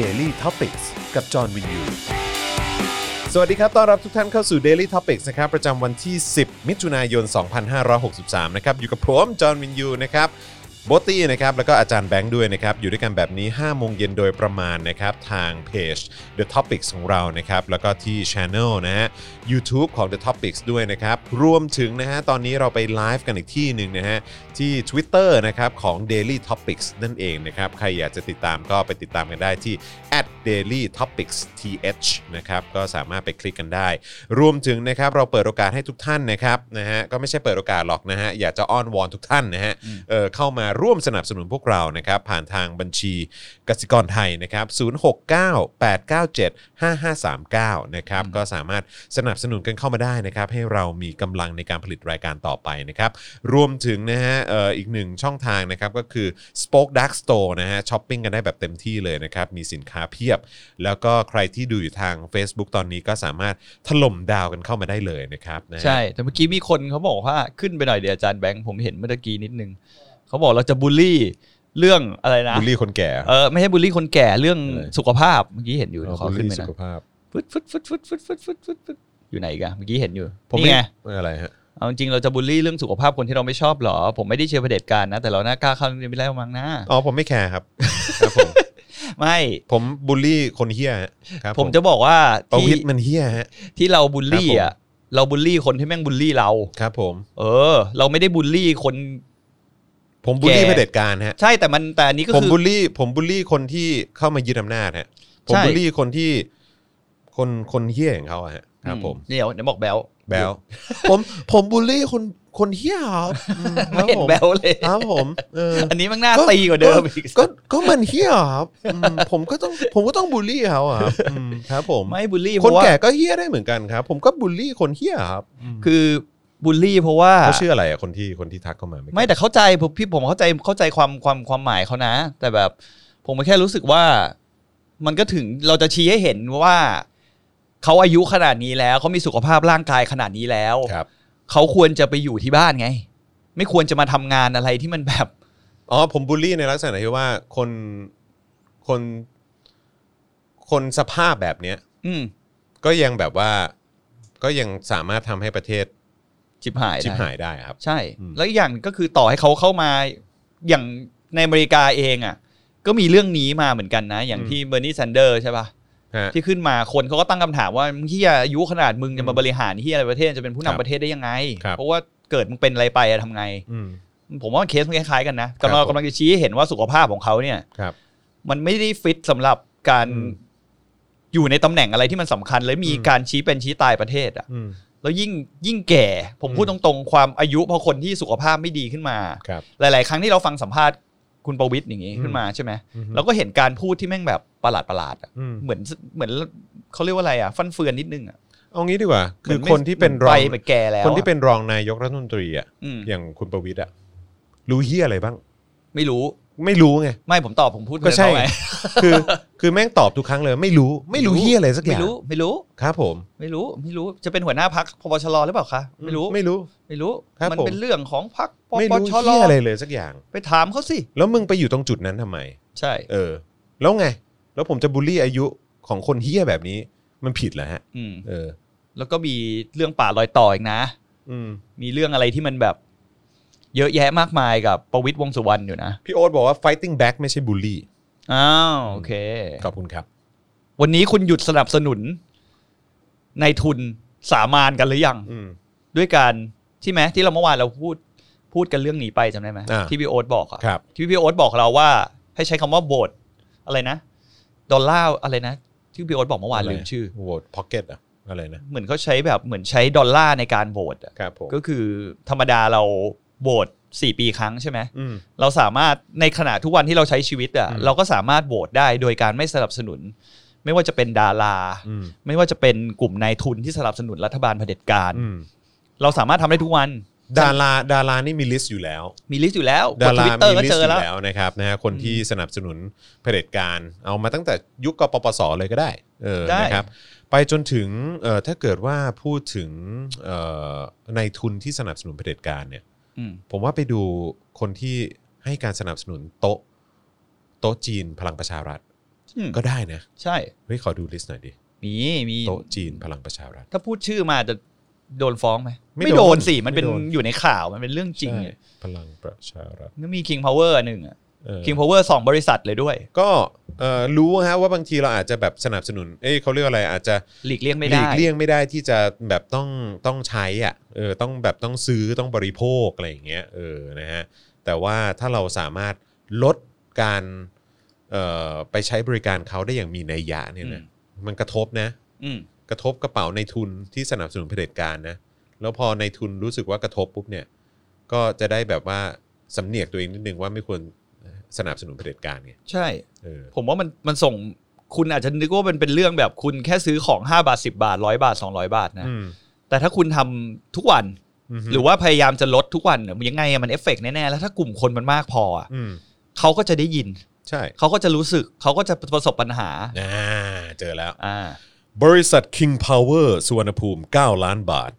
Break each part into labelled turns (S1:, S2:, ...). S1: Daily Topics กับจอห์นวินยู สวัสดีครับ ต้อนรับทุกท่านเข้าสู่ Daily Topics นะครับ ประจำวันที่ 10 มิถุนายน 2563 นะครับ อยู่กับผม จอห์นวินยู นะครับโบทตี้นะครับ แล้วก็อาจารย์แบงค์ด้วยนะครับ อยู่ด้วยกันแบบนี้ 5 โมงเย็นโดยประมาณนะครับ ทางเพจ The Topics ของเรานะครับ แล้วก็ที่ Channel นะฮะ YouTube ของ The Topics ด้วยนะครับ รวมถึงนะฮะ ตอนนี้เราไปไลฟ์กันอีกที่หนึ่งนะฮะ ที่ Twitter นะครับของ Daily Topics นั่นเองนะครับ ใครอยากจะติดตามก็ไปติดตามกันได้ที่ @dailytopicsth นะครับก็สามารถไปคลิกกันได้ รวมถึงนะครับเราเปิดโอกาสให้ทุกท่านนะครับนะฮะก็ไม่ใช่เปิดโอกาสหรอกนะฮะอยากจะอ้อนวอนทุกท่านนะฮะเอ่อเข้ามาร่วมสนับสนุนพวกเรานะครับผ่านทางบัญชีกสิกรไทยนะครับ0698975539นะครับก็สามารถสนับสนุนกันเข้ามาได้นะครับให้เรามีกำลังในการผลิตรายการต่อไปนะครับ รวมถึงนะฮะเอ่ออีกหนึ่งช่องทางนะครับก็คือ Spoke Dark Store นะฮะช้อปปิ้งกันได้แบบเต็มที่เลยนะครับ มีสินค้าเพียบ แล้วก็ใครที่ดูอยู่ทาง Facebook ตอนนี้ก็สามารถถล่มดาวกันเข้ามาได้เลยนะครับนะฮะ
S2: ใช่ แต่เมื่อกี้มีคนเขาบอกว่าขึ้นไปหน่อยเดี๋ยวอาจารย์แบงค์ผมเห็นเมื่อตะกี้นิดนึงเขาบอกเราจะบูลลี่เรื่องอะไรนะ
S1: บูลลี่คนแก่
S2: เออไม่ใช่บูลลี่คนแก่เรื่อง
S1: อะไร
S2: สุขภาพเมื่อกี้เห็นอยู่เดี๋ยวขอ
S1: บูล
S2: ขึ้น
S1: ลี่
S2: ไปห
S1: สุ
S2: นะ
S1: ขภาพ
S2: ฟึดฟึดฟึดฟึดฟึดฟึดฟึดฟึดฟึดอยู่ไหนอีกันเมื่อกี้เห็นอยู่
S1: ผม
S2: นี่ไง
S1: ไม่อะไรฮะ
S2: เอาจริงๆเราจะบูลลี่เรื่องสุขภาพคนที่เราไม่ชอบเหรอ ผมไม่ได้เชียร์เผด็จการนะ แต่เราน่ากล้าเข้าเรียนไม่ได้มั้งนะ
S1: อ๋อผมไม่แคร์ครับครับผม
S2: ไม่
S1: ผมบูลลี่คนเฮี้ยฮะครับ
S2: ผมจะบอกว่า
S1: ประ
S2: ที่
S1: วิตรมันเฮี้ยฮะ
S2: ที่เราบูลลี่
S1: ครับผม
S2: อ่ะเราบูลลี่คนที่แม่งบูลลี่เรา
S1: ครับผม
S2: เออ เราไม่ได้บูลลี่คน
S1: ผมบูลลี่
S2: แก่
S1: เผด็จการฮะ
S2: ใช่แต่มันแต่อันนี้ก็
S1: ผม
S2: คือ
S1: บูลลี่ผมบูลลี่คนที่เข้ามายึดอำนาจฮะผม
S2: ใช่
S1: บูลลี่คนที่คนคนเฮี้ยอย่างเขาอะฮะครับผม
S2: อืเดี๋ยวเดี๋ยวบอกแบล
S1: แบล ผมผมบูลลี่คนคนเฮี้ยครับอืมค
S2: ไม่
S1: รับ
S2: เห็น
S1: ผม
S2: แบลเลย
S1: ครับผมเออ
S2: อันนี้มันน่าตีกว่าเดิมอีก
S1: ก็ก็มันเฮี้ยครับอืมผมก็ต้องผมก็ต้องบูลลี่เขาอะครับอืมครับผม
S2: ไม่บูลลี่เพ
S1: คน
S2: ราะว่า
S1: แก่ก็เฮี้ยได้เหมือนกันครับ ผมก็บูลลี่คนเฮี้ยครับคือ
S2: คือบูลลี่เพราะว่า
S1: เขาชื่ออะไรอะคนที่คนที่ทักเข้ามาเอกี้
S2: ไม่แต่เข้าใจผมพี่ผมเข้าใจเข้าใจความความความหมายเขานะ แต่แบบ ผมแค่รู้สึกว่า มันก็ถึงเราจะชี้ให้เห็นว่าเขาอายุขนาดนี้แล้วเขามีสุขภาพร่างกายขนาดนี้แล้ว
S1: ครับ
S2: เขาควรจะไปอยู่ที่บ้านไง ไม่ควรจะมาทำงานอะไรที่มันแบบ
S1: อ๋อผมบูลลี่ในลักษณะที่ว่าคนคน คนสภาพแบบเนี้ย
S2: อืม
S1: ก็ยังแบบว่าก็ยังสามารถทำให้ประเทศ
S2: จิบหาย
S1: ชิบ
S2: ได้
S1: หายได้ครับ
S2: ใช่
S1: อืม
S2: แล้วอีกอย่างก็คือต่อให้เขาเข้ามาอย่างในอเมริกาเองอ่ะ ก็มีเรื่องนี้มาเหมือนกันนะ อย่างที่เบอร์นีแซนเดอร์ใช่ปะ
S1: ฮะ
S2: ที่ขึ้นมาคนเขาก็ตั้งคำถามว่ามึงเฮียอายุขนาดมึงจะมาบริหารเฮียอะไรประเทศจะเป็นผู้นำ
S1: ครับ
S2: ประเทศได้ยังไง
S1: ครับ
S2: เพราะว่าเกิดมึงเป็นอะไรไปอะทำไง
S1: อืม
S2: ผมว่าเคสมันคล้ายๆกันนะ
S1: ครับ
S2: กำลัง
S1: ผม
S2: กำลังจะชี้ให้เห็นว่าสุขภาพของเขาเนี่ย
S1: ครับ
S2: มันไม่ได้ฟิตสำหรับการ
S1: อืม
S2: อยู่ในตำแหน่งอะไรที่มันสำคัญเลยมี
S1: อืม
S2: การชี้เป็นชี้ตายประเทศอ่ะ
S1: อืม
S2: แล้วยิ่งยิ่งแก่ ผมพูด
S1: อืม
S2: ตรงๆ ความอายุพอคนที่สุขภาพไม่ดีขึ้นมา
S1: ครับ
S2: หลาย ๆ ครั้งที่เราฟังสัมภาษณ์คุณประวิทย์อย่างนี้
S1: อืม
S2: ขึ้นมาใช่ไหม
S1: อืม
S2: เราก็เห็นการพูดที่แม่งแบบประหลาดประหลาดๆอะ
S1: อืม
S2: เหมือนเหมือนเขาเรียกว่าอะไรอ่ะฟันเฟือนนิดนึงอ่ะ
S1: เอางี้ดีกว่า
S2: เห
S1: คื
S2: มื
S1: อ
S2: ไม่
S1: คนที่เป็นร
S2: ไป
S1: อง
S2: แบบแก่แล้ว
S1: คนที่
S2: อะ
S1: เป็นรองนายกรัฐมนตรีอ่ะ
S2: อืม
S1: อย่างคุณประวิตยอ่ะรู้เฮี้ยอะไรบ้าง
S2: ไม่รู้
S1: ไม่รู้ไง
S2: ไม่ผมตอบผมพูด
S1: ก็ใช่
S2: ไปแล้วไง
S1: คือ คือแม่งตอบทุกครั้งเลย ไม่รู้ไม่รู้เฮี้ยอะไรสักอ
S2: ไม่
S1: ย่าง
S2: รู้ไม่รู้
S1: ครับ ผม
S2: ไม่รู้ไม่รู้จะเป็นหัวหน้าพักพบชรหรือเปล่าคะไม่รู้
S1: ไม่รู้
S2: ไม่รู้
S1: ครับ
S2: มั
S1: ผม
S2: เป็นเรื่องของพักป
S1: ไม่
S2: ป
S1: รู้
S2: ชร
S1: เฮี้ยอะไรเลยสักอย่าง
S2: ไปถามเขาสิ
S1: แล้วมึงไปอยู่ตรงจุดนั้นทำไม
S2: ใช่
S1: เออ แล้วไง แล้วผมจะบูลลี่อายุของคนเฮี้ยแบบนี้ มันผิดเหรอฮะ
S2: อืม
S1: เออ
S2: แล้วก็มีเรื่องป่าลอยต่ออีกนะ
S1: อืม
S2: มีเรื่องอะไรที่มันแบบ เยอะแยะมากมายกับประวิตยวงษ์สุวรรณอยู่นะ
S1: พี่โอ๊ตบอกว่า fighting back ไม่ใช่บูลลี่
S2: อ้าวโอเค
S1: ขอบคุณครับ
S2: วันนี้คุณหยุดสนับสนุนในทุนสามานกันหรือยัง
S1: อืม
S2: ด้วยการที่ไหมที่เราเมื่อวานเราพูดพูดกันเรื่องนี้ไปจำได้ไหม
S1: อ่า
S2: ที่พี่โอ๊ตบอกอะ
S1: ครับ
S2: ที่พี่โอ๊ตบอกเราว่า ให้ใช้คำว่าโบทอะไรนะ ดอลลาร์อะไรนะ ที่พี่โอ๊ตบอกเมื่อวาน
S1: อะไร
S2: ลืมชื่อ
S1: โหวตพ็อกเก็ตอะอะไรนะ
S2: เหมือนเขาใช้แบบเหมือนใช้ดอลลาร์ในการโบทอะ
S1: ครับผม
S2: ก็คือธรรมดาเราโบทสี่ปีครั้งใช่ไหม
S1: อืม
S2: เราสามารถในขณะทุกวันที่เราใช้ชีวิตอ่ะ
S1: อืม
S2: เราก็สามารถโหวตได้โดยการไม่สนับสนุน ไม่ว่าจะเป็นดารา
S1: อืม
S2: ไม่ว่าจะเป็นกลุ่มนายทุนที่สนับสนุนรัฐบาลเผด็จการ
S1: อืม
S2: เราสามารถทำได้ทุกวัน
S1: ดารา ดารานี่มีลิสต์อยู่แล้ว
S2: มีลิสต์อยู่แล้ว
S1: ดารา
S2: ทวิตเตอร์ก็
S1: มีลิส
S2: เจ
S1: ต์อ
S2: อ
S1: ยู่
S2: แล้ว
S1: แล้วนะครับนะฮะคนที่สนับสนุนเผด็จการ เอามาตั้งแต่ยุคกปปสเลยก็ได้ เออ
S2: ได้
S1: นะครับ ไปจนถึง เอ่อ ถ้าเกิดว่าพูดถึง เอ่อในทุนที่สนับสนุนเผด็จการเนี่ย
S2: อืม
S1: ผมว่าไปดูคนที่ให้การสนับสนุนโต๊ะ โต๊ะจีนพลังประชารัฐ
S2: อืม
S1: ก็ได้นะ
S2: ใช่
S1: เฮ้ยขอดูลิสต์หน่อยดิ
S2: มีมี
S1: โต๊ะจีนพลังประชารัฐ
S2: ถ้าพูดชื่อมาจะโดนฟ้องไหม
S1: ไม่
S2: ไม่
S1: โด
S2: โด
S1: น
S2: นสิ มันเป็น
S1: ไม่โดน
S2: อยู่ในข่าวมันเป็นเรื่องจริง
S1: ใช่
S2: เลย
S1: พลังประชารัฐ
S2: แล้วมี King Power อันหนึ่งอะ
S1: เออ
S2: King Power สองบริษัทเลยด้วย
S1: ก็เอ่อรู้ฮะว่าบางทีเราอาจจะแบบสนับสนุน เอ้ยเขาเรียกอะไรอาจจะ
S2: หลีกเลี่ยงไม่
S1: หลี
S2: ได้
S1: กเลี่ยงไม่ได้ที่จะแบบต้องต้องใช้อ่ะเออต้องแบบต้องซื้อต้องบริโภคอะไรอย่างเงี้ยเออนะฮะแต่ว่าถ้าเราสามารถลดการเอ่อไปใช้บริการเขาได้อย่างมีนัยยะเนี่ยนะมันกระทบนะ
S2: อืม
S1: กระทบกระเป๋าในทุนที่สนับสนุนเผด็จการนะ แล้วพอในทุนรู้สึกว่ากระทบปุ๊บเนี่ย ก็จะได้แบบว่าสำเนียกตัวเองนิดนึงว่าไม่ควรสนับสนุนเผด็จการไง
S2: ใช่
S1: เออ
S2: ผมว่ามันมันส่งคุณอาจจะนึกว่ามันเป็นเรื่องแบบคุณแค่ซื้อของ 5 บาท 10 บาท 100 บาท 200 บาทนะ
S1: อืม
S2: แต่ถ้าคุณทำทุกวัน
S1: ม
S2: หรือว่าพยายามจะลดทุกวันเนี่ยยังไงอะมันเอฟเฟกต์แน่ๆ แล้วถ้ากลุ่มคนมันมากพออะ
S1: อืม
S2: เขาก็จะได้ยิน
S1: ใช่
S2: เขาก็จะรู้สึก เขาก็จะประสบปัญหา
S1: อ่าเจอแล้ว
S2: อ่า
S1: บริษัท King Power สุวรรณภูมิ 9 ล้านบาท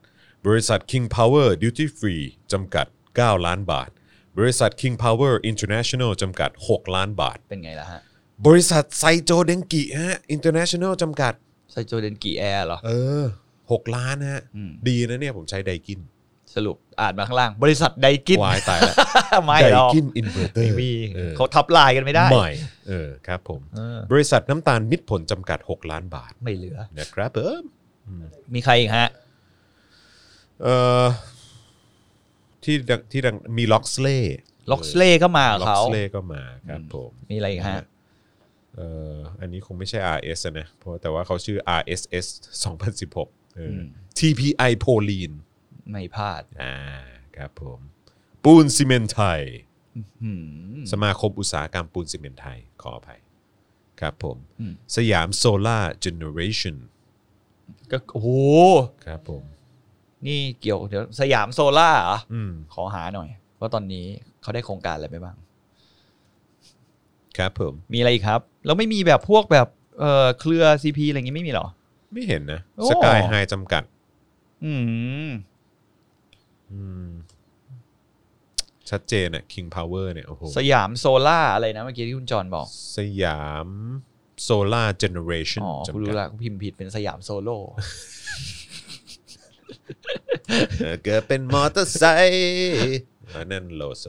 S1: บริษัท King Power Duty Free จำกัด 9 ล้านบาท บริษัท King Power International จำกัด 6 ล้านบาท
S2: เป็นไงล่ะฮะ
S1: บริษัทไซโจเดงกิฮะ International จำกัด
S2: ไซโจเดนกี่แอร์เหรอ
S1: เออหกล้านนะฮะ
S2: อืม
S1: ดีนะเนี่ยผมใช้ไดกิ น
S2: สรุปอ่านมาข้างล่าง บริษัทไดกิน
S1: วายตายแล้ว
S2: ไม่
S1: ได
S2: หรอก
S1: กินอินเวอร์เตอ
S2: ไม่
S1: ร์
S2: มีเขาทับลายกันไม่ได้
S1: ใหม่เออครับผม
S2: เออ
S1: บริษัทน้ำตาลมิตรผลจำกัด 6 ล้านบาท
S2: ไม่เหลือ
S1: นะครับเออ
S2: มีใครอีกฮะ
S1: เออที่ดังที่ดังมีล็อกสเล่
S2: ล็อกสเล่ก็มา
S1: ล็อก
S2: เขา
S1: สเล่ก็มาครับผม
S2: มีอะไรอีกฮะ
S1: เอออันนี้คงไม่ใช่ RS อะนะเพราะแต่ว่าเขาชื่อ RSS 2016เอออ
S2: ม
S1: TPI โพลีน
S2: ไม่พลาด
S1: อ่าครับผม ปูนซีเมนต์ไทย
S2: หืม
S1: สมาคมอุตสาหกรรมปูนซีเมนต์ไทย ขออภัย ครับผม
S2: อืม
S1: สยามโซล่าเจเนอเรชัน
S2: ก็โอ้โห
S1: ครับผม
S2: นี่เกี่ยวเดี๋ยวสยามโซล่าร์เหรอ
S1: อืม
S2: ขอหาหน่อย ว่าตอนนี้เขาได้โครงการอะไรไปบ้าง
S1: ครับผม
S2: มีอะไรอีกครับ แล้วไม่มีแบบพวกแบบเอ่อเครือซีพีอะไรอย่างงี้ไม่มีเหรอ
S1: ไม่เห็นนะ
S2: โอ้
S1: สกายไฮจำกัด
S2: อืม
S1: อืม ชัดเจนอะคิงพาวเวอร์เนี่ย โอ้โห
S2: สยามโซล่าร์อะไรนะเมื่อกี้ที่คุณจรบอก
S1: สยามโซล่าเจเนอเรชัน
S2: อ๋อคุ
S1: จำ
S2: ณรู้
S1: กัด
S2: ละคุณพิมพ์ผิดเป็นสยามโซโล่
S1: เออเกิดเป็นมอเตอร์ไซค์อันนั่นโลโซ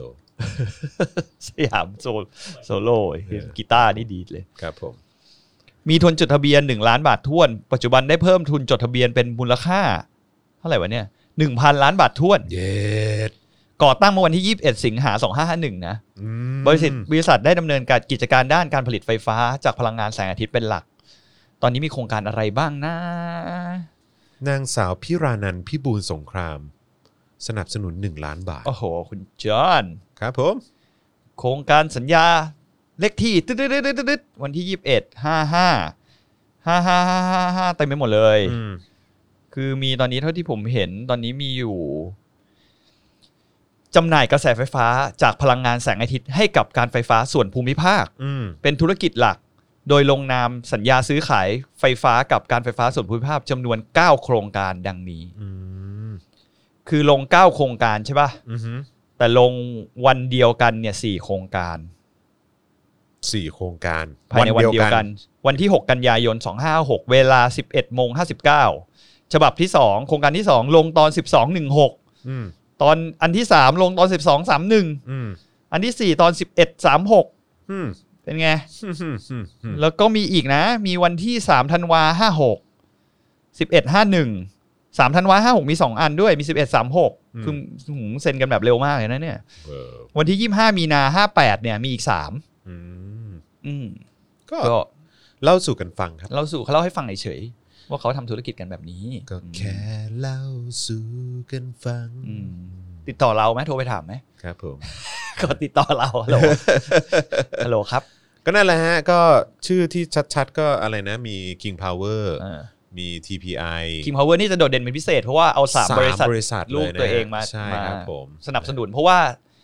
S2: สยามโซโซโล่
S1: เออ
S2: กีตาร์นี่ดีดเลย
S1: ครับผม
S2: มีทุนจดทะเบียน 1 ล้านบาทท้วน ปัจจุบันได้เพิ่มทุนจดทะเบียนเป็นมูลค่า เท่าไหร่วะเนี่ย1,000 ล้านบาทท้วน
S1: เย็ด
S2: ก่อตั้งเมื่อวันที่ 21 สิงหา 2551 นะ
S1: อืม
S2: บริษัทบริษัทได้ดำเนินการกิจการด้านการผลิตไฟฟ้าจากพลังงานแสงอาทิตย์เป็นหลัก ตอนนี้มีโครงการอะไรบ้างนะ
S1: นางสาวพิรานันท์พิบูลสงคราม สนับสนุน 1 ล้านบาท
S2: โอ้โห คุณจอห์น
S1: ครับผม
S2: โครงการสัญญาเลขที่ตึ๊ดๆๆๆๆวันที่ 21 55 55เต็มไปหมดเลย
S1: อืม
S2: คือมีตอนนี้เท่าที่ผมเห็นตอนนี้มีอยู่จำหน่ายกระแสไฟฟ้าจากพลังงานแสงอาทิตย์ให้กับการไฟฟ้าส่วนภูมิภาค
S1: อืม
S2: เป็นธุรกิจหลัก โดยลงนามสัญญาซื้อขายไฟฟ้ากับการไฟฟ้าส่วนภูมิภาคจำนวน 9 โครงการดังนี้
S1: อืม
S2: คือลง 9 โครงการใช่ปะ่ะ
S1: อือหือ
S2: แต่ลงวันเดียวกันเนี่ยสโครงการ
S1: สี่โครงการ
S2: ภายในวันเดียวกัน วันที่ 6 กันยายน 256 เวลา 11โมง59 ฉบับที่ 2 โครงการที่ 2 ลงตอน 1216
S1: อืม
S2: ตอนอันที่สามลงตอนสิบสองสามหนึ่ง
S1: อืม
S2: อันที่สี่ตอนสิบเอ็ดสามหก
S1: อืม
S2: เป็นไง
S1: อืมอืมอืมอืม
S2: แล้วก็มีอีกนะ มีวันที่สามธันวาห้าหกสิบเอ็ดห้าหนึ่งสามธันวาห้าหกมีสองอันด้วยมีสิบเอ็ดสามหกคือหูเซ็นกันแบบเร็วมากเลยนะเนี่ย
S1: เออ
S2: วันที่ยี่ห้ามีนาห้าแปดเนี่ยมีอีกสาม
S1: อืม
S2: อืม
S1: ก็
S2: ก็
S1: เล่าสู่กันฟังครับ
S2: เราสู่เขาเล่าให้ฟังเฉยๆว่าเขาทำธุรกิจกันแบบนี้
S1: ก็แค่เล่าสู่กันฟัง
S2: อืมติดต่อเราไหมโทรไปถามไหม
S1: ครับผม
S2: ก็ติดต่อเราฮั ลโหลฮัลโหลครับ
S1: ก็นั่นแหละฮะ ก็ชื่อที่ชัดๆ ก็อะไรนะ มี King Power
S2: เออ
S1: มี TPI
S2: คิมพาวเวอร์นี่จะโดดเด่นเป็นพิเศษ เพราะว่าเอาสามบริษัท
S1: บริษัท
S2: ลูก
S1: ยนะ
S2: ตัวเองมา
S1: ใช่
S2: มา
S1: ครับผม
S2: สนับสนุนเพราะว่า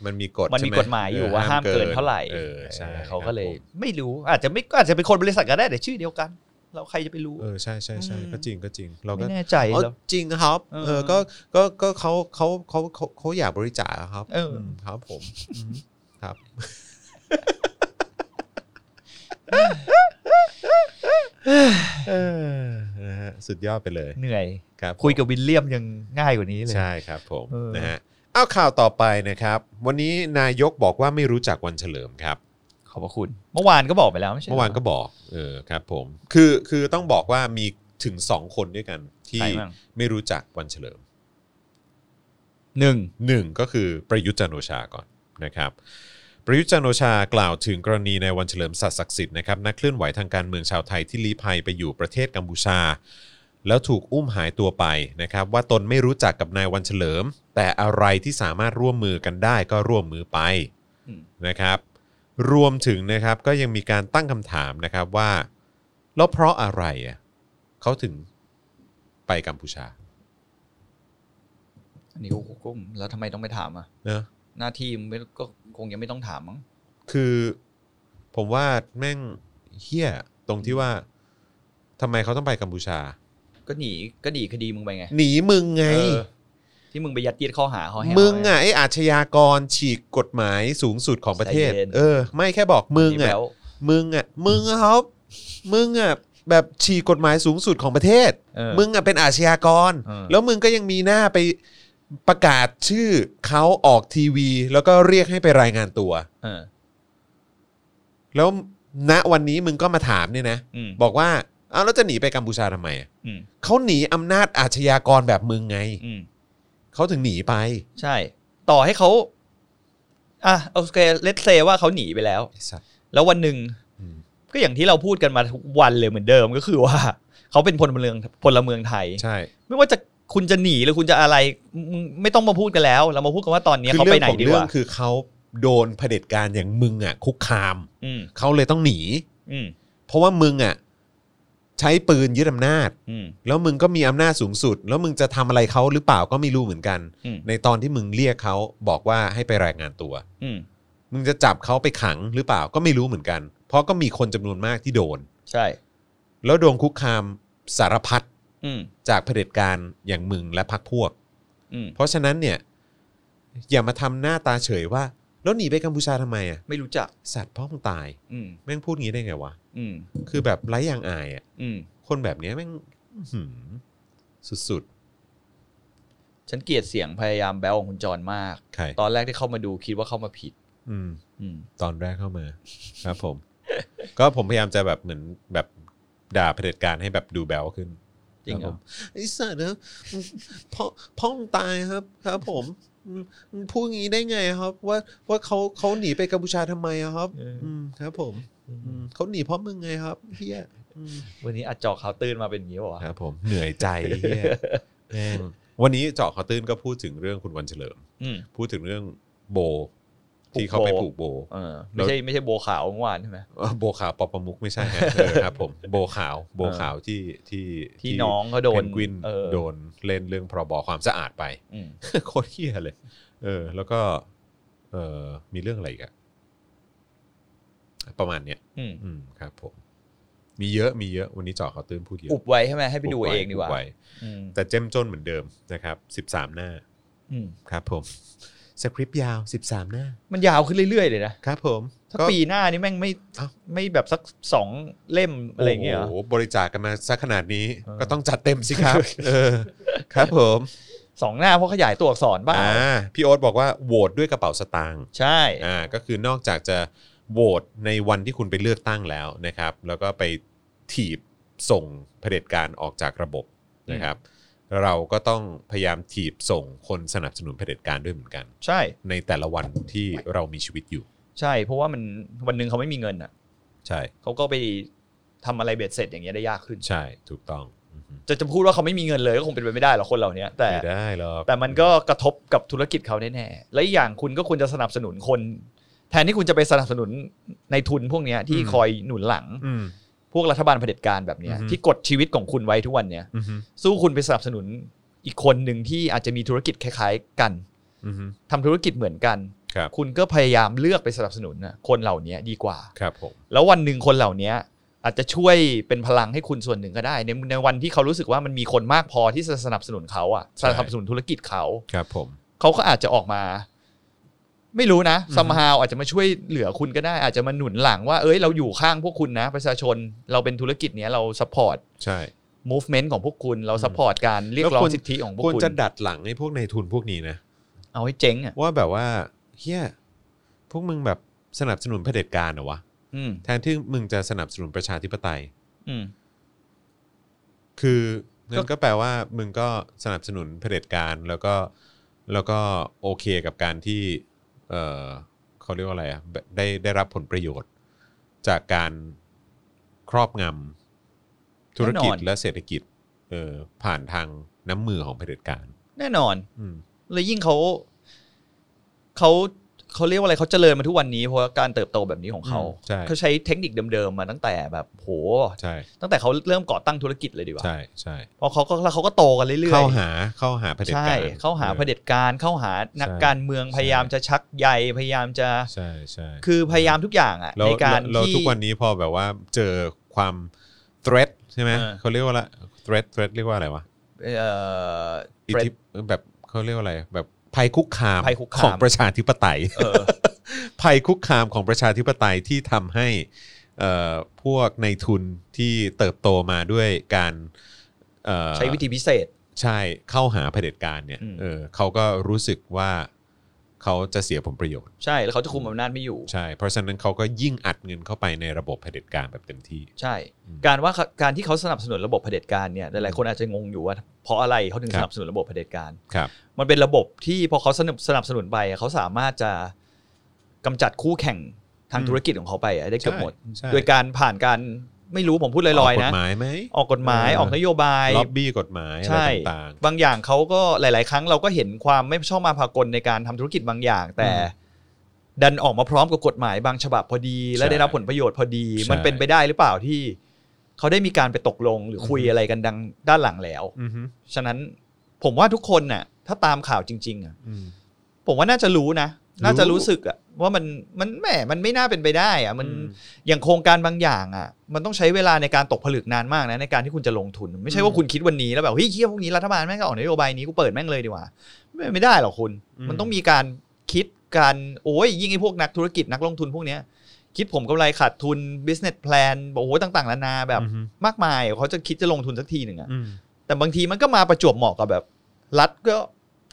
S1: มันมีกฎ
S2: มันมี
S1: ใช่ไ
S2: กฎหมายอยู่ว่าห้ามเกินเท่าไหร่
S1: เออใช่
S2: เออเขาก็เล
S1: ค
S2: ย
S1: รับผม
S2: ไม่รู้อาจจะไม่อาจจะเป็นคนบริษัทก็ได้แต่ชื่อเดียวกัน เราใครจะไปรู้
S1: เออใช่ใช่ใช่
S2: อืม
S1: ก็จริงก็จริงเราก็
S2: ไม่แน่ใจ
S1: อ๋อ
S2: แล้ว
S1: จริงครับ
S2: เออ
S1: เออก็ก็ก็เขาเขาเขาเขาเขาอยากบริจาคอะครับ
S2: เอออื
S1: มครับผมครับ สุดยอดไปเลย
S2: เหนื่อย
S1: ครับ
S2: คุยกับวินเลียมยังง่ายกว่านี้เลย
S1: ใช่ครับผม
S2: เออ
S1: นะฮะเอาข่าวต่อไปนะครับ วันนี้นายกบอกว่าไม่รู้จักวันเฉลิมครับ
S2: ขอบพระคุณ เมื่อวานก็บอกไปแล้วไม่ใช่หร
S1: เมื่อวานก็บอกเออครับผมคือคือต้องบอกว่ามีถึงสองคนด้วยกันที่
S2: ใครบ้าง
S1: ไม่รู้จักวันเฉลิม
S2: หนึ่ง
S1: หนึ่งก็คือประยุทธ์จันทร์โอชาก่อนนะครับ ประยุทธ์จันทร์โอชากล่าวถึงกรณีในวันเฉลิมศักดิ์ศักดิ์สิทธิ์นะครับนักเคลื่อนไหวทางการเมืองชาวไทยที่ลี้ภัยไปอยู่ประเทศกัมพูชา แล้วถูกอุ้มหายตัวไปนะครับ ว่าตนไม่รู้จักกับนายวันเฉลิม แต่อะไรที่สามารถร่วมมือกันได้ก็ร่วมมือไปนะครับ รวมถึงนะครับก็ยังมีการตั้งคำถามนะครับว่าแล้วเพราะอะไรอ่ะเขาถึงไปกัมพูชา
S3: อันนี้กูกุ้มแล้วทำไมต้องไปถามอ่ะ
S1: เนอะ
S3: หน้าที่มึงไม่ก็คงยังไม่ต้องถามมั้ง
S1: คือผมว่าแม่งเฮี้ยตรงที่ว่าทำไมเขาต้องไปกัมพูชา
S3: ก็หนีก็ดีคดีมึงไปไง
S1: หนีมึงไง
S3: เออที่มึงไปยัดเยียดข้อหาเขาให้
S1: มึงอ่ะไออาชญากรฉีกกฎหมายสูงสุดของประเทศ
S3: ใจเย็น
S1: เออ ไม่แค่บอกมึ
S3: เอา
S1: ง
S3: ไว้
S1: อ่ะ
S3: แล้ว
S1: มึงอ่ะมึงอะครับมึงอ่ะแบบฉีกกฎหมายสูงสุดของประเทศ
S2: เออ
S1: มึงอ่ะเป็นอาชญากร
S2: เออ
S1: แล้วมึงก็ยังมีหน้าไปประกาศชื่อเขาออกทีวี แล้วก็เรียกให้ไปรายงานตัว
S2: เออ
S1: แล้วณวันนี้มึงก็มาถามเนี่ยนะ
S2: อืม
S1: บอกว่าอ้าวแล้วจะหนีไปกัมพูชาทำไมอะ
S2: อืม
S1: เขาหนีอำนาจอาชญากรแบบมึงไง
S2: อืม
S1: เขาถึงหนีไป
S2: ใช่ ต่อให้เขาอ่ะโอเคเลตเซว่าเขาหนีไปแล้ว
S1: ไอ้สัตว์
S2: แล้ววันหนึ่ง
S1: อืม
S2: ก็อย่างที่เราพูดกันมาทุกวันเลยเหมือนเดิมก็คือว่า เขาเป็นพลเมืองพลเมืองไทย
S1: ใช่
S2: ไม่ว่าจะคุณจะหนีหรือคุณจะอะไรมึงไม่ต้องมาพูดกันแล้ว เรามาพูดกันว่าตอนนี้
S1: คือ
S2: เขา
S1: เรื่
S2: ไป
S1: อง
S2: ไหน
S1: ของ
S2: ดีก
S1: เรื่อง
S2: ว่า
S1: คือเขาโดนเผด็จการอย่างมึงอ่ะ คุกคาม
S2: อืม
S1: เขาเลยต้องหนี
S2: อืม
S1: เพราะว่ามึงอ่ะ ใช้ปืนยึดอำนาจ
S2: อืม
S1: แล้วมึงก็มีอำนาจสูงสุด แล้วมึงจะทำอะไรเขาหรือเปล่าก็ไม่รู้เหมือนกัน
S2: อืม
S1: ในตอนที่มึงเรียกเขาบอกว่าให้ไปรายงานตัว
S2: อืม
S1: มึงจะจับเขาไปขังหรือเปล่าก็ไม่รู้เหมือนกัน เพราะก็มีคนจำนวนมากที่โดน
S2: ใช่
S1: แล้วโดนคุกคามสารพัด
S2: อืม
S1: จากเผด็จการอย่างมึงและพรรคพวก
S2: อืม
S1: เพราะฉะนั้นเนี่ย อย่ามาทำหน้าตาเฉยว่า แล้วหนีไปกัมพูชาทำไมอ่ะ
S3: ไม่รู้จัก
S1: สัตว์พ่อมึงตาย
S3: อืม
S1: แม่งพูดงี้ได้ไงวะ
S3: อืม
S1: คือแบบไร้อย่างอายอ่ะ
S3: อืม
S1: คนแบบเนี้ยแม่งอื้อหือสุด
S3: ฉันเกลียดเสียงพยายามแบลของคุณจรมาก
S1: ๆ ใคร
S3: ตอนแรกที่เข้ามาดูคิดว่าเข้ามาผิด
S1: อืม
S3: อืม
S1: ตอนแรกเข้ามา ครับผม ก็ผมพยายามจะแบบเหมือนแบบด่าเผด็จการให้แบบดูแบวขึ้น
S3: จริงเหรอ
S1: คบผมไอ้สัตว์นะพ่อพ่อมึงตายครับ ครับผมอืมมึงพูดอย่างนี้ได้ไงครับ ว่าว่าเขาเขาหนีไปกัมพูชาทำไมอะครับ
S2: เออ
S1: อื
S2: อื
S1: มครับ ผมอืมเขาหนีเพราะมึงไงครับเฮียอืม
S2: วันนี้อัดจอข่าวตื่นมาเป็นอย่างนี้ป่าวะ
S1: ครับ ผมเหนื่อยใจเฮียแม่งวันนี้เจาะข่าวตื้นก็พูดถึงเรื่องคุณวันเฉลิม
S2: อืม
S1: พูดถึงเรื่องโบ
S2: ปลูก
S1: ที่เขาไปป
S2: โบ
S1: ลูกโบ
S2: เออ ไม่ใช่ไม่ใช่โบวขาวเมื่อวานใช่ไหม
S1: เอ่อโบขาวปอประมุกไม่ใช่ฮะเออครับผมโบขาวโบขาวที่ที่
S2: ที่น้องเขาโดน
S1: เพนกวิน
S2: เออ
S1: โดนเล่นเรื่องพรบความสะอาดไป
S2: อืม
S1: โคตรเหี้ยเลย เออ แล้วก็เออมีเรื่องอะไรอีกอะประมาณเนี้ย
S2: อืม
S1: อืมครับผม มีเยอะมีเยอะวันนี้เจอเขาวตื้นพูดเยอะ
S3: อุบไว้ใช่ไหมให้ไปดู
S1: บไ
S3: เองดีกว่า
S1: บไ
S2: อืม
S1: แต่เจ้มจนเหมือนเดิมนะครับ 13 หน้า
S2: อืม
S1: ครับผมสคริปต์ยาว 13 หน้า
S2: มันยาวขึ้นเรื่อยๆเลยนะครับ
S1: ผม
S2: ถ้า
S1: ก็
S2: ปีหน้านี่แม่งไม่
S1: เอ้า
S2: ไม่แบบสักสองเล่มอะไรอย่างเงี้ยเหรอ
S1: โโหบริจาคกันมาซะขนาดนี้
S2: เออ
S1: ก็ต้องจัดเต็มสิครับ เออ ครับผม
S2: สองหน้าเพราะขยายตัวอักษรบ้าง
S1: อ่าพี่โอ๊ตบอกว่าโหวตด้วยกระเป๋าสตางค์
S2: ใช่
S1: อ่าก็คือนอกจากจะโหวตในวันที่คุณไปเลือกตั้งแล้วนะครับ แล้วก็ไปถีบส่งเผด็จการออกจากระบบนะครับ เราก็ต้องพยายามถีบส่งคนสนับสนุนเผด็จการด้วยเหมือนกัน
S2: ใช่
S1: ในแต่ละวันที่เรามีชีวิตอยู่
S2: ใช่ เพราะว่ามันวันหนึ่งเขาไม่มีเงินอ่ะ
S1: ใช่
S2: เขาก็ไปทำอะไรเบ็ดเสร็จอย่างเงี้ยได้ยากขึ้น
S1: ใช่ถูกต้องอือฮึ
S2: จะจะพูดว่าเขาไม่มีเงินเลยก็คงเป็นไปไม่ได้หรอกคนเหล่านี้แต่
S1: ไม่ได้หรอก
S2: แต่มันก็กระทบกับธุรกิจเขาแน่ๆ และอีกอย่างคุณก็ควรจะสนับสนุนคน แทนที่คุณจะไปสนับสนุนในทุนพวกเนี้ยที่คอยหนุนหลัง
S1: อืม
S2: พวกรัฐบาลเผด็จการแบบเนี้ย
S1: อือฮึ
S2: ที่กดชีวิตของคุณไว้ทุกวันเนี้ย
S1: อือฮึ
S2: สู้คุณไปสนับสนุนอีกคนหนึ่งที่อาจจะมีธุรกิจคล้ายๆ กัน
S1: อือฮึ
S2: ทำธุรกิจเหมือนกัน
S1: ครับ
S2: คุณก็พยายามเลือกไปสนับสนุนน่ะคนเหล่านี้ดีกว่า
S1: ครับผม
S2: แล้ววันหนึ่งคนเหล่านี้อาจจะช่วยเป็นพลังให้คุณส่วนหนึ่งก็ได้ ในในวันที่เขารู้สึกว่ามันมีคนมากพอที่จะสนับสนุนเขาอ่ะ
S1: ใช่
S2: สนับสนุนธุรกิจเขา
S1: ครับผม
S2: เขาก็อาจจะออกมา ไม่รู้นะ
S1: อือฮึ
S2: ซัมฮาวอาจจะมาช่วยเหลือคุณก็ได้ อาจจะมาหนุนหลังว่าเอ้ยเราอยู่ข้างพวกคุณนะ ประชาชนเราเป็นธุรกิจเนี้ยเราซัพพอร์ต
S1: ใช่
S4: movement ของพวกคุณ เรา support การเรียกร้อ
S1: แล้วคว
S4: ง
S1: ร
S4: สิทธิของพวก
S1: ควร
S4: คุณ
S1: จะดัดหลังไอ้พวกในทุนพวกนี้นะ
S4: เอาให้เจ๊งอ่ะ
S1: ว่าแบบว่าเฮียพวกมึงแบบสนับสนุนเผด็จการเหรอวะ
S4: อืม
S1: แทนที่มึงจะสนับสนุนประชาธิปไตย
S4: อืม
S1: คือนั่
S4: ก็
S1: นก็แปลว่ามึงก็สนับสนุนเผด็จการแล้วก็แล้วก็โอเคกับการที่เออเขาเรียกว่าอะไรอ่ะแบบได้ได้รับผลประโยชน์ จากการครอบงำธุรกิจ
S4: แน่นอน
S1: และเศรษฐกิจเออผ่านทางน้ำมือของเผด็จการ
S4: แน่นอน
S1: อืม
S2: แล้วยิ่งเขาเขาเขาเรียกว่าอะไรเขาเจริญมาทุกวันนี้เพราะการเติบโตแบบนี้ของเขา
S1: ใช่
S2: เขาใช้เทคนิคเดิมๆมาตั้งแต่แบบโห
S1: ใช่
S2: ตั้งแต่เขาเริ่มก่อตั้งธุรกิจเลยดีกว่า
S1: ใช่ใช่
S2: เพราะเขาก็แล้วเขาก็โตกันเรื่อยๆ
S1: เข้าหาเข้าหาเผด็จ
S2: ใช่
S1: การ
S2: เข้าหาเผ
S1: อ
S2: ด็จการเข้าหานัก
S1: ใช่
S2: การเมืองพยายามจะชักใยพยายามจะ
S1: อใช่ใช่
S2: คือพยายามทุกอย่างอ่ะ
S1: แล้ว
S2: ในการ
S1: แล้ว
S2: ที่
S1: ทุกวันนี้พอแบบว่าเจอความ threat ใช่ไหม
S2: เออ
S1: เขาเรียกว่าละ threat threat เรียกว่าอะไรวะ
S2: เอ่อ
S1: อิทธิแบบเขาเรียกว่าอะไรแบบภัยคุกคาม
S2: ภัยคุกคาม
S1: ของประชาธิปไตย
S2: เออ
S1: ภัยคุกคามของประชาธิปไตยที่ทำให้เอ่อพวกในทุนที่เติบโตมาด้วยการเอ่อ
S2: ใช้วิธีพิเศษ
S1: ใช่เข้าหาเผด็จการเนี่ย
S2: อืม
S1: เออเขาก็รู้สึกว่าเขาจะเสียผลประโยชน์
S2: ใช่แล้วเขาจะคุมอำนาจไม่อยู่
S1: ใช่ เพราะฉะนั้นเขาก็ยิ่งอัดเงินเข้าไปในระบบเผด็จการแบบเต็มที่
S2: ใช่
S1: อืม
S2: การว่าเขาการที่เขาสนับสนุนระบบเผด็จการเนี่ยหลายๆคนอาจจะงงอยู่ว่าเพราะอะไรเขาถึง
S1: ครับ
S2: สนับสนุนระบบเผด็จการ
S1: ครับ
S2: มันเป็นระบบที่พอเขาสนับสนับสนุนไปอะเขาสามารถจะกำจัดคู่แข่งทางธุรกิจของเขาไปอะได้เกือบหมด
S1: ใช่
S2: โดยการผ่านการไม่รู้ผมพูดลอยๆ
S1: ก
S2: นะ
S1: ฎหมายไหม
S2: ออกกฎหมาย
S1: เออ
S2: ออกนโยบาย
S1: ล็อบบี้กฎหมายอะไร
S2: ใช่
S1: ต่างๆ
S2: บางอย่างเขาก็หลาย ๆ ครั้งเราก็เห็นความไม่ชอบมาพากลในการทำธุรกิจบางอย่าง แต่
S1: อืม
S2: ดันออกมาพร้อมกับกฎหมายบางฉบับพอดี และ
S1: ใช่
S2: ได้รับผลประโยชน์พอดี
S1: ใช่
S2: มันเป็นไปได้หรือเปล่าที่เขาได้มีการไปตกลงหรือคุย
S1: อือฮึ
S2: อะไรกันดังด้านหลังแล้ว
S1: อือฮึ
S2: ฉะนั้นผมว่าทุกคนน่ะ ถ้าตามข่าวจริง ๆ อ่ะ
S1: อืม
S2: ผมว่าน่าจะรู้นะ น่าจะ
S1: รู้
S2: รู้สึกอ่ะว่ามันมันแหมมันไม่น่าเป็นไปได้อ่ะมันอย่างโครงการบางอย่างอ่ะ มันต้องใช้เวลาในการตกผลึกนานมากนะในการที่คุณจะลงทุน ไม่ใช่ว่าคุณคิดวันนี้แล้วแบบเฮ้ยเฮียพวกนี้รัฐบาลแม่งก็ออกนโยบายนี้กูเปิดแม่งเลยดีกว่าไม่ไม่ได้หรอกคุณ มันต้องมีการคิดการโอ้ยยิ่งไอ้พวกนักธุรกิจนักลงทุนพวกเนี้ยคิดผมกำไรขาดทุน business plan โอ้โหต่างๆนานาแบบ
S1: อือฮึ
S2: มากมายเขาจะคิดจะลงทุนสักทีหนึ่งอ่ะ
S1: อืม
S2: แต่บางทีมันก็มาประจวบเหมาะกับแบบรัฐก็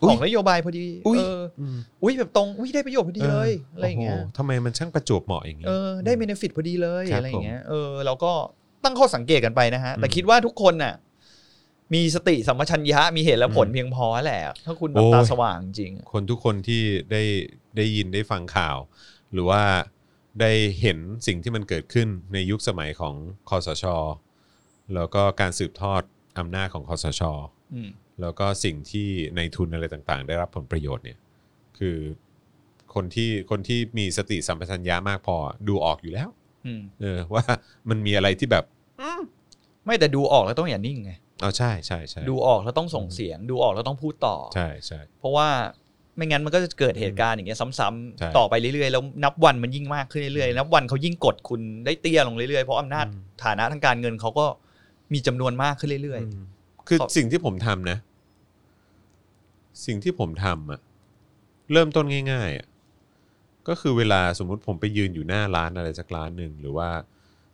S1: อุ๊
S2: อย อกนโยบายพอดี
S1: อุ๊ย
S2: เออ
S1: อืม
S2: อุ้ยแบบตรงอุ้ยได้ประโยชน์พอดีเลยอะไรอย่างเงี้ย
S1: โโหทำไมมันช่างประจวบเหมาะอย่างนี้
S2: เออได้เบนฟิตพอดีเลย
S1: ครับ
S2: อะไรอย่างเงี้ยเออเราก็ตั้งข้อสังเกตกันไปนะฮะ แต่
S1: อืม
S2: คิดว่าทุกคนน่ะ มีสติสัมปชัญญะมีเหตุและผล
S1: อืม
S2: เพียงพอแหละ ถ้าคุณ
S1: โอ้
S2: แบบตาย สว่างจริงๆอะ
S1: คนทุกคนที่ได้ได้ยินได้ฟังข่าว หรือว่าได้เห็นสิ่งที่มันเกิดขึ้นในยุคสมัยของคอสช แล้วก็การสืบทอดอำนาจของคอสช
S2: อืม
S1: แล้วก็สิ่งที่ในทุนอะไรต่างๆ ได้รับผลประโยชน์เนี่ย คือคนที่คนที่มีสติสัมปชัญญะมากพอดูออกอยู่แล้ว
S2: อืม
S1: เออว่ามันมีอะไรที่แบบ
S2: ไม่แต่ดูออกแล้วต้องอย่านิ่งไง
S1: เอาใช่ใช่ใช่
S2: ดูออกแล้วต้องส่งเสียง ดูออกแล้วต้องพูดต่อ
S1: ใช่ใช่
S2: เพราะว่าไม่งั้นมันก็จะเกิดเหตุการณ์อย่างเงี้ยซ้ำ
S1: ใช่
S2: ๆต่อไปเรื่อยๆแล้วนับวันมันยิ่งมากขึ้นเรื่อยๆนับวันเขายิ่งกดคุณได้เตี้ยลงเรื่อยๆเพราะอำนาจ
S1: อืม
S2: ฐานะทางการเงินเขาก็มีจำนวนมากขึ้นเรื่อย
S1: อืมคือ
S2: ขอบ
S1: สิ่งที่ผมทำนะ สิ่งที่ผมทำอะเริ่มต้นง่ายๆอะก็คือเวลาสมมุติผมไปยืนอยู่หน้าร้านอะไรสักร้านหนึ่งหรือว่า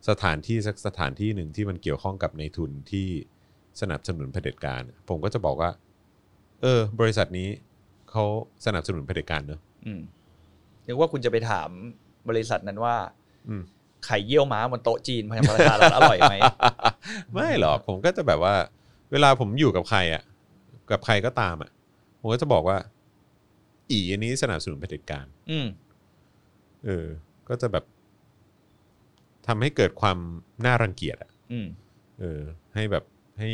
S1: สถานที่สักสถานที่หนึ่งที่มันเกี่ยวข้องกับในทุนที่สนับสนุนเผด็จการอะผมก็จะบอกว่า เออ บริษัทนี้เขาสนับสนุนเผด็จการเนอะ
S2: ๆอืมนึกว่าคุณจะไปถามบริษัทนั้นว่า
S1: อืม
S2: ไข่เยี่ยวม้าบนโต๊ะจีน พยาราชารัฐอร่อยไหม
S1: ไม่หรอกผมก็จะแบบว่า เวลาผมอยู่กับใครอ่ะ กับใครก็ตามอ่ะ ผมก็จะบอกว่า อีอันนี้สนับสนุนเผด็จการ
S2: อืม
S1: เออ ก็จะแบบทำให้เกิดความน่ารังเกียจอะ
S2: อืม
S1: เออ ให้แบบให้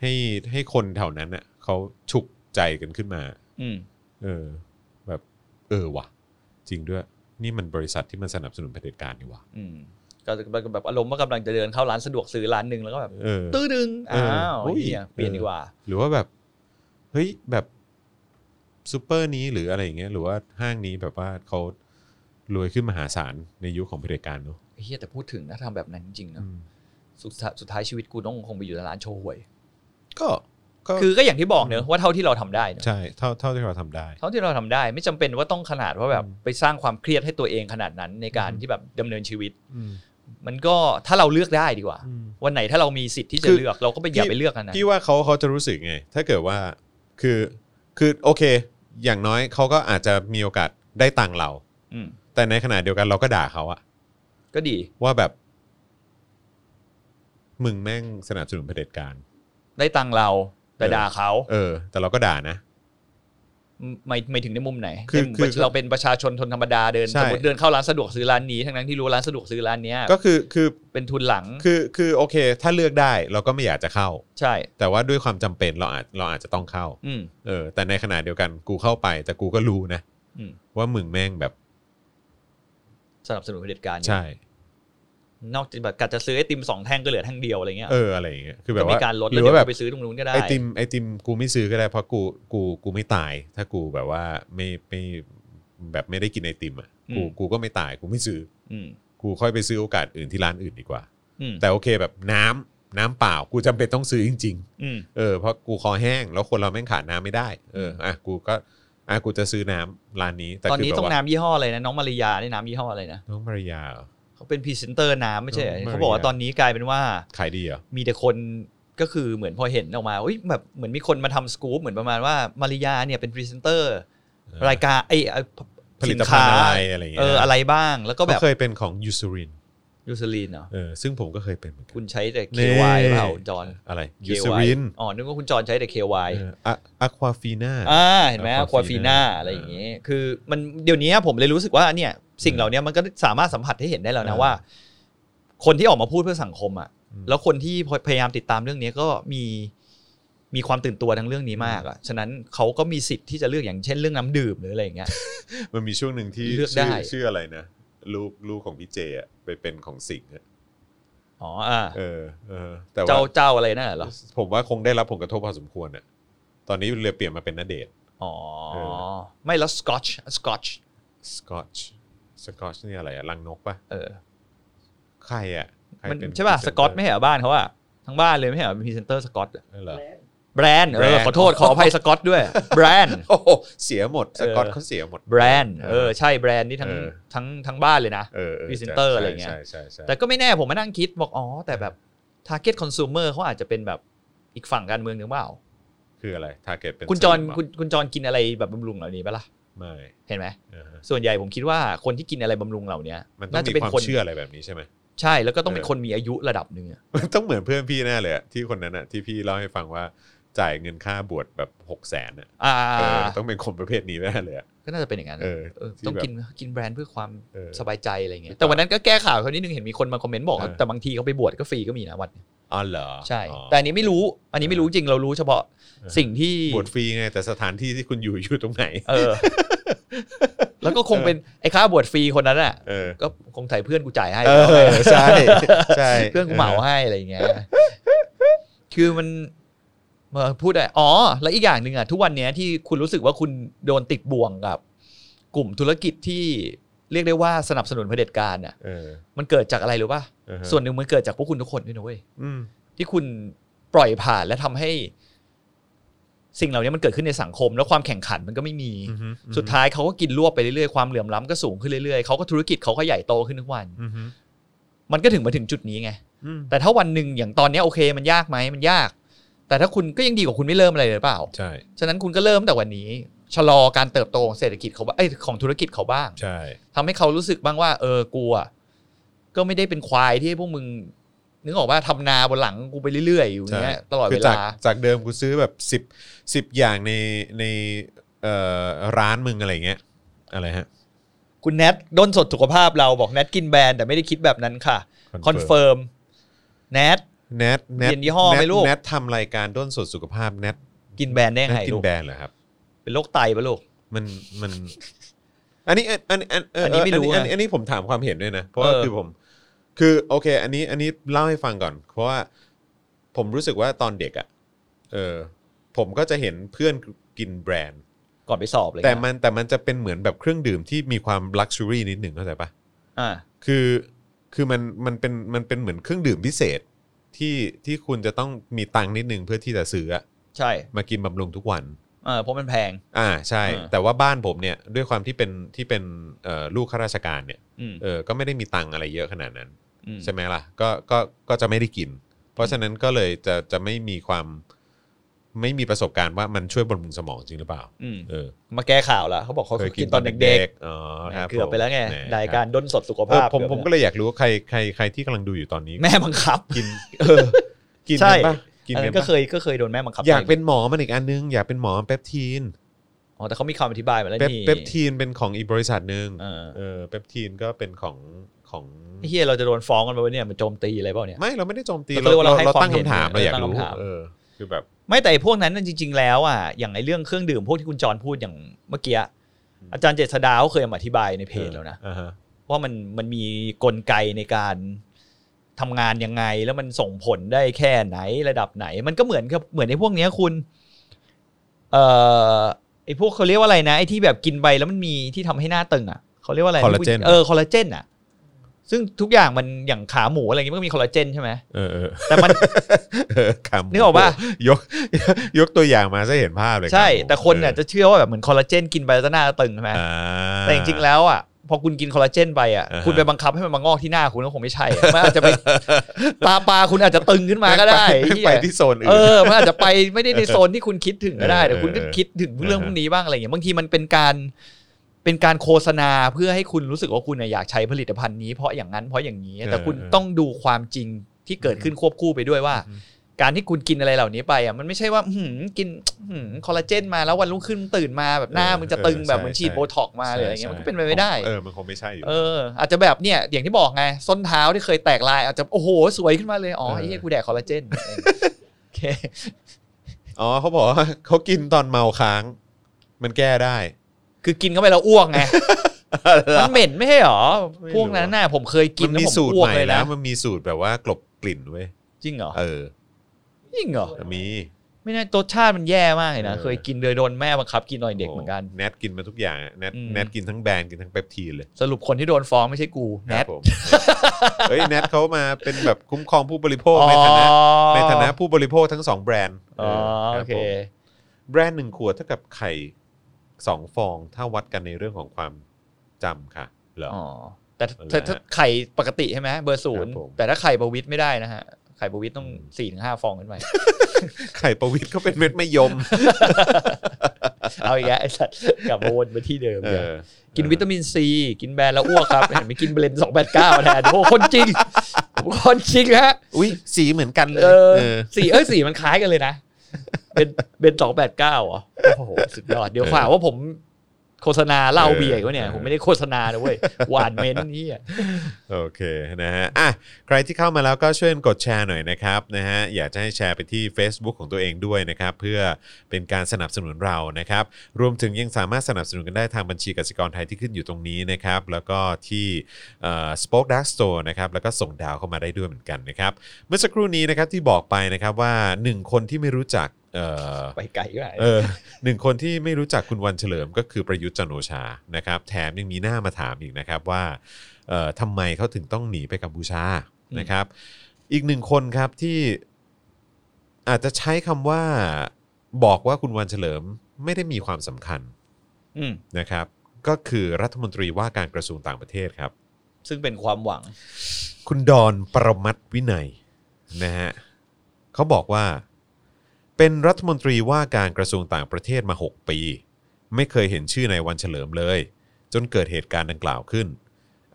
S1: ให้ให้คนแถวนั้นอะเขาฉุกใจกันขึ้นมา
S2: อืม
S1: เออ แบบ เออว่ะ จริงด้วย นี่มันบริษัทที่มันสนับสนุนเผด็จการนี่ว่ะ
S2: อืมก็จะแบบอารมณ์ว่ากำลังจะเดินเข้าร้านสะดวกซื้อร้านหนึ่งแล้วก็แบบ
S1: เออ
S2: ตื้อดึงอ้าว
S1: เอออุ้ย
S2: เหี้ยเปลี่ยนดีกว่า
S1: หรือว่าแบบ เฮ้ยแบบซูเปอร์นี้หรืออะไรอย่างเงี้ยหรือว่าห้างนี้แบบว่าเขารวยขึ้นมหาศาลในยุคของเผด็จการเนอะ
S2: เฮียแต่พูดถึงนะทำแบบนั้นจริงๆ
S1: อื
S2: นะ
S1: ม
S2: สุดท้ายสุดท้ายชีวิตกูต้องคงไปอยู่ในร้านโชว์หวย
S1: ก็ก็
S2: คือก็อย่างที่บอกเนอะว่าเท่าที่เราทำได้เนอะ
S1: ใช่เท่าเท่าที่เราทำได้
S2: เท่าที่เราทำได้ไม่จำเป็นว่าต้องขนาดว่าแบบ
S1: อืม
S2: ไปสร้างความเครียดให้ตัวเองขนาดนั้นในการ
S1: อืม
S2: ที่แบบดำเนินชีวิต
S1: อืม
S2: มันก็ถ้าเราเลือกได้ดีกว่า วันไหนถ้าเรามีสิทธิ์ที่จะ
S1: คือ
S2: เลือกเราก็ไปอย่าไปเลือกอันนั้น
S1: พี่ว่าเขาเขาจะรู้สึกไง ถ้าเกิดว่าคือคือโอเค อย่างน้อยเขาก็อาจจะมีโอกาสได้ตังค์เรา
S2: อืม
S1: แต่ในขณะเดียวกันเราก็ด่าเขาอะ
S2: ก็ดี
S1: ว่าแบบ มึงแม่งสนับสนุนเผด็จการ
S2: ได้ตังค์เราแต่
S1: เออ
S2: ด่าเขา
S1: เออ แต่เราก็ด่านะ
S2: ไม่ไม่ถึงในมุมไหน
S1: คือ
S2: ในมุม
S1: คือ
S2: เราเป็นประชาชนทนธรรมดาเดิน
S1: ใช่
S2: สมมติเดินเข้าร้านสะดวกซื้อร้านนี้ทั้งนั้นที่รู้ว่าร้านสะดวกซื้อร้านเนี้ย
S1: ก็คือคือ
S2: เป็นทุนหลัง
S1: คือคือโอเค ถ้าเลือกได้เราก็ไม่อยากจะเข้า
S2: ใช่
S1: แต่ว่าด้วยความจำเป็นเราอาจเราอาจจะต้องเข้า
S2: อืม
S1: เออ แต่ในขณะเดียวกันกูเข้าไป แต่กูก็รู้นะ
S2: อืม
S1: ว่ามึงแม่งแบบ
S2: สนับสนุนเผด็จการอยู่
S1: ใช่
S2: นอกจากแบบกัดจะซื้อไอติมสองแท่งก็เหลือแท่งเดียวอะไรเงี้ย
S1: เอออะไรอย่างเงี้ยคือแบบ
S2: จะมี
S1: ว่า
S2: การลด
S1: ห
S2: แล้
S1: รื
S2: ว
S1: อ
S2: เดี๋ย
S1: ว่าแบบ
S2: วไปซื้อตรงนู้นก็ได้
S1: ไอติมไอติมกูไม่ซื้อก็ได้เพราะกูกูกูไม่ตาย ถ้ากูแบบว่าไม่ไม่แบบไม่ได้กินไอติมอ่ะกู
S2: อืม
S1: กูก็ไม่ตายกูไม่ซื้อ
S2: อืม
S1: กูค่อยไปซื้อโอกาสอื่นที่ร้านอื่นดีกว่า
S2: อืม
S1: แต่โอเคแบบน้ำน้ำเปล่ากูจำเป็นต้องซื้อจริง
S2: อืม
S1: ๆ เออเพราะกูคอแห้งแล้วคนเราแม่งขาดน้ำไม่ได้เอออ่ะกูก็อ่ะกูจะซื้อน้ำร้านนี้ แต่
S2: ตอนนี้
S1: คืแบบ
S2: ต้อง
S1: ว่า
S2: น้ำยี่ห้ออะไรนะ น้องมาริยานี่น้ำยี่ห้ออะไรนะ
S1: น้องมารยาเหรอ
S2: เขาเป็นพรีเซนเตอร์น้ำไม่ใช่เหรอ
S1: น้องมารยา
S2: เขาบอกว่าตอนนี้กลายเป็นว่า
S1: ขายดีเหรอ
S2: มีแต่คนก็คือเหมือนพอเห็นออกมาอุ๊ยแบบเหมือนมีคนมาทำสกู๊ปเหมือนประมาณว่ามาริยาเนี่ยเป็นพรีเซนเตอร์
S1: เออ
S2: รายการไอ้ไอ้
S1: ผลิตภัณฑ์อะไร
S2: สิน
S1: อะไรอย่าง
S2: เอ
S1: เงี้
S2: อย อะไรบ้างแล้วก็แบบ
S1: เขาเคยเป็นของยูซูริน
S2: ยูซลีนเหรอ
S1: เออซึ่งผมก็เคยเป็นเหมือนกั
S2: คุ
S1: น
S2: ณใช้แต่
S1: นี่
S2: KY เปล่าจอน
S1: อะไรยู
S2: KY
S1: ซูริน
S2: อ๋อนึกว่าคุณจอนใช้แต่ KY
S1: อะควาฟีน่า
S2: อ่าเห็นไหม
S1: อ่า
S2: ควาฟีน่า
S1: Aquafina
S2: อะไรอย่างงี้ คือมันเดี๋ยวนี้ผมเลยรู้สึกว่าเนี่ยสิ่งเหล่านี้มันก็สามารถสัมผัสให้เห็นได้แล้วนะ
S1: อ่า
S2: ว่า คนที่ออกมาพูดเพื่อสังคมอ่ะ
S1: อืม
S2: แล้วคนที่พยายามติดตามเรื่องนี้ก็มีมีความตื่นตัวทางเรื่องนี้มากอ่ะฉะนั้นเขาก็มีสิทธิ์ที่จะเลือกอย่างเช่นเรื่องน้ำดื่มหรืออะไรอย่างเงี้ย
S1: มันมีช่วงหนึ่งที่
S2: เลือก
S1: ชื่อ
S2: ได้
S1: ชื่ออะไรนะ ลูกลูกของพี่เจอะไปเป็นของสิงห์อะ
S2: อ๋ออ่า
S1: เออเออ แต่ว่า
S2: เจ้าเจ้าอะไรนั่นเหรอ
S1: ผมว่าคงได้รับผลกระทบพอสมควรอ่ะตอนนี้เลยเปลี่ยนมาเป็นนเดช
S2: อ๋อ
S1: เอ
S2: ไม่แล้วสกอตชสกอตช
S1: สกอตช์สกอตช์นี่อะไรอะลังนกปะ
S2: เออ
S1: ใครอะคร
S2: มัน
S1: เป็
S2: ใช่ป่ะ
S1: พรีเซ
S2: ส
S1: นเต
S2: กอตไม่ใช่เหรอบ้านเขาอ่ะทั้งบ้านเลยไม่ใช่เหรอเป็นพรีเซนเตอร์สกอต
S1: เออเหรอ
S2: แบรนด์เอ
S1: แบร
S2: อน
S1: ด์
S2: ขอโทษขออภั ยสกอตด้วยแบรนด์
S1: โอ้โหเสียหมดสกอต
S2: เออ
S1: เขาเสียหมด
S2: แบรนด์เออใช่แบรนด์นี่ทั้ง
S1: เออ
S2: ทั้งทั้งบ้านเลยนะ
S1: เออ
S2: พรีเซนเตอร์อะไรเงี้ย
S1: ใช่ใช่ใช่
S2: แต่ก็ไม่แน่ผมมานั่งคิดบอกอ๋อ แต่แบบ target consumer เขาอาจจะเป็นแบบอีกฝั่งการเมืองหรือเปล่า
S1: คืออะไรทาร์เก็ตเป็น
S2: คุณจร
S1: สลิมเห
S2: คุณคุณจรกินอะไรแบบบำรุงเหล่านี้ปะล่ะ
S1: ไม่
S2: เห็นไหม
S1: อ่าฮะ
S2: ส่วนใหญ่ผมคิดว่าคนที่กินอะไรบำรุงเหล่านี้
S1: มันต้องมีความ
S2: คน
S1: เชื่ออะไรแบบนี้ใช่ไหม
S2: ใช่แล้วก็ต้องเป็น
S1: เออ
S2: คนมีอายุระดับหนึ่งอะ
S1: มันต้องเหมือนเพื่อนพี่แน่เลยอะที่คนนั้นอะที่พี่เล่าให้ฟังว่าจ่ายเงินค่าบวชแบบหกแสนอะ
S2: อ่า
S1: เออต้องเป็นคนประเภทนี้แน่เลยอะ
S2: ก็น่าจะเป็นอย่างนั้น
S1: เออ
S2: เออ
S1: ที่
S2: ต้อง
S1: แบบ
S2: กินกินแบรนด์เพื่อความ
S1: เออ
S2: สบายใจอะไรเงี้ยแต่วันนั้นก็แก้ข่าวเขานิดนึงเห็นมีคนมาคอมเมนต์บอกว่า
S1: เออ
S2: แต่บางทีเขาไปบวชก็ฟรีก็มีนะวัดเนี่ย
S1: อ๋อเหรอ
S2: ใช่
S1: อ๋อ
S2: แต่อันนี้ไม่รู้อันนี้ไม่รู้จริงเรารู้เฉพาะ
S1: เออ
S2: สิ่งที่
S1: บวชฟรีไงแต่สถานที่ที่คุณอยู่อยู่ตรงไหน
S2: เอ อ แล้วก็คงเป็นไอ้ค่าบวชฟรีคนนั้นอ่ะ
S1: เออ
S2: ก็คงถ่ายเพื่อนกูจ่ายให้
S1: เออใช่ ใช่
S2: เพื่อนกูเหมาให้อะไรอย่างเงี้ย คือมันมาพูดได้อ๋อ แล้วอีกอย่างหนึ่งอ่ะทุกวันเนี้ยที่คุณรู้สึกว่าคุณโดนติดบ่วงกับ กลุ่มธุรกิจที่เรียกได้ว่าสนับสนุนเผด็จการอ่ะ
S1: เออ
S2: มันเกิดจากอะไรรู้ป่ะ
S1: เออฮะ
S2: ส่วนหนึ่งมันเกิดจากพวกคุณทุกคนด้วยนะเว้ย
S1: อืม
S2: ที่คุณปล่อยผ่านและทำให้ สิ่งเหล่านี้มันเกิดขึ้นในสังคม แล้วความแข่งขันมันก็ไม่มี
S1: อือฮึ
S2: สุดท้ายเขาก็กินรวบไปเรื่อยๆ ความเหลื่อมล้ำก็สูงขึ้นเรื่อยๆเขาก็ธุรกิจเขาก็ใหญ่โตขึ้นทุกวัน
S1: อือฮึ
S2: มันก็ถึงมาถึงจุดนี้ไง
S1: อืม
S2: แต่ถ้าวันหนึ่งอย่างตอนเนี้ยโอเคมันยากไหมมันยาก แต่ถ้าคุณก็ยังดีกว่าคุณไม่เริ่มอะไรเลยหรือเปล่า
S1: ใช่
S2: ฉะนั้นคุณก็เริ่มแต่วันนี้ ชะลอการเติบโตของเศรษฐกิจเขาบ้างเอ้ยของธุรกิจเขาบ้าง
S1: ใช่
S2: ทำให้เขารู้สึกบ้างว่า เออกลัว ก็ไม่ได้เป็นควายที่ให้พวกมึงนึกออกว่าทำนาบนหลังกูไปเรื่อยๆอยู่อย่างเงี้ยตลอด
S1: คื
S2: เว
S1: จาก
S2: ลา
S1: จากเดิมกูซื้อแบบสิบสิบอย่างในในเอ่อร้านมึงอะไรเงี้ยอะไรฮะ
S3: คุณแนทด้นสดสุขภาพเราบอกแนทกินแบรนด์แต่ไม่ได้คิดแบบนั้นค่ะ
S1: Confirm
S3: คอนเฟิร์มแนท
S1: แนทแนท
S3: เปลี่ยนยี่ห้อไหม
S1: แท
S3: ลูก
S1: แนททำรายการด้นสดสุขภาพแนท
S3: กินแบรนด์ได้
S1: แน
S3: ยัง
S1: ท
S3: ไง
S1: กิ
S3: ลู
S1: น
S3: ก
S1: แบรนด์เหรอครับ
S3: เป็นโรคไตปะลูก
S1: มันมันอันนี้อันอันอันเ
S3: อันนี้ไม่รู้
S1: อัอัน
S3: ไง
S1: อันนี้ผมถามความเห็นด้วยนะ เพราะว่า
S3: เออ
S1: คือผม คือโอเค อันนี้อันนี้เล่าให้ฟังก่อน เพราะว่าผมรู้สึกว่าตอนเด็กอะ่ะเออ ผมก็จะเห็นเพื่อนกินแบรนด์
S3: ก่อนไปสอบเลย
S1: แต่มันแต่มันจะเป็นเหมือนแบบเครื่องดื่มที่มีความลักชัวรี่นิดหนึ่งเข้าใจปะ
S3: อ่า
S1: คือคือมันมันเป็นมันเป็นเหมือนเครื่องดื่มพิเศษที่ที่คุณจะต้องมีตังค์นิดหนึ่งเพื่อที่จะซื้ออะ
S3: ใช่
S1: มากินบำรุงทุกวัน
S3: เออเพราะมันแพง
S1: อ่าใช่
S3: อ่า
S1: แต่ว่าบ้านผมเนี่ยด้วยความที่เป็นที่เป็นเอ่อลูกข้าราชการเนี่ย
S3: อืม
S1: เออก็ไม่ได้มีตังค์อะไรเยอะขนาดนั้น
S2: อืม
S1: ใช่ไหมล่ะก็ก็ก็จะไม่ได้กิน เพราะฉะนั้นก็เลยจะจะไม่มีความไม่มีประสบการณ์ว่ามันช่วยบำรุงสมองจริงหรือเปล่า
S2: อืม
S1: เออ
S2: มาแก้ข่าวแล้วเขาบอกเขากินตอนเด็ก
S1: ๆอ๋อครับ
S2: ๆเกือบไปแล้วไง
S1: ผม
S2: รายการด้นสดสุข
S1: เออ
S2: ภาพ
S1: ผมผมก็
S2: เกือบไป
S1: เลยอยากรู้ว่าใครใครใครที่กำลังดูอยู่ตอนนี้
S2: แม่บังคับ
S1: กินเออกิน
S2: ใช่
S1: กันปะกิน
S2: อัน
S1: กั
S2: นั้น นก็
S1: ปะ
S2: เคยก็เคยโดนแม่บังคับ
S1: อยากเป็นหมอมันอีกอันนึง อยากเป็นหมอเปปทีน
S2: อ๋อแต่เขามีคำอธิบายมาแล้ว
S1: เปป
S2: นี่
S1: เปปทีนเป็นของอีกบริษัทหนึ่ง
S2: เออ
S1: เออเปปทีนก็เป็นของของ
S2: ไอ้เฮียเราจะโดนฟ้องกันไปวะเนี่ยมันโจมตีอะไรเปล่าเนี่ย
S1: ไม่เราไม่ได้โจมตี
S2: เรา
S1: เรา
S2: เรียกว่า
S1: เรา
S2: เราให้
S1: เรา
S2: ความ
S1: ตั้งคำถาม
S2: เห็น
S1: เราอยาก
S2: เราตั้ง
S1: รู้
S2: คำถาม
S1: เออคือแบบ
S2: ไม่แต่ไอ้พวกนั้นนะจริง ๆ แล้วอ่ะอย่างไอ้เรื่องเครื่องดื่มพวกที่คุณจรพูดอย่างเมื่อกี้
S1: อืม
S2: อาจารย์เจษดาเขาเคยมาอธิบายในเพจแล้วนะ
S1: อ่าฮะ
S2: ว่ามันมันมีกลไกในการทำงานยังไง แล้วมันส่งผลได้แค่ไหนระดับไหน มันก็เหมือนกับเหมือนไอ้พวกเนี้ยคุณ เอ่อไอ้พวกเขาเรียกว่าอะไรนะไอ้ที่แบบกินไปแล้วมันมีที่ทำให้หน้าตึงอ่ะเขาเรียกว่าอะไระเออคอลลาเจนอ่ะ ซึ่งทุกอย่างมันอย่างขาหมูอะไรเงี้ยมันก็มีคอลลาเจนใช่ไหม
S1: เออเออ
S2: แต่มัน
S1: เออขำ
S2: นึกออกปะ
S1: ยกยกตัวอย่างมาจะเห็นภาพเลย
S2: ใช่
S1: ขำ
S2: แต่คนเนี่ยจะเชื่อว่าแบบเหมือนคอลลาเจนกินไปแล้วจะหน้าตึงใช่ไหม
S1: อ่า
S2: แต่จริงๆแล้วอ่ะพอคุณกินคอลลาเจนไปอ่ะ
S1: อ่าฮะ
S2: คุณไปบังคับให้มันมางอกที่หน้าคุณก็คงไม่ใช่อะมันอาจ จะไป ตาปลาคุณอาจจะตึงขึ้นมาก็ได้
S1: ม่ป
S2: ไอ้
S1: ไป
S2: เหี้ย
S1: ที่โซนอื่
S2: เอน อมันอาจจะไปไม่ได้ในโซนที่คุณคิดถึงก็ได้
S1: เออ
S2: แต่คุณก็
S1: เออ
S2: คิดถึงเรื่อง
S1: เออ
S2: พวกนี้บ้างอะไรอย่างเงี้ยบางทีมันเป็นการเป็นการโฆษณาเพื่อให้คุณรู้สึกว่าคุณน่ะอยากใช้ผลิตภัณฑ์นี้เพราะอย่างนั้นเพราะอย่างนี้ แต่คุณต้องดูความจริงที่เกิดขึ้นควบคู่ไปด้วยว่า การที่คุณกินอะไรเหล่านี้ไปอ่ะมันไม่ใช่ว่าอื้อหือกินอื้อหือคอลลาเจนมาแล้ววันรุ่งขึ้นตื่นมาแบบหน้า
S1: เออ
S2: มึงจะตึงแบบ
S1: เออใช่
S2: เหมือนฉีด
S1: ใช่
S2: โบท็อกซ์มาหรืออะไรเงี้ยมันก็เป็นไปไม่ได้
S1: เออมันคงไม่ใช่อยู่
S2: เอออาจจะแบบเนี่ยอย่างที่บอกไง ส้นเท้าที่เคยแตกลายอาจจะโอ้โห สวยขึ้นมาเลย อ๋อ
S1: เออ
S2: ไอ้เหี้ยกูแดกคอลลาเจนโอเค
S1: อ๋อเขาบอกว่าเขากินตอนเมาค้าง มันแก้ได้
S2: คือกินเข้าไปแล้วอ้วกไง มันเหม็นไม่ใช่หรอ
S1: ไม่รู้
S2: พวกนั้นน่ะผมเคยกิ
S1: มัน น
S2: แล้ว
S1: มี
S2: ผม
S1: สูตร
S2: อ้ว
S1: ให
S2: ก
S1: ม่
S2: เลย
S1: แล้
S2: นะ
S1: วมันมีสูตรแบบว่ากลบกลิ่นเว้ย
S2: จริงเหรอ
S1: เออ
S2: จริงเหรอ
S1: มี
S2: ไม่แน่รสชาติมันแย่มากเลยนะ
S1: เออ
S2: เคยกินโดยโดนแม่บังคับกินตอนเด็กเหมือนกัน
S1: แนทกินมาทุกอย่างอะแนท
S2: อืม
S1: แนทกินทั้งแบรนด์กินทั้งเปปทีนเลย
S2: สรุปคนที่โดนฟ้องไม่ใช่กูแน
S1: ครับ
S2: ท
S1: ผมเฮ้ยแนทเขามาเป็นแบบคุ้มครองผู้บริโภคในฐานะในฐานะผู้บริโภคทั้งสองแบรนด์
S2: อ๋อ
S1: เออ
S2: โอ
S1: รับ
S2: เค
S1: ผมแบรนด์หนึ่งขวดเท่ากับไข่สองฟองถ้าวัดกันในเรื่องของความจำค่ะเหรอ
S2: อ๋อ แต่ถ้า
S1: นั่นแหละ
S2: ถ้าถ้าไข่ปกติใช่ไหมเบอร์ศูน
S1: ค
S2: ย์
S1: รับผม
S2: แต่ถ้าไข่ประวิตไม่ได้นะฮะ ไข่ประวิตต้อง
S1: อืม
S2: สี่ถึงห้าฟองขึ้นไป
S1: ไข่ประวิตเขาเป็นเม็ดไม่ยม
S2: เอาอีกแล้วไอ้สัตว์กลับมาวนมาที่เดิม
S1: เอ
S2: เนี่ย
S1: อ
S2: กินวิตามินซี กินแบรนด์แล้วอ้วกครับ เห็นไหมกินเบรนสองแปดเก้าแทนโอ้คนจริง คนจริงฮะ
S1: อุ้ยสีเหมือนกันเลย
S2: เออ
S1: เออ
S2: สีเอ้ยสีมันคล้ายกันเลยนะ เป็นเบนสองแปดเก้าอ๋อโอ้โหสุดยอดเดี๋ยวข่าว่าผมโฆษณาเหล้าเบียร์อีกวะเนี่ย ผมไม่ได้โฆษณานะเว้ยหวานเม้นนี่อะ
S1: โอเคนะฮะอ่ะใครที่เข้ามาแล้วก็ช่วยกดแชร์หน่อยนะครับนะฮะอยากจะให้แชร์ไปที่ Facebook ของตัวเองด้วยนะครับ เพื่อเป็นการสนับสนุนเรานะครับ รวมถึงยังสามารถสนับสนุนกันได้ทางบัญชีกสิกรไทยที่ขึ้นอยู่ตรงนี้นะครับ แล้วก็ที่สป็อคดักสโตร์นะครับแล้วก็ส่งดาวเข้ามาได้ด้วยเหมือนกันนะครับ เมื่อสักครู่นี้นะครับที่บอกไปนะครับว่า 1 คนที่ไม่รู้จักเอ่อ
S2: ไปไกลก็ได้
S1: เออหนึ่งคนที่ไม่รู้จักคุณวันเฉลิมก็คือประยุทธ์จันทร์โอชานะครับ แถมยังมีหน้ามาถามอีกนะครับว่าเอ่อทำไมเขาถึงต้องหนีไปกัมพูชา
S2: อืม
S1: นะครับ อีกหนึ่งคนครับที่อาจจะใช้คำว่าบอกว่าคุณวันเฉลิมไม่ได้มีความสำคัญ
S2: อืม
S1: นะครับ ก็คือรัฐมนตรีว่าการกระทรวงต่างประเทศครับ
S2: ซึ่งเป็นความหวัง
S1: คุณดอนประมัติวินัยนะฮะเขาบอกว่า เป็นรัฐมนตรีว่าการกระทรวงต่างประเทศมา 6 ปี ไม่เคยเห็นชื่อในวันเฉลิมเลย จนเกิดเหตุการณ์ดังกล่าวขึ้น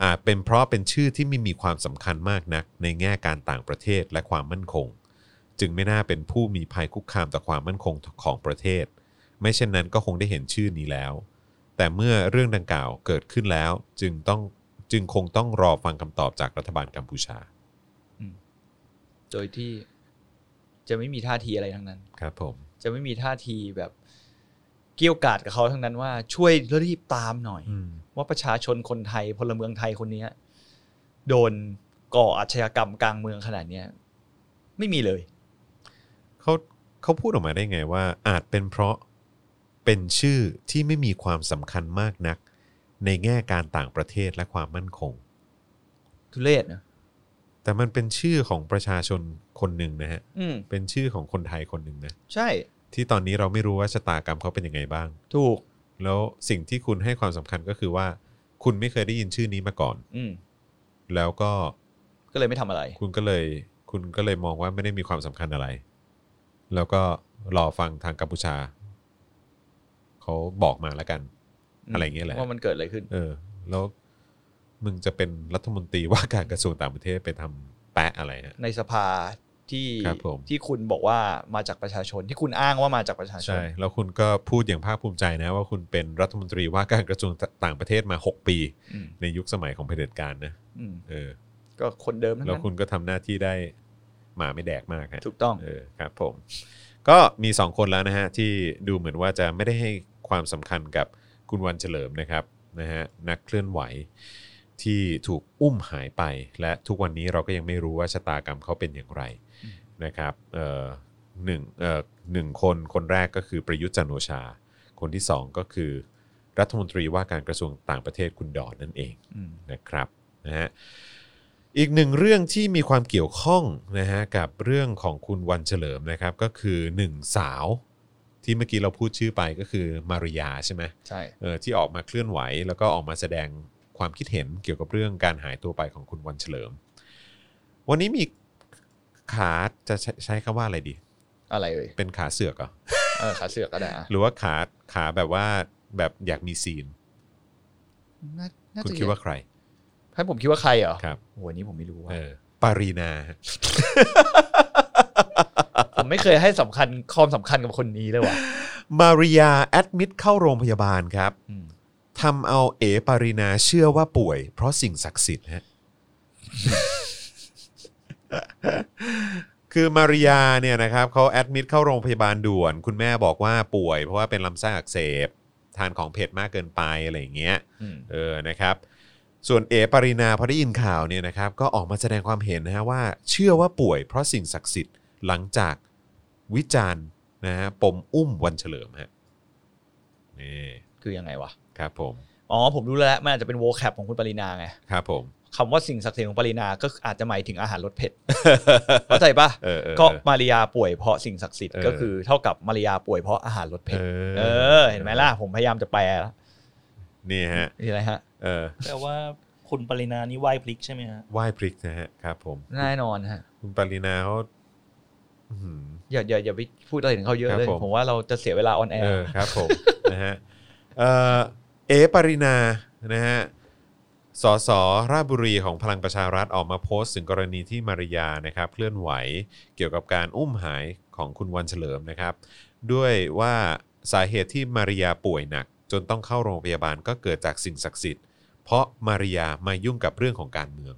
S1: อาจเป็นเพราะเป็นชื่อที่ไม่มีความสำคัญมากนัก ในแง่การต่างประเทศและความมั่นคง จึงไม่น่าเป็นผู้มีภัยคุกคามต่อความมั่นคงของประเทศ ไม่เช่นนั้นก็คงได้เห็นชื่อนี้แล้ว แต่เมื่อเรื่องดังกล่าวเกิดขึ้นแล้ว จึงต้องจึงคงต้องรอฟังคำตอบจากรัฐบาลกัมพูชา
S2: โดยที่จะไม่มีท่าทีอะไรทั้งนั้น
S1: ครับผม
S2: จะไม่มีท่าทีแบบเกี่ยวกาดกับเขาทั้งนั้นว่าช่วยรีบตามหน่อย ว่าประชาชนคนไทยพลเมืองไทยคนเนี้ยโดนก่ออาชญากรรมกลางเมืองขนาดเนี้ยไม่มีเลย
S1: เขาเขาพูดออกมาได้ไงว่า อาจเป็นเพราะเป็นชื่อที่ไม่มีความสำคัญมากนัก ในแง่การต่างประเทศและความมั่นคง
S2: ทุเรศนะ
S1: แต่มันเป็นชื่อของประชาชนคนหนึ่งนะฮะ
S2: อืม
S1: เป็นชื่อของคนไทยคนหนึ่งนะ
S2: ใช่
S1: ที่ตอนนี้เราไม่รู้ว่าชะตากรรมเขาเป็นยังไงบ้าง
S2: ถูก
S1: แล้วสิ่งที่คุณให้ความสำคัญก็คือว่า คุณไม่เคยได้ยินชื่อนี้มาก่อน
S2: อืม
S1: แล้วก็
S2: ก็เลยไม่ทำอะไร
S1: คุณก็เลยคุณก็เลยมองว่าไม่ได้มีความสำคัญอะไร แล้วก็รอฟังทางกัมพูชา เขาบอกมาแล้วกัน
S2: อืม
S1: อะไรอย่างเงี้ยแหละ
S2: ว่ามันเกิดอะไรขึ้น
S1: เออ แล้วมึงจะเป็นรัฐมนตรีว่าการกระทรวงต่างประเทศไปทำแปะอะไรฮะ
S2: ในสภาที่
S1: ครับผม
S2: ที่คุณบอกว่ามาจากประชาชนที่คุณอ้างว่ามาจากประชาชน
S1: ใช่ แล้วคุณก็พูดอย่างภาคภูมิใจนะ ว่าคุณเป็นรัฐมนตรีว่าการกระทรวงต่างประเทศมา 6 ปี
S2: อืม
S1: ในยุคสมัยของเผด็จการนะ
S2: อืม
S1: เออ
S2: ก็คนเดิมทั้ง
S1: แล้ว
S2: นั้น
S1: คุณก็ทำหน้าที่ได้หมาไม่แดกมากฮะ
S2: ถูกต้อง
S1: เออครับผมก็มี 2 คนแล้วนะฮะ ที่ดูเหมือนว่าจะไม่ได้ให้ความสำคัญกับคุณวันเฉลิมนะครับนะฮะนักเคลื่อนไหวที่ถูกอุ้มหายไป และทุกวันนี้เราก็ยังไม่รู้ว่าชะตากรรมเขาเป็นอย่างไร
S2: อืม
S1: นะครับเอ่อหนึ่งเอ่อหนึ่งคนคนแรกก็คือประยุทธ์จันทร์โอชา คนที่ 2 ก็คือ รัฐมนตรีว่าการกระทรวงต่างประเทศคุณดอนนั่นเอง
S2: อืม
S1: นะครับนะฮะอีกหนึ่งเรื่องที่มีความเกี่ยวข้องนะฮะกับเรื่องของคุณวันเฉลิมนะครับ ก็คือหนึ่งสาวที่เมื่อกี้เราพูดชื่อไปก็คือมาริยาใช่ไหม
S2: ใช่
S1: เออที่ออกมาเคลื่อนไหว แล้วก็ออกมาแสดงความคิดเห็นเกี่ยวกับเรื่องการหายตัวไปของคุณวันเฉลิม วันนี้มีขาจะใช้ใช้คำว่าอะไรดี
S2: อะไรเอ่ย
S1: เป็นขาเสือกเหรอ
S2: เออขาเสือกก็ได้อะ
S1: หรือว่าขาขาแบบว่าแบบอยากมีซีน
S2: น่าน่า
S1: คุณ
S2: จะ
S1: คิดว่าใคร
S2: ให้ผมคิดว่าใครเหรอ
S1: ครับ
S2: โอ้โหอันนี้ผมไม่รู้ว่า
S1: เออปารีนาฮะ
S5: ผมไม่เคยให้สำคัญความสำคัญกับคนนี้เลยว่ะ
S1: มาริยาแอดมิดเข้าโรงพยาบาลครับ
S2: อืม
S1: ทำเอาเอปารินาเชื่อว่าป่วยเพราะสิ่งศักดิ์สิทธิ์ฮะ คือมาริยาเนี่ยนะครับเขาแอดมิดเข้าโรงพยาบาลด่วน คุณแม่บอกว่าป่วย เพราะว่าเป็นลำไส้อักเสบ ทานของเผ็ดมากเกินไปอะไรอย่างเงี้ย
S2: อืม
S1: เออ นะครับ ส่วนเอปรินาพอได้ยินข่าวเนี่ยนะครับ ก็ออกมาแสดงความเห็นนะฮะว่า เชื่อว่าป่วยเพราะสิ่งศักดิ์สิทธิ์หลังจากวิจารณ์นะฮะปมอุ้มวันเฉลิมฮะ นี่
S2: คือยังไงวะ
S1: ครับผม
S2: อ๋อผมรู้แล้วมันอาจจะเป็นโวแคปของคุณปรินาไง
S1: ครับผม
S2: คำว่าสิ่งศักดิ์สิทธิ์ของปรินาก็อาจจะหมายถึงอาหารรสเผ็ด เข้าใจปะ
S1: เออเออเออ
S2: ก็มาริยาป่วยเพราะสิ่งศักดิ์สิทธิ์
S1: เออ
S2: ก็คือเท่ากับมาริยาป่วยเพราะอาหารรสเผ็ดเออเห็นไหมล่ะผมพยายามจะแปลละ
S1: นี่ฮะ
S2: นี่อะไรฮะ
S1: เออ
S6: แปลว่าคุณปรินานี่ไหว้พลิกใช่ไหมฮะ
S1: ไหว้พริกนะฮะ ครับผม
S2: แน่นอนฮะ
S1: คุณปรินาเขาอื้อหือ
S2: อย่าอย่าอย่าไปพูดอะไรถึงเขาเยอะ
S1: ครับ
S2: เลย
S1: ผม
S2: ผมว่าเราจะเสียเวลาออนแอ
S1: เอ
S2: ร์
S1: อครับผม นะฮะเอ่อเอปรินานะฮะสสราชบุรีของพลังประชารัฐออกมาโพสต์ถึงกรณีที่มาริยานะครับ เคลื่อนไหวเกี่ยวกับการอุ้มหายของคุณวันเฉลิมนะครับ ด้วยว่าสาเหตุที่มาริยาป่วยหนัก จนต้องเข้าโรงพยาบาลก็เกิดจากสิ่งศักดิ์สิทธิ์ เพราะมาริยามายุ่งกับเรื่องของการเมือง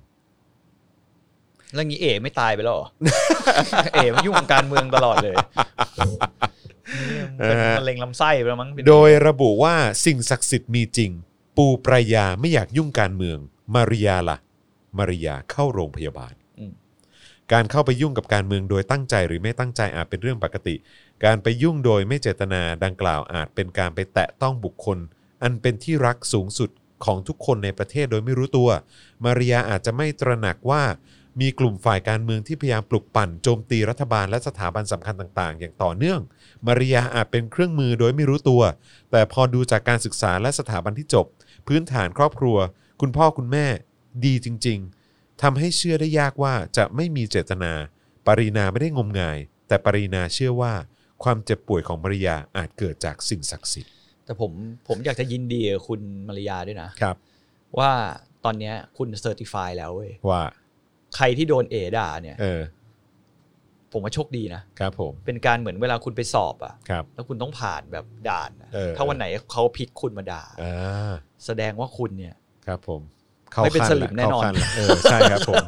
S2: เรื่องนี้เอไม่ตายไปแล้วเหรอ เอ มันยุ่งกับการเมืองตลอดเลยเนี่ยมันเป็น
S1: เออ
S2: มันเล็งลำไส้ไปแล้วมั้งเป็น
S1: โดยระบุว่าสิ่งศักดิ์สิทธิ์มีจริง ปูปรายาไม่อยากยุ่งการเมือง มาริยาล่ะ มาริยาเข้าโรงพยาบาล การเข้าไปยุ่งกับการเมืองโดยตั้งใจหรือไม่ตั้งใจอาจเป็นเรื่องปกติ การไปยุ่งโดยไม่เจตนาดังกล่าวอาจเป็นการไปแตะต้องบุคคล อันเป็นที่รักสูงสุดของทุกคนในประเทศโดยไม่รู้ตัว มาริยาอาจจะไม่ตระหนักว่า มีกลุ่มฝ่ายการเมืองที่พยายามปลุกปั่นโจมตีรัฐบาลและสถาบันสำคัญต่าง ๆ อย่างต่อเนื่อง มาริยาอาจเป็นเครื่องมือโดยไม่รู้ตัว แต่พอดูจากการศึกษาและสถาบันที่จบ พื้นฐานครอบครัว คุณพ่อคุณแม่ ดีจริง ๆทำให้เชื่อได้ยากว่าจะไม่มีเจตนา ปรินาไม่ได้งมงาย แต่ปรินาเชื่อว่า ความเจ็บป่วยของมาริยาอาจเกิดจากสิ่งศักดิ์สิทธิ์
S2: แต่ผมผมอยากจะยินดีกับคุณมาริยาด้วยนะ
S1: ครับ
S2: ว่าตอนเนี้ยคุณเซอร์ติฟายแล้วเว้ย
S1: ว่า
S2: ใครที่โดนเอด่าเนี่ย
S1: เออ
S2: ผมว่าโชคดีนะ
S1: ครับผม
S2: เป็นการเหมือนเวลาคุณไปสอบอะ
S1: ครับ
S2: แล้วคุณต้องผ่านแบบด่านอะ
S1: เออ
S2: ถ้าวันไหนเขาพลิกคุณมาด่า
S1: อ่า
S2: แสดงว่าคุณเนี่ย
S1: ครับผม
S2: ไม่เป็น
S1: ขั้
S2: สลิมแน่นอน
S1: เข้าขั้ละเออ ใช่ครับผม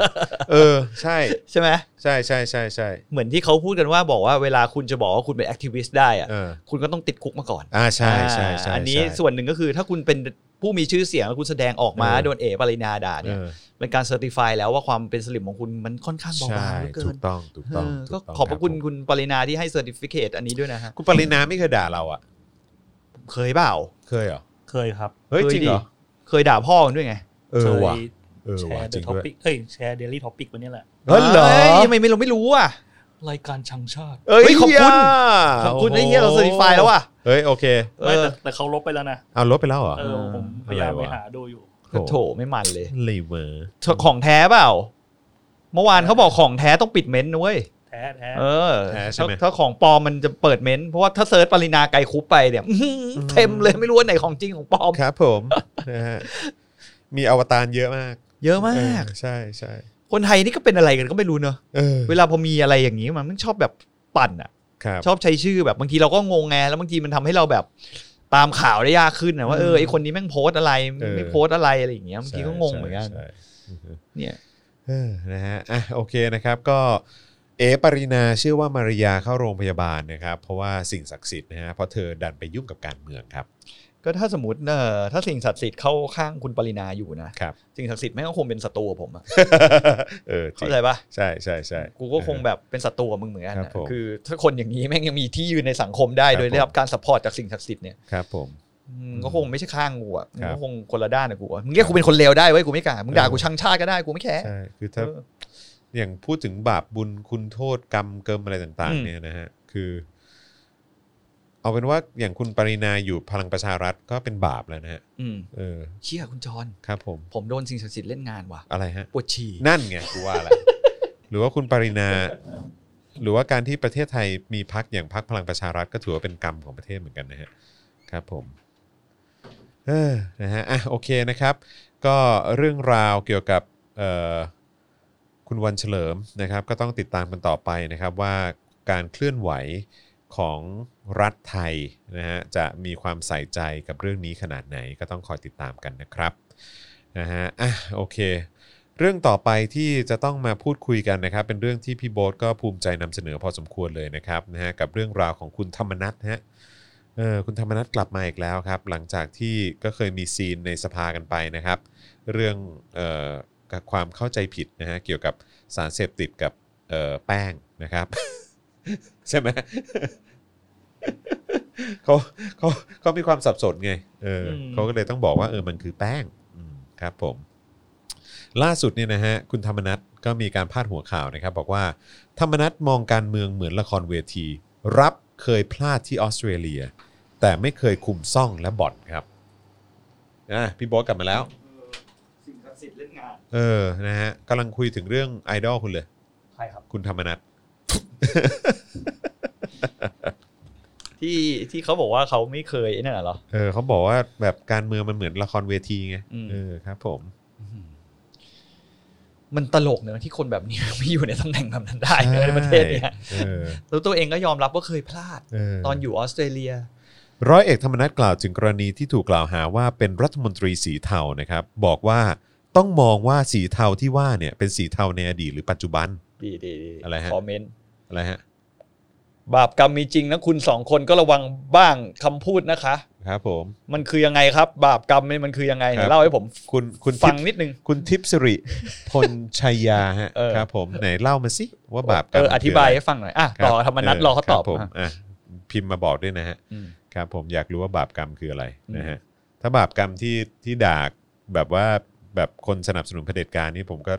S1: เออใช่
S2: ใช่ไหม
S1: ใช่ใช่ใช่ใช่
S2: เหมือนที่เขาพูดกันว่าบอกว่าเวลาคุณจะบอกว่าคุณเป็นแอคทิวิสต์ได้อะ
S1: เออ
S2: คุณก็ต้องติดคุกมาก่อน
S1: อ่าใช่ใช่ใช่
S2: อ่าอันนี้
S1: ใช่
S2: ส่วนหนึ่งก็คือถ้าคุณเป็นผู้มีชื่อเสียงแล้วคุณแสดงออกมา
S1: เออ
S2: โดนเอปรินาด่า
S1: เอ
S2: เนี่ย
S1: อ
S2: เป็นการเซอร์ติฟายแล้วว่าความเป็นสลิมของคุณมันค่อนข้างเบา
S1: ใช่
S2: บางเหลือเกิ
S1: ถู
S2: น
S1: กต้องถูก
S2: เอ
S1: ต้อง
S2: อ
S1: ถู
S2: ก็
S1: ต้อง
S2: ขอบพระคุณ
S1: ผม
S2: คุณปรินาที่ให้เซอร์ติฟิเคตอันนี้ด้วยนะฮะ
S1: คุณปรินาไม่เคยด่าเราอ่ะ
S2: เคยเปล่า
S1: เคยเหรอ
S6: เคยครับ
S1: เฮ้ยจริงเหรอ
S2: คยดิเคยด่าพ่อกันด้วยไง
S1: เออว่ะ
S6: เคย
S1: เออ
S6: แช
S1: ว่ะ
S6: ร์
S1: จ
S6: เด
S1: ริ
S6: อะ
S1: ง
S6: ท็อ
S1: ด้วย
S6: ปิกเอ้ยแชร์เดลี่ท็อปิกวันนี้แหละ
S2: ย
S1: เฮ้
S2: ทำไมไม่เราไม่รู้อ่ะ
S6: รายการชังชาติ
S1: เอ้ย
S2: เฮ้ยขอบคุณ
S1: ย่า
S2: ขอบคุณ
S1: โโห
S2: ไอ้เหี้ยเราเซอร์ติฟายแล้วอ่ะ
S1: เฮ้ยโอเค
S2: เอ
S6: ไม่
S2: อ
S6: แต่แต่เขาลบไปแล้วนะ
S1: เอาลดไปแล้วเหรอ
S6: เออผมพยายามไปหาดูอยู่
S1: โอ้โห
S2: โถไม่มันเลย
S1: เลเวอร์
S2: ของแท้เปล่า เมื่อวานเขาบอกของแท้ต้องปิดเม้นต์นะเว้ย
S6: แท้แท้
S2: เออ
S1: แท้ใช่
S2: ถ้า
S1: ไหม
S2: ถ้าของปลอมมันจะเปิดเม้นต์เพราะว่าถ้าเซิร์ชปรินาไกรคุปไปเนี่ยอื้อหือเต็มเลยไม่รู้ว่าไหนของจริงของปลอม
S1: ครับผมนะฮะมีอวตารเยอะมาก
S2: เยอะม
S1: เอ
S2: าก
S1: อใช่ใช่
S2: คนไทยนี่ก็เป็นอะไรกันก็ไม่รู้เนอะ
S1: เออ
S2: เวลาพอมีอะไรอย่างนี้มันมันชอบแบบปั่นอ่ะ
S1: ครับ
S2: ชอบใช้ชื่อแบบบางทีเราก็งงไงแล้วบางทีมันทำให้เราแบบตามข่าวได้ยากขึ้นนะว่าเออไอคนนี้แม่งโพสต์อะไร
S1: เออ
S2: ไม่โพสต์อะไรอะไรอย่างเงี้ยบางทีก็งงเหมือนกัน
S1: ใช่ใช่ใช่
S2: เนี่ย
S1: เออนะฮะ อ่ะ โอเคนะครับ ก็ เอปรินาเชื่อว่ามาริยาเข้าโรงพยาบาลนะครับ เพราะว่าสิ่งศักดิ์สิทธิ์นะฮะ เพราะเธอดันไปยุ่งกับการเมืองครับ
S2: ก็ถ้าสมมติเออถ้าสิ่งศักดิ์สิทธิ์เข้าข้างคุณปรินาอยู่นะครับ สิ่งศักดิ์สิทธิ์แม่งก็คงเป็นศัตรูกับผมอะ
S1: เออจริ
S2: เข้าง ใจปะ
S1: ใช่ใช่ใช่
S2: กูก็คงแบบเป็นศัตรูกับมึงเหมือนกัน
S1: ครั
S2: อะ
S1: บผม
S2: คือ ถ้าคนอย่างนี้แม่งยังมีที่ยืนในสังคมได้
S1: ครับ
S2: โดยได้
S1: ผม
S2: รับการสปอร์ตจากสิ่งศักดิ์สิทธิ์เนี่ย
S1: ครับผม
S2: อืมก็คงไม่ใช่ข้างกูอ่ะ
S1: ครับ
S2: ก็คงคนละด้านกับกูอะมึงเรียกกูเป็นคนเลวได้เว้ยกูไม่กล้ามึงด่ากูชังชาติก็ได้กูไม่แคร์
S1: ใช่ คือถ้า
S2: เออ
S1: อย่างพูดถึงบาปบุญคุณโทษกรรมเกิมอะไรต่าง
S2: อื
S1: ๆ
S2: ม
S1: เนี่ยนะฮะ คือ เอาเป็นว่าอย่างคุณปรินาอยู่พลังประชารัฐก็เป็นบาปแล้วนะฮะ
S2: อืม
S1: เออ
S2: เชี่ยคุณจอน
S1: ครับผม
S2: ผมโดนสิ่งศักดิ์สิทธิ์เล่นงานว่ะ
S1: อะไรฮะ
S2: ปวดฉี่
S1: นั่นไงกูว่าละ หรือว่าคุณปรินา หรือว่าการที่ประเทศไทยมีพักอย่างพักพลังประชารัฐก็ถือว่าเป็นกรรมของประเทศเหมือนกันนะฮะครับผมเออนะฮะอ่ะโอเคนะครับ ก็เรื่องราวเกี่ยวกับเอ่อคุณวันเฉลิมนะครับ ก็ต้องติดตามกันต่อไปนะครับว่าการเคลื่อนไหวของรัฐไทยนะฮะจะมีความใส่ใจกับเรื่องนี้ขนาดไหนก็ต้องคอยติดตามกันนะครับนะฮะอ่ะโอเค เรื่องต่อไปที่จะต้องมาพูดคุยกันนะครับ เป็นเรื่องที่พี่โบ๊ทก็ภูมิใจนำเสนอพอสมควรเลยนะครับนะฮะกับเรื่องราวของคุณธรรมนัทฮะเออคุณธรรมนัทกลับมาอีกแล้วครับ หลังจากที่ก็เคยมีซีนในสภากันไปนะครับ เรื่องเอ่อกับความเข้าใจผิดนะฮะเกี่ยวกับสารเสพติดกับเอ่อแป้งนะครับ ใช่ไหม เขาเขาเขามีความสับสนไงเอออ
S6: ม
S1: เขาก็เลยต้องบอกว่าเออมันคือแป้งอืมครับผม ล่าสุดเนี่ยนะฮะคุณธรรมนัทก็มีการพาดหัวข่าวนะครับ บอกว่า ธรรมนัทมองการเมืองเหมือนละครเวที รับเคยพลาดที่ออสเตรเลีย แต่ไม่เคยคุมซ่องและบ่อนครับอ่ะพี่โบ๊ทกลับมาแล้ว
S3: สิ่งศักดิ์สิทธิ์เล่นงาน
S1: เออ นะฮะกำลังคุยถึงเรื่องไอดอลคุณเลย
S6: ใครครับ
S1: คุณธรรมนัท
S2: ที่ที่เขาบอกว่าเขาไม่เคยไอ้นั่นนะเหรอ
S1: เออเขาบอกว่าแบบการเมืองมันเหมือนละครเวทีไง
S2: อืม
S1: เออครับผม
S2: มันตลกเนอะที่คนแบบนี้ ไม่อยู่ในตำแหน่งแบบนั้นได้
S1: ใช่
S2: เนอะในประเทศเนี่ย
S1: เออ
S2: แล้วตัวเองก็ยอมรับว่าเคยพลาด
S1: เออ
S2: ตอนอยู่ออสเตรเลีย
S1: ร้อยเอกธรรมนัฐกล่าวถึงกรณีที่ถูกกล่าวหาว่าเป็นรัฐมนตรีสีเทานะครับ บอกว่าต้องมองว่าสีเทาที่ว่าเนี่ยเป็นสีเทาในอดีตหรือปัจจุบัน
S2: ดีดีดี
S1: อะไรฮะ
S2: คอมเมนต์
S1: อะไรฮะ
S2: บาปกรรมมีจริงนะคุณสองคนก็ระวังบ้างคำพูดนะคะ
S1: ครับผม
S2: มันคือยังไงครับ บาปกรรมเนี่ยมันคือยังไง
S1: ครับ
S2: เล่าให้ผม
S1: คุณคุณ
S2: ฟั
S1: ทิ
S2: ง
S1: พย์
S2: นิดนึง
S1: คุณทิพย์สิ ริพลชัยยาฮะ
S2: เออ
S1: ครับผมไหนเล่ามาสิว่าบาปกร
S2: เอ
S1: รม
S2: อ
S1: มัน
S2: อ
S1: คืะไร
S2: ธิบายให้ฟังหน่อยอ่ะ
S1: ค
S2: ต่
S1: บ
S2: อธรรมนัทรอเขาตอบ
S1: คผมอ่ะพิมพ์มาบอกด้วยนะฮะ
S2: อืม
S1: ครับผมอยากรู้ว่าบาปกรรมคืออะไร
S2: อืม
S1: นะฮะถ้าบาปกรรมที่ที่ด่าแบบว่าแบบคนสนับสนุนเผด็จการนี่ผมก็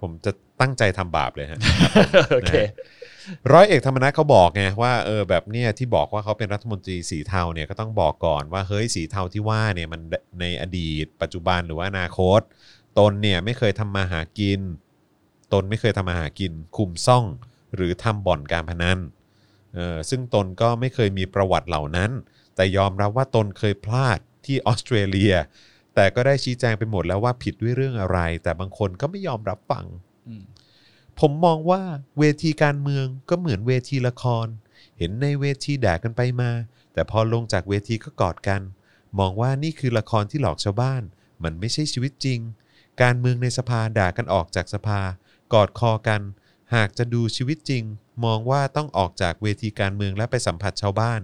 S1: ผมจะตั้งใจทำบาปเลยฮะ
S2: โอเค
S1: ร้อยเอกธรรมนัฐเขาบอกไงว่าเออแบบเนี่ยที่บอกว่าเขาเป็นรัฐมนตรีสีเทาเนี่ยก็ต้องบอกก่อนว่าเฮ้ยสีเทาที่ว่าเนี่ยมันในอดีต ปัจจุบันหรือว่าอนาคต ตนเนี่ยไม่เคยทำมาหากิน ตนไม่เคยทำมาหากิน คุมซ่องหรือทำบ่อนการพนันเออซึ่งตนก็ไม่เคยมีประวัติเหล่านั้น แต่ยอมรับว่าตนเคยพลาดที่ออสเตรเลีย แต่ก็ได้ชี้แจงไปหมดแล้วว่าผิดด้วยเรื่องอะไร แต่บางคนก็ไม่ยอมรับฟัง
S2: อืม
S1: ผมมองว่าเวทีการเมืองก็เหมือนเวทีละคร เห็นในเวทีด่ากันไปมา แต่พอลงจากเวทีก็กอดกัน มองว่านี่คือละครที่หลอกชาวบ้าน มันไม่ใช่ชีวิตจริง การเมืองในสภาด่ากันออกจากสภา กอดคอกัน หากจะดูชีวิตจริง มองว่าต้องออกจากเวทีการเมืองและไปสัมผัสชาวบ้าน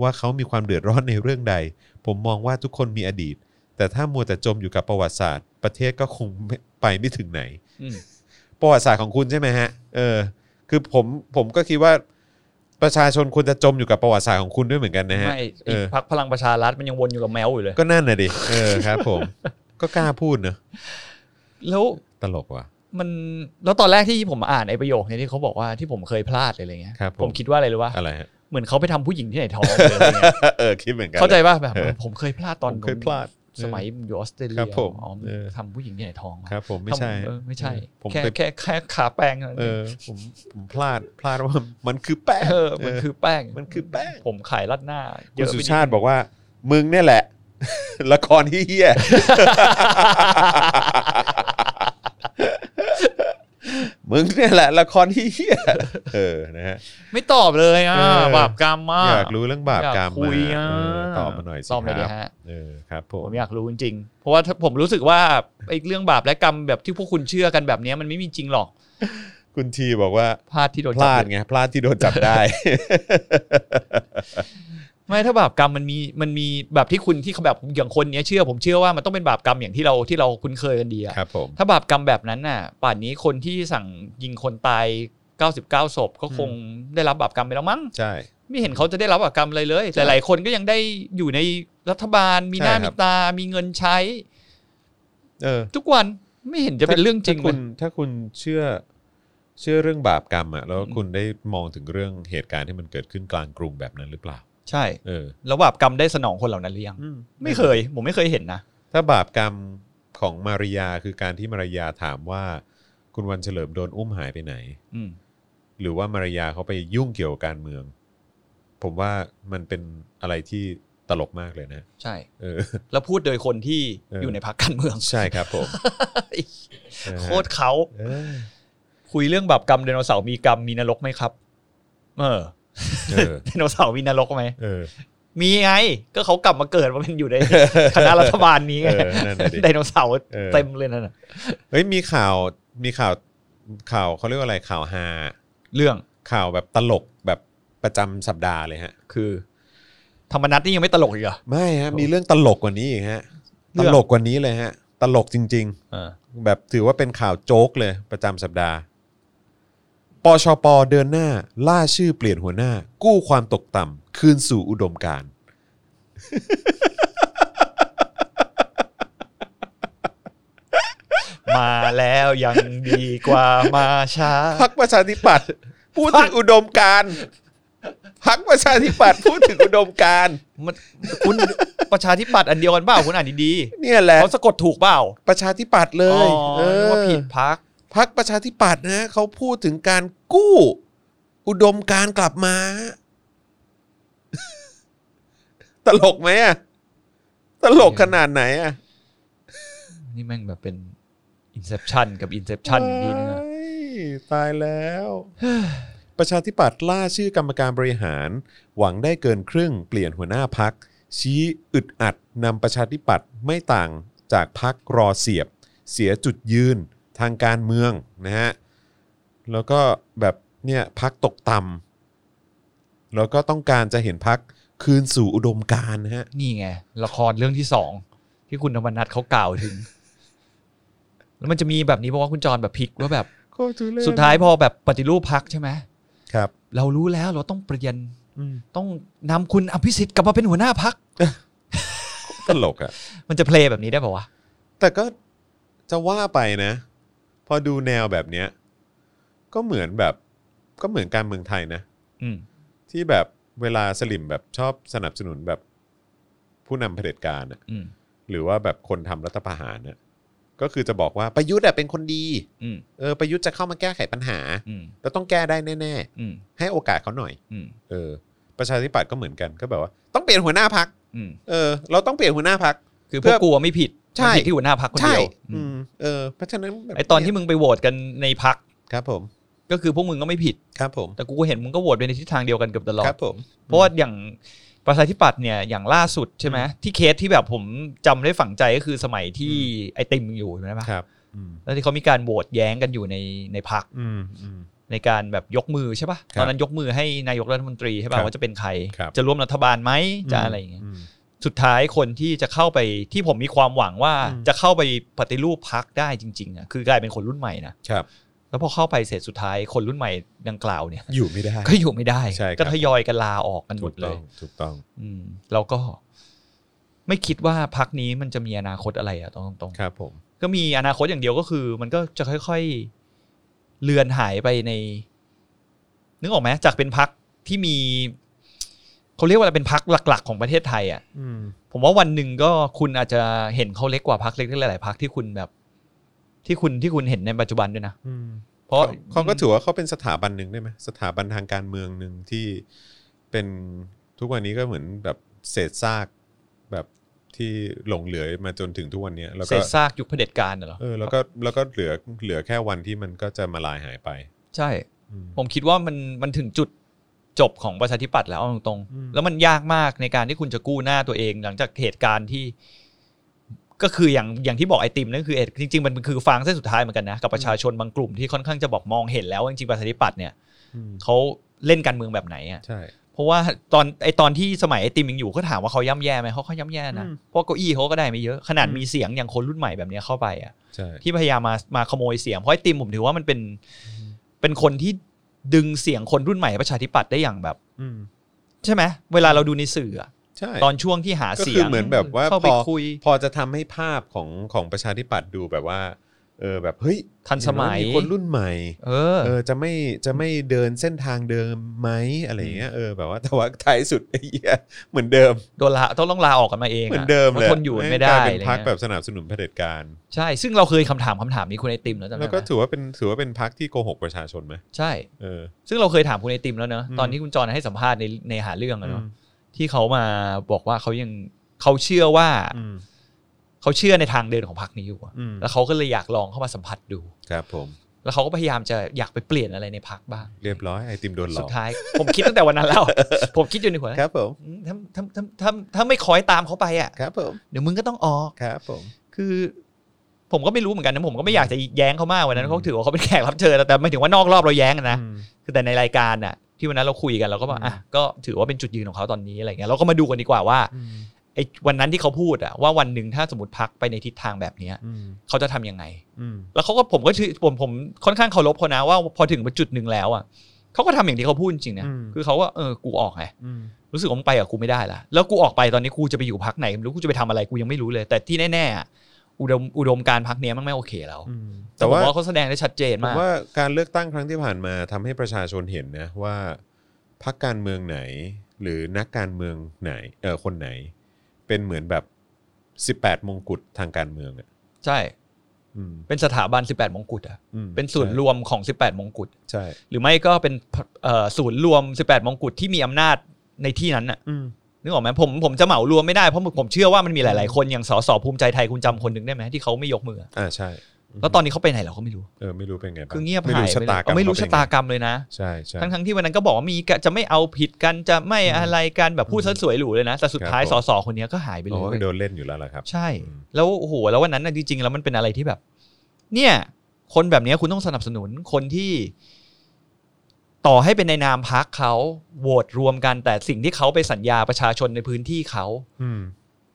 S1: ว่าเขามีความเดือดร้อนในเรื่องใด ผมมองว่าทุกคนมีอดีต แต่ถ้ามัวแต่จมอยู่กับประวัติศาสตร์ ประเทศก็คงไม่ไปไม่ถึงไหน
S2: อืม
S1: ประวัติศาสตร์ของคุณใช่ไหมฮะ เออ คือผมผมก็คิดว่าประชาชนควรจะจมอยู่กับประวัติศาสตร์ของคุณด้วยเหมือนกันนะฮะ
S2: ไม่
S1: เอ
S2: อีก
S1: อ
S2: พักพลังประชารัฐมันยังวนอยู่กับแมวอยู่เลย
S1: ก็นั่นน่ะดิ เออครับผม ก็กล้าพูดเนอะ
S2: แล้ว
S1: ตลกว่ะ
S2: มันแล้วตอนแรกที่ผมอ่านไอ้ประโยคเนี้ที่เขาบอกว่าที่ผมเคยพลาดเลยอะไรเงี้ย
S1: ครับผม
S2: ผมคิดว่าอะไรรู้ป่ะ
S1: อะไรฮะ
S2: เหมือนเขาไปทำผู้หญิงที่ไหนท้องหรืออะไรเงี้ย
S1: เออคิดเหมือนกัน
S2: เข้าใจป่ะแบบ
S1: เออ
S2: ผมเคยพลาดตอน
S1: ผมเคยพลาด
S7: สมัยอยู่ออสเตรเลี
S1: ครั
S7: ย
S1: บผม
S7: อ๋อ
S1: เออ
S7: ทำผู้หญิงใหญ่ท้องวะ
S1: ครับผมไม่ใช่
S7: ทำเออไม่ใช่
S1: ผม
S7: แค่
S1: เป็น
S7: แค่แค่ขาแป้งเท่านั้น
S1: เออผมผมพลาดพลาดว่ามันคือแป้ง
S7: เออมันคือแป้ง
S1: มันคือแป้ง
S7: ผมขายรัดหน้าเย
S1: คุณ
S7: อะไป
S1: สุ
S7: นิด
S1: ชาติบอกว่า มึงเนี่ยแหละ ละครที่เฮีย มึงเนี่ยแหละ ละครที่เฮียเออนะฮะ
S7: ไม่ตอบเลยอ่ะ
S1: เออ
S7: บาปกรรมมาก
S1: อยากรู้เรื่องบาปกรรม
S7: อยากคุยอ่ะ
S1: นะเออตอบมาหน่อยสิ
S7: ตอบเลย
S1: ค
S7: ดิ
S1: รับ
S7: ฮะ
S1: เออครับผ
S7: ผม มอยากรู้จริงๆ เพราะว่าถ้าผมรู้สึกว่าไอ้เรื่องบาปและกรรมแบบที่พวกคุณเชื่อกันแบบเนี้ยมันไม่มีจริงหรอก
S1: คุณทีบอกว่า
S7: พลาดที่โดน
S1: พ
S7: จับ
S1: ลาดไง พลาดที่โดนจับ ได้
S7: ไม่ถ้าบาปกรรมมันมีมันมีแบบที่คุณที่เขาแบบอย่างคนเนี้ยเชื่อ ผมเชื่อว่ามันต้องเป็นบาปกรรมอย่างที่เราที่เราคุ้นเคยกันดีอะ
S1: ครับผม
S7: ถ้าบาปกรรมแบบนั้นน่ะ ป่านนี้คนที่สั่งยิงคนตาย 99ศพก็คงได้รับบาปกรรมไปแล้วมั้ง
S1: ใช่
S7: ไม่เห็นเขาจะได้รับบาปกรรมอะไรเลยหลายๆคนก็ยังได้อยู่ในรัฐบาล มีหน้า
S1: ใช่ครั
S7: มี
S1: บ
S7: ตา มีเงินใช้
S1: เออ
S7: ทุกวันไม่เห็นจะเป็นเรื่องจริงเล
S1: ถ้าคุ
S7: ย
S1: ณถ้าคุณเชื่อ เชื่อเรื่องบาปกรรมอ่ะแล้วคุณได้มองถึงเรื่องเหตุการณ์ที่มันเกิดขึ้นกลางกรุงแบบนั้นหรือเปล่า
S2: ใช่
S1: เออ
S2: แล้วบาปกรรมได้สนองคนเหล่านั้นหรือยัง
S1: อืม
S2: ไม่เคย ผมไม่เคยเห็นนะ
S1: ถ้าบาปกรรมของมาริยาคือการที่มาริยาถามว่า คุณวันเฉลิมโดนอุ้มหายไปไหน
S2: อืม
S1: หรือว่ามาริยาเขาไปยุ่งเกี่ยวกับการเมือง ผมว่ามันเป็นอะไรที่ตลกมากเลยนะ
S2: ใช่
S1: เออ
S2: แล้วพูดโดยคนที่
S1: เอออ
S2: อยู่ในพรรคการเมือง
S1: ใช่ครับผม
S2: โคตรเขา
S1: เออ
S2: คุยเรื่องบาปกรรมไดโนเสาร์มีกรรมมีนรกไหมครับ เออ
S1: เออ
S2: ไดโนเสาร์มีนรกไหม
S1: เออ
S2: มีไง ก็เขากลับมาเกิดมาเป็นอยู่ใน คณะรัฐบาลนี้ไง
S1: เออนั่นน่ะดิ
S2: ไดโนเสาร์
S1: เออ
S2: เต็มเลยนั่นน่ะ
S1: เฮ้ยมีข่าวมีข่าวข่าวเขาเรียกว่าอะไรข่าวฮา
S2: เรื่อง
S1: ข่าวแบบตลกแบบประจำสัปดาห์เลยฮะ
S2: คือธรรมนัตนี่ยังไม่ตลกอีกเหรอ
S1: ไม่ฮะมีเรื่องตลกกว่านี้อีกฮะ
S2: เรื่
S1: ต
S2: อง
S1: ลกกว่านี้เลยฮะ ตลกจริง ๆ
S2: เออ
S1: แบบถือว่าเป็นข่าวโจ๊กเลยประจำสัปดาห์ ปชป เดินหน้า ล่าชื่อเปลี่ยนหัวหน้า กู้ความตกต่ำคืนสู่อุดมการณ์
S2: มาแล้วยังดีกว่ามาช้า
S1: พักประชาธิปัตย์พูดถึงอุดมการณ์พักประชาธิปัตย์พูดถึงอุดมการณ์
S2: มันคุณประชาธิปัตย์อันเดียวกันเปล่าคุณอ่านดี
S1: เนี่ยแห
S2: ๆ
S1: ละ
S2: เขาสะกดถูกเปล่า
S1: ประชาธิปัตย์เล
S2: อ๋อย
S1: เอ
S2: นึก
S1: อ
S2: ว่าผิดพัก
S1: พักประชาธิปัตย์นะเขาพูดถึงการกู้ อุดมการณ์กลับมา ตลกไหมอะตลกขนาดไหนอะ
S2: นี่แม่งแบบเป็น Inception กับ Inception อย่างดีนะ
S1: เฮ้ยตายแล้ว ประชาธิปัตย์ล่าชื่อกรรมการบริหาร หวังได้เกินครึ่งเปลี่ยนหัวหน้าพัก ชี้อึดอัดนำประชาธิปัตย์ไม่ต่างจากพักรอเสียบ เสียจุดยืนทางการเมืองนะฮะ แล้วก็แบบเนี่ยพักตกต่ำแล้วก็ต้องการจะเห็นพักคืนสู่อุดมการณ์นะฮะ
S2: นี่ไง ละครเรื่องที่สองที่คุณธรรมนัทเขากล่าวถึง แล้วมันจะมีแบบนี้เพราะว่าคุณจรแบบพลิกว่าแบบ
S1: โคตรทุเรศ
S2: สุดท้ายพอแบบปฏิรูปพักใช่ไหม
S1: ครับ
S2: เรารู้แล้วเราต้องเปลี่ยน
S1: อืม
S2: ต้องนำคุณอภิสิทธิ์กลับมาเป็นหัวหน้าพัก
S1: ตลกอะ
S2: มันจะเพลย์แบบนี้ได้ป่าวะ
S1: แต่ก็จะว่าไปนะ พอดูแนวแบบเนี้ยก็เหมือนแบบก็เหมือนการเมืองไทยนะ
S2: อืม
S1: ที่แบบเวลาสลิมแบบชอบสนับสนุนแบบผู้นำเผด็จการอะ
S2: อืม
S1: หรือว่าแบบคนทำรัฐประหารน่ะก็คือจะบอกว่าประยุทธ์อะเป็นคนดี
S2: อืม
S1: เออประยุทธ์จะเข้ามาแก้ไขปัญหา
S2: อืม
S1: แล้วต้องแก้ได้แน่
S2: อืม
S1: ๆ ให้โอกาสเขาหน่อย
S2: อืม
S1: เออ ประชาธิปัตย์ก็เหมือนกันก็แบบว่า ต้องเปลี่ยนหัวหน้าพัก
S2: อืม
S1: เออ เราต้องเปลี่ยนหัวหน้าพัก
S2: คือพ
S1: เพื่
S2: วก
S1: อ
S2: กูอะไม่ผิด
S1: ใช่
S2: มันผิดที่หัวหน้าพักคน
S1: ใช่
S2: เดียว
S1: อืมเออเพราะฉะนั้นแบบ
S2: ไอตอนที่มึงไปโหวตกันในพัก
S1: ครับผม
S2: ก็คือพวกมึงก็ไม่ผิด
S1: ครับผม
S2: แต่กูก็เห็นมึงก็โหวตไปในทิศทางเดียวกันเกือบตลอด
S1: ครับผม
S2: เพราะว่าอย่างประชาธิปัตย์เนี่ยอย่างล่าสุดใช่ไหมที่เคสที่แบบผมจำได้ฝังใจก็คือสมัยที่ไอติมยังอยู่ใช่ไหม
S1: ครับ อืม
S2: แล้วที่เขามีการโหวตแย้งกันอยู่ในในพัก
S1: อืมอืม
S2: ในการแบบยกมือใช่ปะ
S1: ครับ
S2: ตอนนั้นยกมือให้นายกรัฐมนตรี
S1: ค
S2: ใช่
S1: รั
S2: ปะ
S1: บ
S2: ว่าจะเป็นใคร
S1: ครับ
S2: จะร่วมรัฐบาลไหมจะอะไรอย่างเงี้ย
S1: ม
S2: สุดท้ายคนที่จะเข้าไปที่ผมมีความหวังว่า
S1: อืม
S2: จะเข้าไปปฏิรูปพักได้จริงๆอ่ะคือกลายเป็นคนรุ่นใหม่นะครับ แล้วพอเข้าไปเสร็จสุดท้ายคนรุ่นใหม่ดังกล่าวเนี่ย
S1: อยู่ไม่ได้
S2: ก็อยู่ไม่ได้
S1: ใช่ครับ
S2: ก็ทยอยกันลาออกกันหม
S1: ถู
S2: ด
S1: ก
S2: เล
S1: ต้อย ง ถูกต้อง
S2: อืมแล้วก็ไม่คิดว่าพักนี้มันจะมีอนาคตอะไรอะตรงตรงๆ
S1: ครับผม
S2: ก็มีอนาคตอย่างเดียวก็คือ มันก็จะค่อยๆเลือนหายไปใน นึกออกไหมจากเป็นพักที่มี เขาเรียกว่าอะไรเป็นพักหลัก ๆ ของประเทศไทยอ่ะ
S1: อืม
S2: ผมว่าวันหนึ่งก็คุณอาจจะเห็นเขาเล็กกว่าพักเล็กๆหลายๆพักที่คุณแบบ ที่คุณที่คุณเห็นในปัจจุบันด้วยนะ
S1: อืม
S2: เพราะ
S1: เขาก็ถือว่าเขาเป็นสถาบันหนึ่งได้ไหมสถาบันทางการเมืองหนึ่งที่เป็นทุกวันนี้ก็เหมือนแบบเศษซากแบบที่หลงเหลือมาจนถึงทุกวันเนี้ยแล้ว
S2: เศ
S1: ก็
S2: ษซากยุคเผด็จการน่ะเหรอ
S1: เออแล้วก็แล้วก็เหลือเหลือแค่วันที่มันก็จะมาลายหายไป
S2: ใช่
S1: อืม
S2: ผมคิดว่ามันมันถึงจุดจบของประชาธิปัตย์แล้วเอาตรง
S1: อืม
S2: ๆแล้วมันยากมากในการที่คุณจะกู้หน้าตัวเอง หลังจากเหตุการณ์ที่ ก็คืออย่างอย่างที่บอกไอติมนั่นคือเอจริงๆมันมันคือฟางเส้นสุดท้ายเหมือนกันนะกับประชาชนบางกลุ่มที่ค่อนข้างจะบอกมองเห็นแล้วว่าจริงๆประชาธิปัตย์เนี่ย
S1: อืม
S2: เขาเล่นการเมืองแบบไหนอ่ะ
S1: ใช่
S2: เพราะว่าตอนไอตอนที่สมัยไอติมยังอยู่ก็ถามว่าเขาย่ำแย่ไหมเขาเขาย่ำแย่นะ
S1: อืม
S2: เพราะเก้าอี้เขาก็ได้ไม่เยอะขนาด
S1: อืม
S2: มีเสียงอย่างคนรุ่นใหม่แบบเนี้ยเข้าไปอ่ะ
S1: ใช่
S2: ที่พยายามมามาขโมยเสียงเพราะไอติมผมถือว่ามันเป็นเป็นคนที่ดึงเสียงคนรุ่นใหม่ประชาธิปัตย์ได้อย่างแบบ
S1: อืม
S2: ใช่ไหมเวลาเราดูในสื่ออะ
S1: ใช่
S2: ตอนช่วงที่หา
S1: ก็
S2: เสี
S1: คื
S2: ย
S1: อง เหมือนแบบว่า
S2: เข้า
S1: พ
S2: ไป
S1: อ
S2: คุย
S1: พอจะทำให้ภาพของของประชาธิปัตย์ดูแบบว่าเออแบบเฮ้ย
S2: ทันสมัย
S1: เห็นไหคนรุ่นใหม่
S2: เออ
S1: เออจะไม่จะไม่เดินเส้นทางเดิมไหมอะไรอย่างเงี้ยเออแบบว่าแต่ว่าท้ายสุดไอ้เหี้ยเหมือนเดิม
S2: โดนลาต้องต้องลาออกกันมาเองะ
S1: เหมือนเดิมเลย
S2: พราะทนอยู่กันไม่ได้
S1: กลาย
S2: อะไร
S1: เป็น
S2: เงี้
S1: พัก
S2: ย
S1: แบบสนับสนุนเผด็จการ
S2: ใช่ ซึ่งเราเคยคำถามคำถามนี้คุณไอติมแล้วจำได้
S1: แล้ว
S2: ไห
S1: ก็
S2: ม
S1: ถือว่าเป็นถือว่าเป็นพักที่โกหกประชาชนไหม
S2: ใช่
S1: เออ
S2: ซึ่งเราเคยถามคุณไอติมแล้วเนอะ
S1: อืม
S2: ตอนที่คุณจอนให้สัมภาษณ์ในในหาเรื่องอะเนอะ
S1: ม
S2: ที่เขามาบอกว่าเขายังเขาเชื่อว่า
S1: อืม
S2: เขาเชื่อในทางเดินของพรรคนี้อยู่อะ
S1: อืม
S2: แล้วเขาก็เลยอยากลองเข้ามาสัมผัสดู
S1: ครับผม
S2: แล้วเขาก็พยายามจะอยากไปเปลี่ยนอะไรในพักบ้าง
S1: เรียบร้อยไอติมโดนหล
S2: สุ
S1: อ
S2: ด
S1: ก
S2: ท้าย ผมคิดตั้งแต่วัน นั้นแล้ว ผมคิดอยู่ในหัวแล้ว
S1: ครับผม
S2: อืมถ้าถ้าถ้าถ้าถ้าไม่คอยตามเขาไปอ่ะ
S1: ครับผม
S2: เดี๋ยวมึงก็ต้องออก
S1: ครับผม
S2: คือ ผมก็ไม่รู้เหมือนกันนะผมก็ไม่อยากจะแย้งเขามากวันนั้
S1: อื
S2: น
S1: ม
S2: เขาถือว่าเขาเป็นแขกรับเชิญแต่แต่ไม่ถึงว่านอกรอบเราแย้งอะนะ
S1: อืม
S2: คือแต่ในรายการอ่ะ ที่วันนั้นเราคุยกันเราก็บอก
S1: อืม
S2: อ่ะก็ถือว่าเป็นจุดยืนของเขาตอนนี้อะไรเงี้ยเราก็มาดูกันดีกว่าว่า
S1: อืม
S2: ไอ้วันนั้นที่เขาพูดอ่ะว่าวันหนึ่งถ้าสมมติพักไปในทิศทางแบบเนี้ย
S1: อืม
S2: เขาจะทำยังไง
S1: อืม
S2: แล้วเขาก็ผมก็ถือผมผมค่อนข้างเคารพเขานะว่าพอถึงจุดหนึ่งแล้วอ่ะเขาก็ทำอย่างที่เขาพูดจริงๆนะคือเขาว่าเออกูออกไง
S1: อืม
S2: รู้สึกว่ามึงไปกับกูไม่ได้ละแล้วกูออกไปตอนนี้กูจะไปอยู่พักไหนไม่รู้กูจะไปทำอะไรกูยังไม่รู้เลย แต่ที่แน่ๆอ่ะอุดมอุดมการณ์พักเนี้ยมันไม่โอเคแล้ว
S1: อืม
S2: แต่
S1: แต่
S2: ผม
S1: ว่า
S2: ว่าเขาแสดงได้ชัดเจ
S1: ผม
S2: นาก
S1: มว่าการเลือกตั้งครั้งที่ผ่านมาทำให้ประชาชนเห็นนะว่าพักการเมืองไหน หรือนักการเมืองไหนเออคนไหน เป็นเหมือนแบบ 18 มงกุฎทางการเมืองอ่ะ
S2: ใช่
S1: อืม
S2: เป็นสถาบัน 18 มงกุฎอ่ะ
S1: อืม
S2: เป็นศูนย์รวมของ 18 มงกุฎ
S1: ใช่
S2: หรือไม่ก็เป็นเอ่อศูนย์รวม 18 มงกุฎที่มีอำนาจในที่นั้นอ่ะ
S1: อืม
S2: นึกออกไหมผมผมจะเหมารวมไม่ได้เพราะผมเชื่อว่ามันมีหลายๆคนอย่างสสภูมิใจไทยคุณจำคนหนึ่งได้ไหมที่เขาไม่ยกมืออะ
S1: อ่าใช่
S2: แล้วตอนนี้เขาไปไหนเราก็ไม่รู้
S1: เออไม่รู้เป็นไงบ้า
S2: คือเงียบ
S1: ไม่
S2: หาย
S1: รู้
S2: ป
S1: ชะ
S2: เลย
S1: ตากรรม
S2: เอไม่รู้
S1: เข
S2: ชะ
S1: เป็น
S2: ตากรรมเลยนะ
S1: ใช่ใช่
S2: ทั้งทั้งที่วันนั้นก็บอกว่ามีกะจะไม่เอาผิดกันจะไม่อะไรกันแบบพูดซะสวยหรูเลยนะ แต่สุดท้าย
S1: ครับ
S2: ส
S1: ผม
S2: สคนเนี้ยก็หายไปเล
S1: โอ้
S2: ย
S1: ยโดนเล่นอยู่แล้วล่ะครับ
S2: ใช่
S1: อืม
S2: แล้วโอ้โหแล้ววันนั้นนะจริงๆแล้วมันเป็นอะไรที่แบบ เนี่ย คนแบบเนี้ยคุณต้องสนับสนุนคนที่ ต่อให้เป็นในนามพักเขาโหวตรวมกันแต่สิ่งที่เขาไปสัญญาประชาชนในพื้นที่เขา
S1: อืม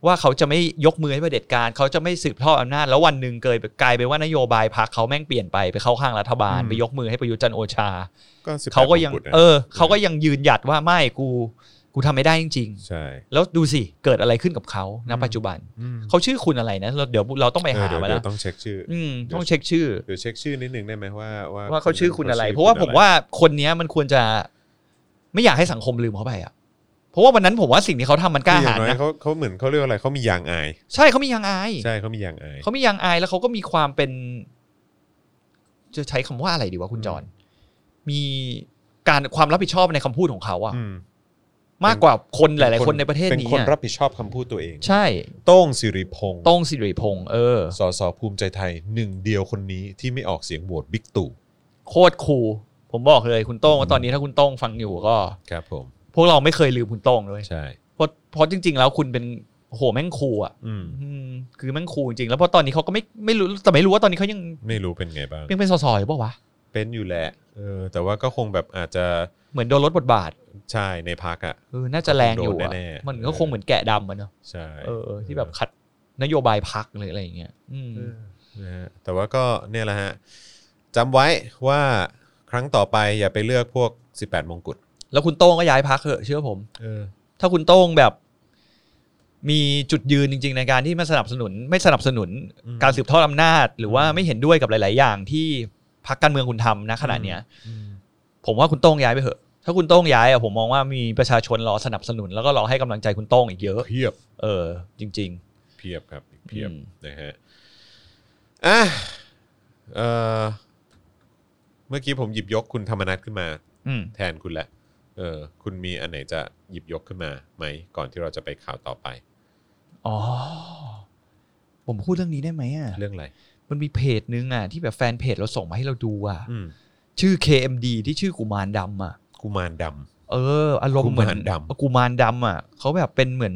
S2: ว่าเขาจะไม่ยกมือให้เผด็จการ เขาจะไม่สืบทอดอำนาจ แล้ววันหนึ่งเกิดกลายไปนว่านโยบายพรรคเขาแม่งเปลี่ยนไปไปเข้าข้างรัฐบาล ไปยกมือให้ประยุทธ์จันทร์โอชา
S1: ก็18
S2: เขาก็ยัง
S1: มกุฎนะ
S2: เออ เขาก็ยังยืนหยัดว่าไม่กู กูทำไม่ได้จริง
S1: ใช่
S2: ๆ แล้วดูสิ เกิดอะไรขึ้นกับเขาณปัจจุบัน
S1: อืม
S2: เขาชื่อคุณอะไรนะเราเดี๋ยวเราต้องไป
S1: เอ
S2: หา
S1: อเดี๋ยว
S2: มา
S1: เดี๋
S2: แล้
S1: ยว วต้องเช็คชื่อ
S2: อืมต้องเช็คชื่อ
S1: เดี๋ยวเช็คชื่อนิดนึงได้ไหมว่าว่า
S2: ว่าเขาชื่อคุณอะไร
S1: ขชื่
S2: เพราะว่า
S1: คุณ
S2: ผมว่าคนเนี้ยมันควรจะ ไม่อยากให้สังคมลืมเขาไปอ่ะเพราะว่าวันนั้นผมว่าสิ่งที่เขาทำมันกล้า
S1: คืออย่
S2: หาญ
S1: น้อย
S2: นะ
S1: เขาเขาเหมือนเขาเรียกว่าอะไรเขามียางอาย
S2: ใช่เขามียังอาย
S1: ใช่เขามียางอาย
S2: เขามียางอายแล้วเขาก็มีความเป็น จะใช้คำว่าอะไรดีวะคุณจอนมีการความรับผิดชอบในคำพูดของเขาอะ
S1: อืม
S2: มากกว่าคนหลาย ๆ คนในประเทศ
S1: เป็น
S2: นี้
S1: คน
S2: อะ
S1: รับผิดชอบคำพูดตัวเอง
S2: ใช่
S1: โต้งสิริพงษ์
S2: โต้งสิริพงษ์เออ
S1: สสภูมิใจไทยหนึ่งเดียวคนนี้ที่ไม่ออกเสียงโหวตบิ๊กตู่
S2: โคตรคูลผมบอกเลยคุณโต้งว่าตอนนี้ถ้าคุณโต้งฟังอยู่ก็
S1: ครับผม
S2: พวกเราไม่เคยลืมคุณโต้งเลย
S1: ใช่
S2: เพราะเพราะจริง ๆ แล้วคุณเป็นโอ้โหแม่งคูลอ่ะ
S1: อืม
S2: อืมคือแม่งคูลจริงๆแล้วเพราะตอนนี้เขาก็ไม่ไม่รู้แต่ไม่รู้ว่าตอนนี้เขายัง
S1: ไม่รู้เป็นไงบ้าง
S2: ยังเป็นสสอยู่ปะวะ
S1: เป็นอยู่แหละเออแต่ว่าก็คงแบบอาจจะ
S2: เหมือนโดนลดบทบาท
S1: ใช่ในพักอ่ะ
S2: เออน่าจะแรงอยู่
S1: โด
S2: อะ
S1: นแน่ๆ
S2: มันก็คงเหมือนแกะดำอะเนอะ
S1: ใช่
S2: เออที่แบบขัดนโยบายพักเลยอะไรอย่างเงี้ยอืม
S1: เออนะฮะแต่ว่าก็เนี่ยแหละฮะจำไว้ว่าครั้งต่อไปอย่าไปเลือกพวก 18 มงกุฎ
S2: แล้วคุณโต้งก็ย้ายพักเถอะเชื่อผม
S1: เออ
S2: ถ้าคุณโต้งแบบ มีจุดยืนจริง ๆ ในการที่ไม่สนับสนุน ไม่สนับสนุน
S1: อืม
S2: การสืบทอดอำนาจ หรือว่าไม่เห็นด้วยกับหลาย ๆ อย่างที่พักการเมืองคุณทำนะขณะเนี้ย
S1: อืม
S2: ผมว่าคุณโต้งย้ายไปเถอะ ถ้าคุณโต้งย้ายอะผมมองว่ามีประชาชนรอสนับสนุน แล้วก็รอให้กำลังใจคุณโต้งอีกเยอะ
S1: เพียบ
S2: เออ จริง
S1: เพียบครับเพียบ
S2: อืม
S1: นะฮะอ่ะเอ่อเมื่อกี้ผมหยิบยกคุณธรรมนัทขึ้นมา
S2: ๆ อืม
S1: แทนคุณแหละ เออ คุณมีอันไหนจะหยิบยกขึ้นมาไหม ก่อนที่เราจะไปข่าวต่อไป
S2: อ๋อ ผมพูดเรื่องนี้ได้ไหมอ่ะ
S1: เรื่องอะไร
S2: มันมีเพจนึงอ่ะ ที่แบบแฟนเพจเราส่งมาให้เราดูอ่ะ
S1: อืม
S2: ชื่อ KMD ที่ชื่อกุมารดำอ่ะ
S1: กุมารด
S2: เออ อารมณ์เหมือน
S1: กุมารดำ
S2: กุมารดำอ่ะเขาแบบเป็นเหมือน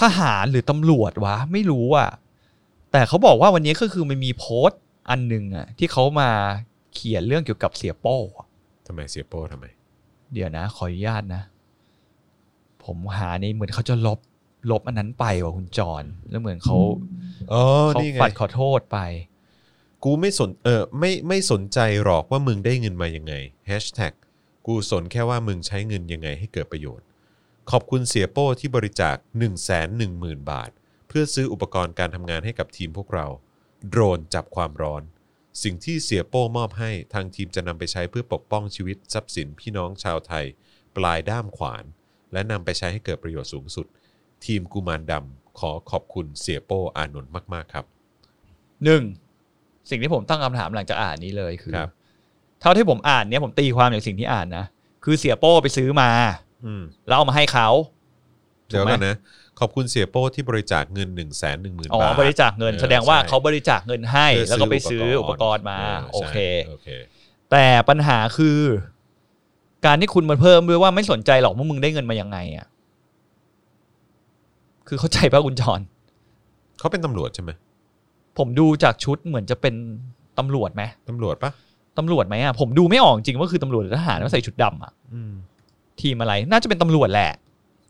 S2: ทหารหรือตำรวจวะ ไม่รู้อ่ะ แต่เขาบอกว่าวันนี้ก็คือมันมีโพสต์อันหนึ่งอ่ะ ที่เขามาเขียนเรื่องเกี่ยวกับเสียโป้อะ
S1: ำทำไมเสียโป้ทำไม
S2: เดี๋ยวนะ ขออนุญาตนะ ผมหาในเหมือนเขาจะลบลบอันนั้นไปว่ะคุณจอนแล้วเหมือนเขา
S1: อ๋อ
S2: เขา
S1: นี่ไง
S2: ปัดขอโทษไป
S1: กูไม่สน เออ ไม่ ไม่สนใจหรอกว่ามึงได้เงินมายังไง Hashtag กูสนแค่ว่ามึงใช้เงินยังไงให้เกิดประโยชน์ ขอบคุณเสียโป้ที่บริจาค 1 1 0 0 0 0 บาท เพื่อซื้ออุปกรณ์การทำงานให้กับทีมพวกเรา โดรนจับความร้อน สิ่งที่เสียโป้มอบให้ทางทีมจะนำไปใช้เพื่อปกป้องชีวิตทรัพย์สินพี่น้องชาวไทย ปลายด้ามขวาน และนำไปใช้ให้เกิดประโยชน์สูงสุด ทีมกุมารดำขอขอบคุณเสียโป้อานนท์มากๆครับ
S2: หนึ่งสิ่งที่ผมตั้งคำถามหลังจากอ่านนี้เลยคือ
S1: ครับ
S2: เท่าที่ผมอ่านเนี่ยผมตีความจากสิ่งที่อ่านนะคือเสียโป้ไปซื้อมา
S1: อืม
S2: แล้วเอามาให้เขา
S1: เดี๋ยว
S2: ถูกไหม
S1: ก่อนนะ ขอบคุณเสียโป้ที่บริจาคเงิน 1 1 0 0 0 0
S2: อ๋อบ
S1: 0าท
S2: บริจาคเงิน
S1: เออ
S2: แสดงว่า
S1: ใช่
S2: เขาบริจาคเงินให้
S1: เพื่
S2: แล้วก็ไปซื้ออุปกรณ์มา โอ
S1: ใ
S2: เค
S1: ช่โอเค
S2: แต่ปัญหาคือ การที่คุณมาเพิ่มด้วยว่าไม่สนใจหรอกว่ามึงได้เงินมายังไงอ่ะคือเข้าใจป่ะคุณจอน
S1: เขาเป็นตำรวจใช่ไหม
S2: ผมดูจากชุดเหมือนจะเป็นตำรวจไหม
S1: ตำรวจปะ
S2: ตำรวจไหมอ่ะผมดูไม่ออกจริงว่าคือตำรวจหรือทหารแล้วใส่ชุดดำอ่ะ
S1: อืม
S2: ทีมอะไรน่าจะเป็นตำรวจแหละ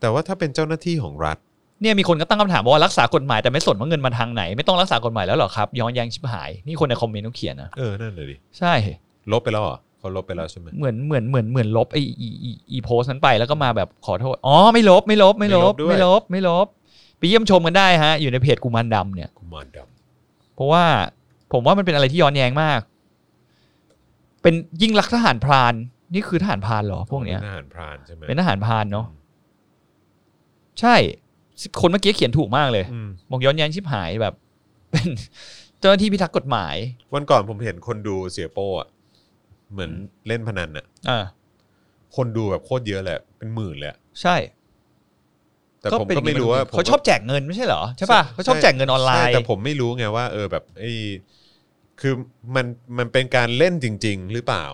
S1: แต่ว่าถ้าเป็นเจ้าหน้าที่ของรัฐ
S2: เนี่ยมีคนก็ตั้งคำถามว่ารักษากฎหมายแต่ไม่สนว่าเงินมาทางไหน ไม่ต้องรักษากฎหมายแล้วเหรอครับ ย้อนแย้งชิบหาย นี่คนในคอมเมนต์เขาเขียนนะ
S1: เออ นั่นเลยดิ
S2: ใช่
S1: ลบไปแล้วเหรอเขาลบไปแล้วใช่ไหม
S2: เหมือนเหมือนเหมือนเหมือนลบไออีอีอีโพสต์นั้นไปแล้วก็มาแบบขอโทษ อ๋อ ไม่ลบไม่ลบไม่ลบไม่ลบไม่ลบไปเยี่ยมชมกันได้ฮะ อยู่ในเพจกุมารดำเนี่ย
S1: กุมารด
S2: เพราะว่าผมว่ามันเป็นอะไรที่ย้อนแย้งมาก เป็นยิ่งรักทหารพราน นี่คือทหารพรานเหรอ
S1: ำ
S2: พวกเนี้ย
S1: ป็ทหารพรานใช่ไหม
S2: เป็นทหารพรานเนาะใช่คนเมื่อกี้เขียนถูกมากเลย
S1: อืม
S2: บอกย้อนแย้งชิบหายแบบ เป็นเจ้าหน้าที่พิทักษ์กฎหมาย
S1: วันก่อนผมเห็นคนดูเสียโป้อะเหมือนเล่นพนันอะ
S2: อ่า
S1: คนดูแบบโคตรเยอะเลยอะเป็นหมื่นเลยอะ
S2: ใช่
S1: แต่ผม
S2: เป็น
S1: ก็ไม่รู้ว่าผม
S2: เขาชอบแจกเงินไม่ใช่เหรอใช่ป่ะเขาชอบแจกเงินออนไล
S1: ใช่
S2: น์
S1: แต่ผมไม่รู้ไงว่าเออแบบไอ้คือมันมันเป็นการเล่นจริง ๆ หรือเปล่า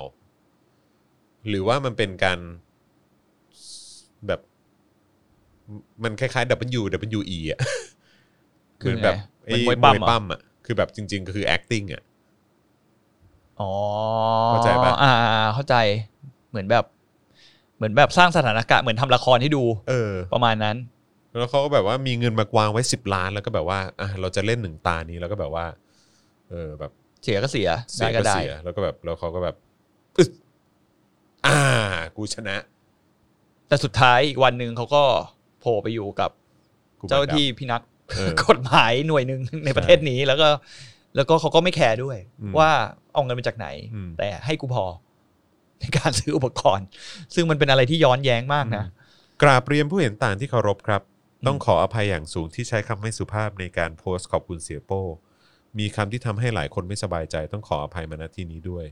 S1: หรือว่ามันเป็นการแบบมันคล้ายๆ W WE อ่ะเหมือนแบบ
S2: ไง
S1: ไอ้
S2: เห
S1: ม
S2: มื
S1: ว
S2: อย นมวยปั้มเหรอ
S1: ปั้มอ่ะคือแบบจริง ๆ ก็คือ acting อ่ะ
S2: อ๋อ
S1: เข้าใจปะ
S2: อ่าๆเข้าใจเหมือนแบบ เหมือนแบบสร้างสถานการณ์เหมือนทำละครให้ดู
S1: เออ
S2: ประมาณนั้น
S1: แล้วเขาก็แบบว่ามีเงินมากวางไว้ 10 ล้านแล้วก็แบบว่าอ่ะเราจะเล่นหนึ่งตานี้แล้วก็แบบว่า เออแบบ
S2: เสียก็เสีย
S1: เสี
S2: ได้
S1: ย
S2: ก็
S1: ก็
S2: ได้
S1: เสียแล้วก็แบบแล้วเขาก็แบบอึ๊ดอ่า กูชนะ
S2: แต่สุดท้ายอีกวันหนึ่งเขาก็โผล่ไปอยู่กับ
S1: กู
S2: เจ้าห
S1: ไม่
S2: น้า
S1: ได้
S2: ที่พินัก
S1: เออก
S2: ฎหมายหน่วยหนึ่งในประเทศนี้แล้วก็ แล้วก็เขาก็ไม่แคร์ด้วย
S1: อืม
S2: ว่าเอาเงินมาจากไหน
S1: อืม
S2: แต่ให้กูพอ ในการซื้ออุปกรณ์ ซึ่งมันเป็นอะไรที่ย้อนแย้งมากนะ
S1: กราบเรียนผู้เห็นต่างที่เคารพครับ ต้องขออภัยอย่างสูงที่ใช้คำไม่สุภาพในการโพสต์ขอบคุณเสียโป้ มีคำที่ทำให้หลายคนไม่สบายใจ ต้องขออภัยมาณที่นี้ด้วย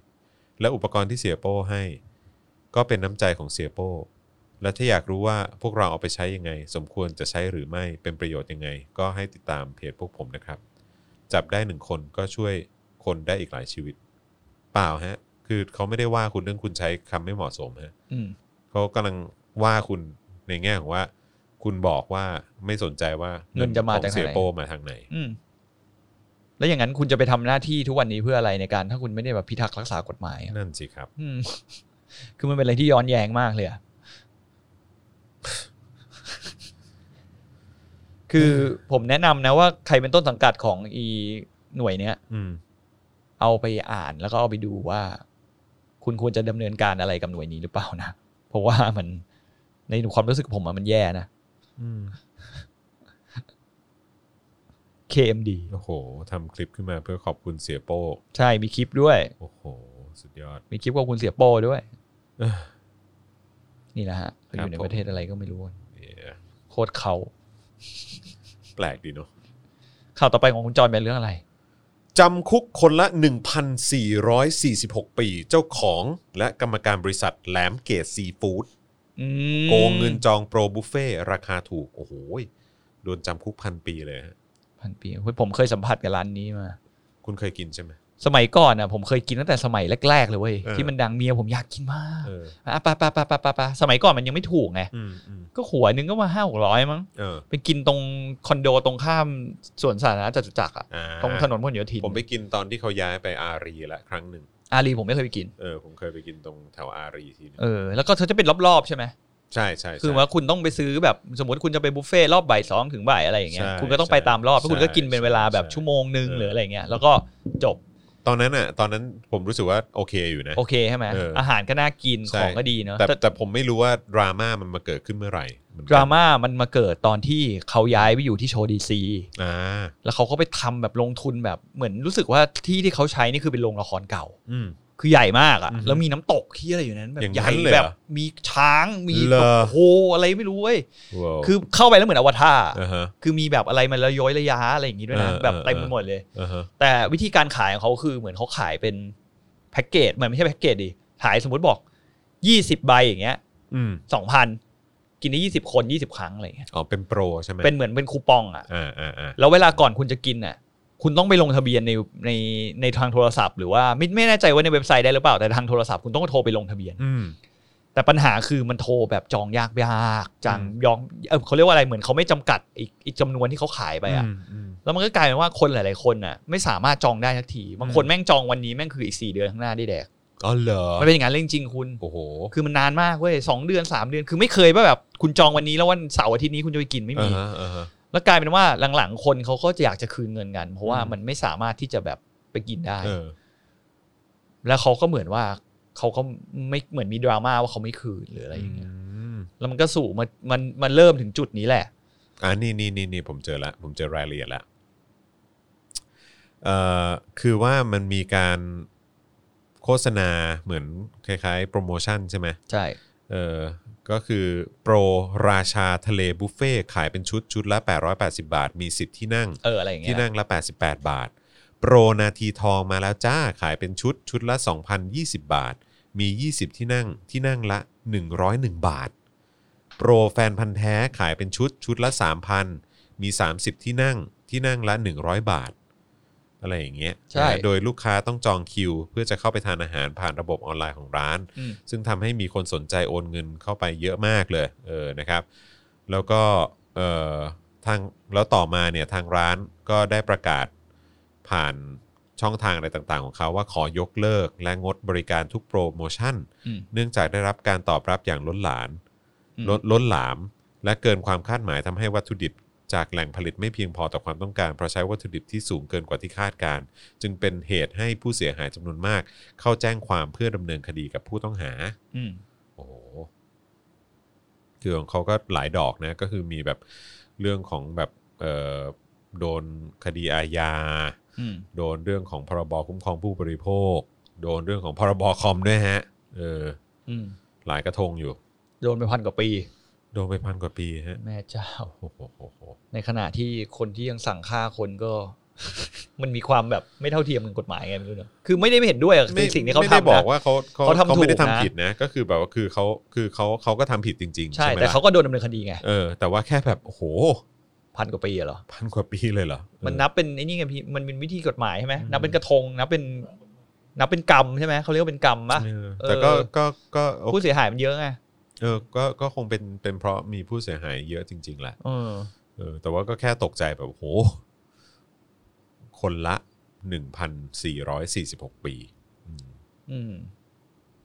S1: และอุปกรณ์ที่เสียโป้ให้ ก็เป็นน้ำใจของเสียโป้ และถ้าอยากรู้ว่าพวกเราเอาไปใช้ยังไง สมควรจะใช้หรือไม่เป็นประโยชน์ยังไง ก็ให้ติดตามเพจพวกผมนะครับ จับได้หนึ่งคนก็ช่วยคนได้อีกหลายชีวิต เปล่าฮะ คือเขาไม่ได้ว่าคุณเรื่องคุณใช้คำไม่เหมาะสมฮะ
S2: อืม
S1: เขากำลังว่าคุณในแง่ของว่า คุณบอกว่าไม่สนใจว่า
S2: เงินจะมา
S1: ของ
S2: จากไหน
S1: เสียโป้มาทางไหน
S2: อืม แล้วอย่างนั้นคุณจะไปทำหน้าที่ทุกวันนี้เพื่ออะไรในการ ถ้าคุณไม่ได้แบบพิทักษ์รักษากฎหมาย
S1: นั่นสิครับ
S2: อืม คือมันเป็นอะไรที่ย้อนแย้งมากเลยอะ คือผมแนะนำนะว่าใครเป็นต้นสังกัดของอีหน่วยเนี้ย
S1: อืม
S2: เอาไปอ่านแล้วก็เอาไปดูว่า คุณควรจะดำเนินการอะไรกับหน่วยนี้หรือเปล่านะ เพราะว่ามันในความรู้สึกผมอะมันแย่นะ
S1: อืม
S2: KMD
S1: โอ้โหทำคลิปขึ้นมาเพื่อขอบคุณเสียโป้
S2: ใช่มีคลิปด้วย
S1: โอ้โห สุดยอด
S2: มีคลิปของคุณเสียโป้ด้วย
S1: เอ้อ
S2: นี่แหละฮะเขาอ
S1: ครับ
S2: ยู่ใน
S1: ผม
S2: ประเทศอะไรก็ไม่รู้
S1: เอ่อ
S2: โคตรเขา
S1: แปลกดีเนาะ
S2: ข่าวต่อไปของคุณจอนเป็นเรื่องอะไร
S1: จำคุกคนละ 1,446 ปี เจ้าของและกรรมการบริษัทแหลมเกตซีฟู้ด
S2: อืม
S1: โกงเงินจองโปรบุฟเฟ่ต์ราคาถูก โอ้โหยโดนจำคุกพันปีเลยฮะ
S2: พันปีเฮ้ยผมเคยสัมผัสกับร้านนี้มา
S1: คุณเคยกินใช่ไหม
S2: สมัยก่อนอ่ะผมเคยกินตั้งแต่สมัยแรกๆเลยเว้ย
S1: เออ
S2: ที่มันดังเมียผมอยากกินมาก
S1: เออ
S2: อ่ะไปะปะปะปะปะปะสมัยก่อนมันยังไม่ถูกไง
S1: อืมอืม
S2: ก็หัวหนึงก็มาห้าหกร้อยมั้ง
S1: เออ
S2: ไปกินตรงคอนโดตรงข้ามสวนสาธารณะจตุจักรอ่ะ
S1: อ่า
S2: ตรงถนนพหลโยธิน
S1: ผมไปกินตอนที่เขาย้ายไปอารีละครั้งหนึ่ง
S2: อารีผมไม่เคยไปกิน
S1: เออผมเคยไปกินตรงแถวอารีทีหนึง
S2: เออแล้วก็เขาจะเป็นรอบๆใช่ไหม
S1: ใช่ใช่ใช่
S2: คือว่าคุณต้องไปซื้อแบบสมมติคุณจะไปบุฟเฟ่ต์รอบบ่ายสองถึงบ่ายอะไรอย่างเงี้ย
S1: ใช่
S2: คุณก็ต้องไปตามรอบแล้วคุณก็กินเป็นเวลาแบบ
S1: ใช่
S2: ชั่วโมงหนึง
S1: เออ
S2: หรืออะไรเงี้ยแล้วก็จบ
S1: ตอนนั้นอ่ะตอนนั้นผมรู้สึกว่าโอเคอยู่นะ
S2: โอเคใช่ไหม
S1: เอออ
S2: อาหารก็น่ากิน
S1: ใช่
S2: ของก็ดีเนาะ
S1: แต่
S2: แต่
S1: แต่ผมไม่รู้ว่าดราม่ามันมาเกิดขึ้นเมื่อไหร่เหอนกัน
S2: ดราม่ามันมาเกิดตอนที่เขาย้ายไปอยู่ที่โชว์ดีซี
S1: อ่า
S2: แล้วเขาก็ไปทำแบบลงทุนแบบเหมือนรู้สึกว่าที่ที่เขาใช้นี่คือเป็นโรงละครเก่า
S1: อืม
S2: คือใหญ่มากอะ
S1: อือฮึ
S2: แล้วมีน้ำตกที่อะไรอยู่นั้นแบบ
S1: อย่าง
S2: ให
S1: นั้
S2: ญ่
S1: นเลยเหรอ
S2: แบบมีช้างมี
S1: เหรอ
S2: โอ้โหอะไรไม่รู้เว้ย
S1: ว้าว
S2: คือเข้าไปแล้วเหมือนอวตาร
S1: อ่าฮะ
S2: คือมีแบบอะไรมาระย้อยระยะอะไรอย่างงี้ด้วยนะ
S1: เออ
S2: แบบ
S1: เออ
S2: เต็มไปหมดเลย
S1: อ่าฮะ
S2: แต่วิธีการขายของเขาคือเหมือนเขาขายเป็นแพ็กเกจเหมือนไม่ใช่แพ็กเกจดิขายสมมติบอก 20 ใบอย่างเงี้ย
S1: อืม
S2: สองพันกินได้20 คน 20 ครั้งอะไรอย่างเงี้ย
S1: อ๋อเป็นโปรใช่ไหม
S2: เป็นเหมือนเป็นคูปองอะ
S1: อ่าอ่าอ่า
S2: แล้วเวลาก่อนคุณจะกินน่ะ คุณต้องไปลงทะเบียนในในในทางโทรศัพท์หรือว่าไม่ไม่แน่ใจว่าในเว็บไซต์ได้หรือเปล่าแต่ทางโทรศัพท์คุณต้องโทรไปลงทะเบียน
S1: อืม
S2: แต่ปัญหาคือมันโทรแบบจองยากยากจัง
S1: อืม
S2: ยองเออเขาเรียกว่าอะไรเหมือนเขาไม่จำกัดอีกอีกจำนวนที่เขาขายไปอ่ะ
S1: อืมอืม
S2: แล้วมันก็กลายเป็นว่าคนหลาย ๆ คนน่ะ ไม่สามารถจองได้สักทีบางคน
S1: อืม
S2: แม่งจองวันนี้แม่งคืออีกสี่เดือนข้างหน้าได้แดก
S1: อ๋อเหรอ
S2: มันเป็นอย่างนั้นเรื่องจริงคุณ
S1: โอ้โห
S2: คือมันนานมากเว้ยสองเดือนสามเดือนคือไม่เคยว่าแบบคุณจองวันนี้แล้ววันเสาร์อาทิตย์นี้คุณจะไปกินไม่
S1: อ่า
S2: มี
S1: ฮะอ่าฮะ
S2: แล้วกลายเป็นว่าหลังๆ คนเขาก็จะอยากจะคืนเงินกัน เพราะว่า
S1: อืม
S2: มันไม่สามารถที่จะแบบไปกินได้
S1: เออ
S2: แล้วเขาก็เหมือนว่าเขาก็ไม่เหมือนมีดราม่าว่าเขาไม่คืนหรืออะไรอย่างเงี้ย
S1: ม
S2: แล้วมันก็สู่มันมันมันเริ่มถึงจุดนี้แหละ
S1: อ่านี่นี่นี่นี่ผมเจอละผมเจอรายละเอียดละเอ่อคือว่ามันมีการโฆษณาเหมือนคล้ายๆ โปรโมชั่นใช่ไหม
S2: ใช่
S1: เออก็คือโปรราชาทะเลบุฟเฟ่ต์ขายเป็นชุดชุดละ 880 บาท มี 10 ที่นั่ง
S2: เอออะไรอย่างเงี้
S1: ที่
S2: ย
S1: นั่งละ 88 บาท โปรนาทีทองมาแล้วจ้า ขายเป็นชุดชุดละ 2,020 บาท มี 20 ที่นั่งที่นั่งละ 101 บาท โปรแฟนพันธ์แท้ขายเป็นชุดชุดละ 3,000 มี 30 ที่นั่งที่นั่งละ 100 บาท อะไรอย่างเงี้ย
S3: ใช่
S1: นะโดยลูกค้าต้องจองคิว เพื่อจะเข้าไปทานอาหารผ่านระบบออนไลน์ของร้าน
S2: อืม
S1: ซึ่งทำให้มีคนสนใจโอนเงินเข้าไปเยอะมากเลยเออนะครับ แล้วก็เอ่อทางแล้วต่อมาเนี่ยทางร้านก็ได้ประกาศผ่านช่องทางอะไรต่างๆ ของเขาว่าขอยกเลิกและงดบริการทุกโปรโมชั่น
S2: อืม
S1: เนื่องจากได้รับการตอบรับอย่างล้นหลาน
S2: อืม
S1: ล้นล้นหลาม และเกินความคาดหมายทำให้วัตถุดิบจากแหล่งผลิตไม่เพียงพอต่อความต้องการ เพราะใช้วัตถุดิบที่สูงเกินกว่าที่คาดการ จึงเป็นเหตุให้ผู้เสียหายจำนวนมาก เข้าแจ้งความเพื่อดำเนินคดีกับผู้ต้องหา
S2: อืม
S1: โอ้โหคือของเขาก็หลายดอกนะ ก็คือมีแบบเรื่องของแบบเอ่อโดนคดีอาญา
S2: อืม
S1: โดนเรื่องของพรบคุ้มครองผู้บริโภค โดนเรื่องของพรบคอมด้วยฮะ เออ
S2: อืม
S1: หลายกระทงอยู่
S2: โดนไปพันกว่าปี
S1: โดนไปพันกว่าปีฮะ
S2: แม่เจ้า
S1: โอ้โหโหโห
S2: ในขณะที่คนที่ยังสั่งฆ่าคนก็ มันมีความแบบไม่เท่าเทียมกันกฎหมายไงไม่รู้เนอะคือไม่ได้ไม่เห็นด้วยกับสิ่งที่เขา
S1: ไม่
S2: ทำ
S1: ได้
S2: นะ
S1: บอกว่าเขาเขา
S2: เขาทำ
S1: เขาไม่ได้
S2: ถูกนะ
S1: ทำผิดนะ ก็คือแบบว่าคือเขาคือเขาเขาก็ทำผิดจริง ๆ
S2: ใช่
S1: ใช่ไหม
S2: แต่
S1: ล่ะ
S2: เขาก็โดนดำเนินคดีไง
S1: เออ แต่ว่าแค่แบบโอ้โห
S2: พันกว่าปีอะเหรอ
S1: พันกว่าปีเลยเหรอเออ
S2: มันนับเป็นไอ้นี่ไงพี่มันเป็นวิธีกฎหมายใช่ไหม
S1: อืม
S2: นับเป็นกระทงนับเป็นนับเป็นกรรมใช่ไหมเขาเรียกว่าเป็นกรรมปะ
S1: เออ
S2: เออ
S1: แต่ก็ก็ก็โอเค
S2: ผู้เสียหายมันเยอะไง
S1: เออ ก็ ก็คงเป็น เป็นเพราะมีผู้เสียหายเยอะจริง ๆ แหละ
S2: เออ
S1: เออ แต่ว่าก็แค่ตกใจแบบโอ้โห คนละ 1,446 ปี อืม
S2: อืม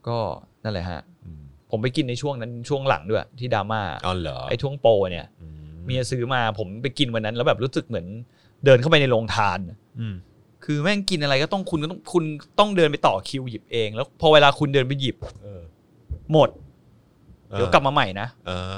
S2: ก็นั่นแหละฮะ
S1: อืม
S2: ผมไปกินในช่วงนั้นช่วงหลังด้วยที่ดราม่า
S1: อ๋อเหรอ
S2: ไอ้ช่วงโปรเนี่ย
S1: อื
S2: เมียซื้อมาผมไปกินวันนั้น แล้วแบบรู้สึกเหมือน เดินเข้าไปในโรงทาน
S1: อืม
S2: คือแม่งกินอะไรก็ต้องคุณก็ต้องคุณต้องเดินไปต่อคิวหยิบเอง แล้วพอเวลาคุณเดินไปหยิบ
S1: เออ
S2: หมดเดี๋ยวกลับมาใหม่นะ
S1: เออ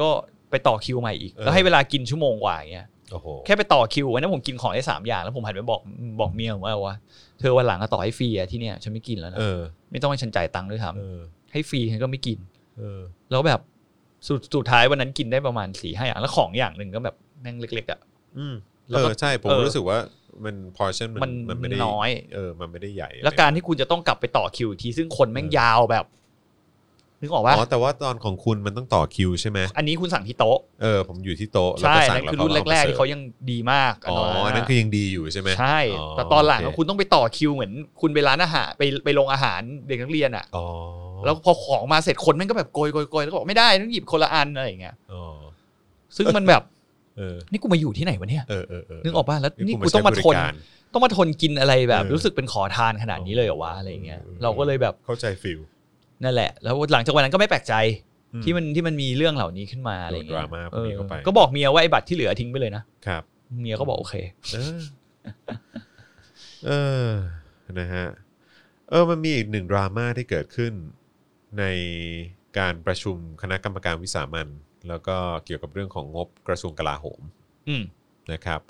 S2: ก็ไปต่อคิวใหม่อีก
S1: เออ
S2: แล้วให้เวลากินชั่วโมงกว่าอย่างเงี้ย
S1: โอ้โห
S2: แค่ไปต่อคิววันนั้นผมกินของได้สามอย่างแล้วผมหันไปบอกบอกเมียผมว่าว่าเธอวันหลังก็ต่อให้ฟรีอะที่เนี่ยฉันไม่กินแล้วนะ
S1: เออ
S2: ไม่ต้องให้ฉันจ่ายตังค์ด้วยครับ
S1: เออ
S2: ให้ฟรีฉันก็ไม่กิน
S1: เออ
S2: แล้วแบบสุดสุดท้ายวันนั้นกินได้ประมาณสี่ห้าอย่างแล้วของอย่างหนึ่งก็แบบแม่งเล็กๆอ่ะ
S1: อืม
S2: แล้
S1: เอ
S2: วก็
S1: อใช่ผม
S2: เออ
S1: รู้สึกว่ามัน portion มัน
S2: มัน
S1: มันไม่ได้
S2: น้อย
S1: เออ มันไม่ได้ใหญ่
S2: แล้วการที่คุณจะต้องกลับไปต่อคิวอีกทีซึ่งคนแม่งยาวแบบนึกออก
S1: อ๋
S2: ว่า
S1: อแต่ว่าตอนของคุณมันต้องต่อคิวใช่ไหม
S2: อันนี้คุณสั่งที่โต๊ะ
S1: เออผมอยู่ที่โต๊ะแล้ว
S2: ใช่
S1: ก็สั่ง
S2: นั่น
S1: แล้ว
S2: คือรุ่นแรก ๆ ที่เขายังดีมาก
S1: อ๋ออันนั้นคือยังดีอยู่ใช่ไหม
S2: ใช่
S1: อ
S2: แต่ตอนหลัง
S1: โเ
S2: อะคุณต้องไปต่อคิวเหมือน คุณไปร้านอาหารไปไปโรงอาหารเด็กนักเรียนอ่ะ
S1: อ๋อ
S2: แล้วพอของมาเสร็จคนแม่งก็แบบโกยโกยโกยแล้วก็บอกไม่ได้ต้องหยิบคนละอันอะไรอย่างเงี้ย
S1: อ๋อ
S2: ซึ่งมันแบบ
S1: เออ
S2: นี่กูมาอยู่ที่ไหนวะเนี่ย
S1: เออเออเออ
S2: นึกออกป่ะแล้วนี่
S1: เ
S2: กูต้องมา
S1: ใช้
S2: ท
S1: บ
S2: น
S1: ริกร
S2: ต้องมาทนกินอะไรแบบ
S1: เออ
S2: รู้สึกเป็นขอทานขนาดนี้เลยเหรอวะอะไรอย่างเงี้ย
S1: เออ
S2: เราก็เลยแบบ
S1: เข้าใจฟิล
S2: นั่นแหละ แล้วหลังจากวันนั้นก็ไม่แปลกใจ
S1: อื
S2: ที่มันที่มันมีเรื่องเหล่านี้ขึ้นมาอะไรอย่างเงี้
S1: โดน
S2: ย
S1: ดราม่าพ
S2: เอ
S1: วกนี้
S2: อ
S1: เข้าไป
S2: ก็บอกเมียว่าไอ้บัตรที่เหลือทิ้งไปเลยนะครับ เมียก็บอกโอเค
S1: เออ เออ นะฮะ เออ มันมีอีกหนึ่งดราม่าที่เกิดขึ้นในการประชุมคณะกรรมการวิสามันแล้วก็เกี่ยวกับเรื่องของงบกระทรวงกลาโหม
S2: อืม
S1: นะครับ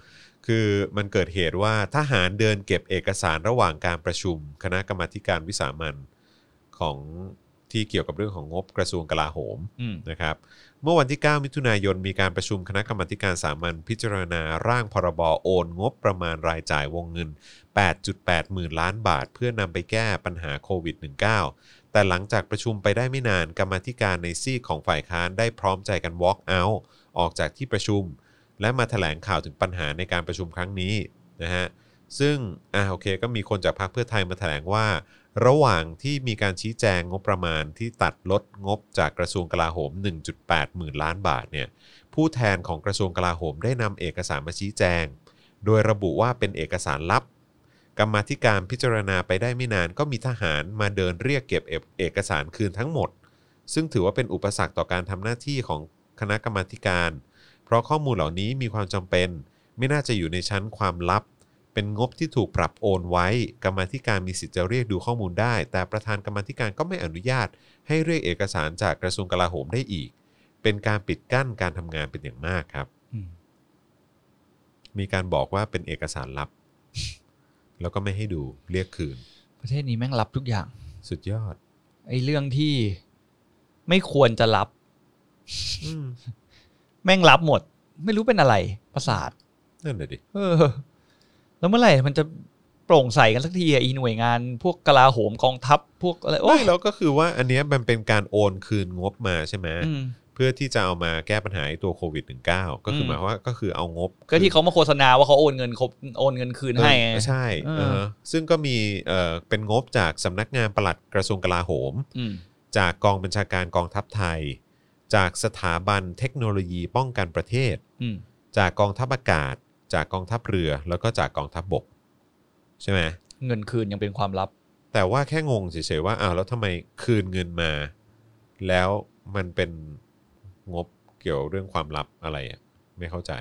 S1: คือมันเกิดเหตุว่าทหารเดินเก็บเอกสารระหว่างการประชุม คณะกรรมาธิการวิสามันของที่เกี่ยวกับเรื่องของงบกระทรวงกลาโหม
S2: อืม
S1: นะครับเมื่อวันที่ 9 มิถุนายน มีการประชุมคณะกรรมาธิการสามัญพิจารณาร่างพรบโอนงบประมาณรายจ่ายวงเงิน 8.8 หมื่นล้านบาท เพื่อนำไปแก้ปัญหาโควิด -19 แต่หลังจากประชุมไปได้ไม่นานกรรมาธิการในซีกของฝ่ายค้านได้พร้อมใจกัน walk out ออกจากที่ประชุม และมาแถลงข่าวถึงปัญหาในการประชุมครั้งนี้นะฮะซึ่งอ่าโอเค ก็มีคนจากพรรคเพื่อไทยมาแถลงว่า ระหว่างที่มีการชี้แจงงบประมาณที่ตัดลดงบจากกระทรวงกลาโหม 1.8 หมื่นล้านบาทเนี่ยผู้แทนของกระทรวงกลาโหมได้นำเอกสารมาชี้แจง โดยระบุว่าเป็นเอกสารลับ กรรมาธิการพิจารณาไปได้ไม่นานก็มีทหารมาเดินเรียกเก็บเอกสารคืนทั้งหมด ซึ่งถือว่าเป็นอุปสรรคต่อการทำหน้าที่ของคณะกรรมาธิการ เพราะข้อมูลเหล่านี้มีความจำเป็น ไม่น่าจะอยู่ในชั้นความลับ เป็นงบที่ถูกปรับโอนไว้ กรรมาธิการมีสิทธิ์จะเรียกดูข้อมูลได้ แต่ประธานกรรมาธิการก็ไม่อนุญาต ให้เรียกเอกสารจากกระทรวงกลาโหมได้อีก เป็นการปิดกั้นการทำงานเป็นอย่างมากครับ
S2: อืม
S1: มีการบอกว่าเป็นเอกสารลับ แล้วก็ไม่ให้ดูเรียกคืน
S2: ประเทศนี้แม่งรับทุกอย่าง
S1: สุดยอด
S2: ไอ้เรื่องที่ไม่ควรจะรับ
S1: อืม
S2: แม่งรับหมด ไม่รู้เป็นอะไรประสาท
S1: นั่นแหละดิ
S2: เออ แล้วเมื่อไหร่มันจะโปร่งใสกันสักทีอะอีหน่วยงาน พวกกลาโหมกองทัพพวกอะไรโอ้
S1: ไม่
S2: ย
S1: แล้วก็คือว่าอันเนี้ยมันเป็นการโอนคืนงบมาใช่ไหม
S2: อืม
S1: เพื่อที่จะเอามาแก้ปัญหาไอ้ตัวโควิด -19 ก็คือ
S2: ม
S1: หมายความว่าก็คือเอางบ
S2: ก็ที่เขามาโฆษณาว่าเขาโอนเงินครบโอนเงินคืนให้ไง
S1: เออใช่
S2: เออ
S1: เออซึ่งก็มีเอ่อเป็นงบจากสำนักงานปลัดกระทรวงกลาโหม
S2: อืม
S1: จากกองบัญชาการกองทัพไทย จากสถาบันเทคโนโลยีป้องกันประเทศ
S2: อืม
S1: จากกองทัพอากาศ จากกองทัพเรือ แล้วก็จากกองทัพบก ใช่ไหม
S2: เงินคืนยังเป็นความลับ
S1: แต่ว่าแค่งงเฉยๆว่าอ้าวแล้วทำไมคืนเงินมา แล้วมันเป็นงบเกี่ยวเรื่องความลับอะไรอ่ะไม่เข้าใจ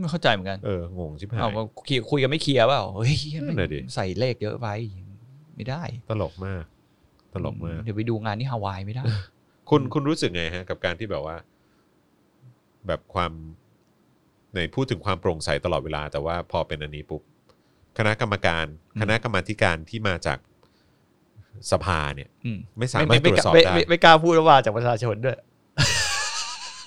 S2: ไม่เข้าใจเหมือนกัน
S1: เอองงชิบหาย
S2: เอาว่าเคลียร์คุยกันไม่เคลียร์เปล่าเฮ้ย
S1: นั่นน่ะดิ
S2: ใส่เลขเยอะไปไม่ได้
S1: ตลกมากตลกมาก
S2: เดี๋ยวไปดูงานที่ฮาวายไม่ได้
S1: คุณคุณรู้สึกไงฮะ กับการที่แบบว่า แบบความในพูดถึงความโปร่งใสตลอดเวลา แต่ว่าพอเป็นอันนี้ปุ๊บคณะกรรมการ คณะกรรมาธิการที่มาจากสภาเนี่ย
S2: อืม
S1: ไม่สามารถตรวจสอบ
S2: ไม่
S1: ได้
S2: ไม่ไม่ไม่กล้าพูดว่าจากประชาชนด้วย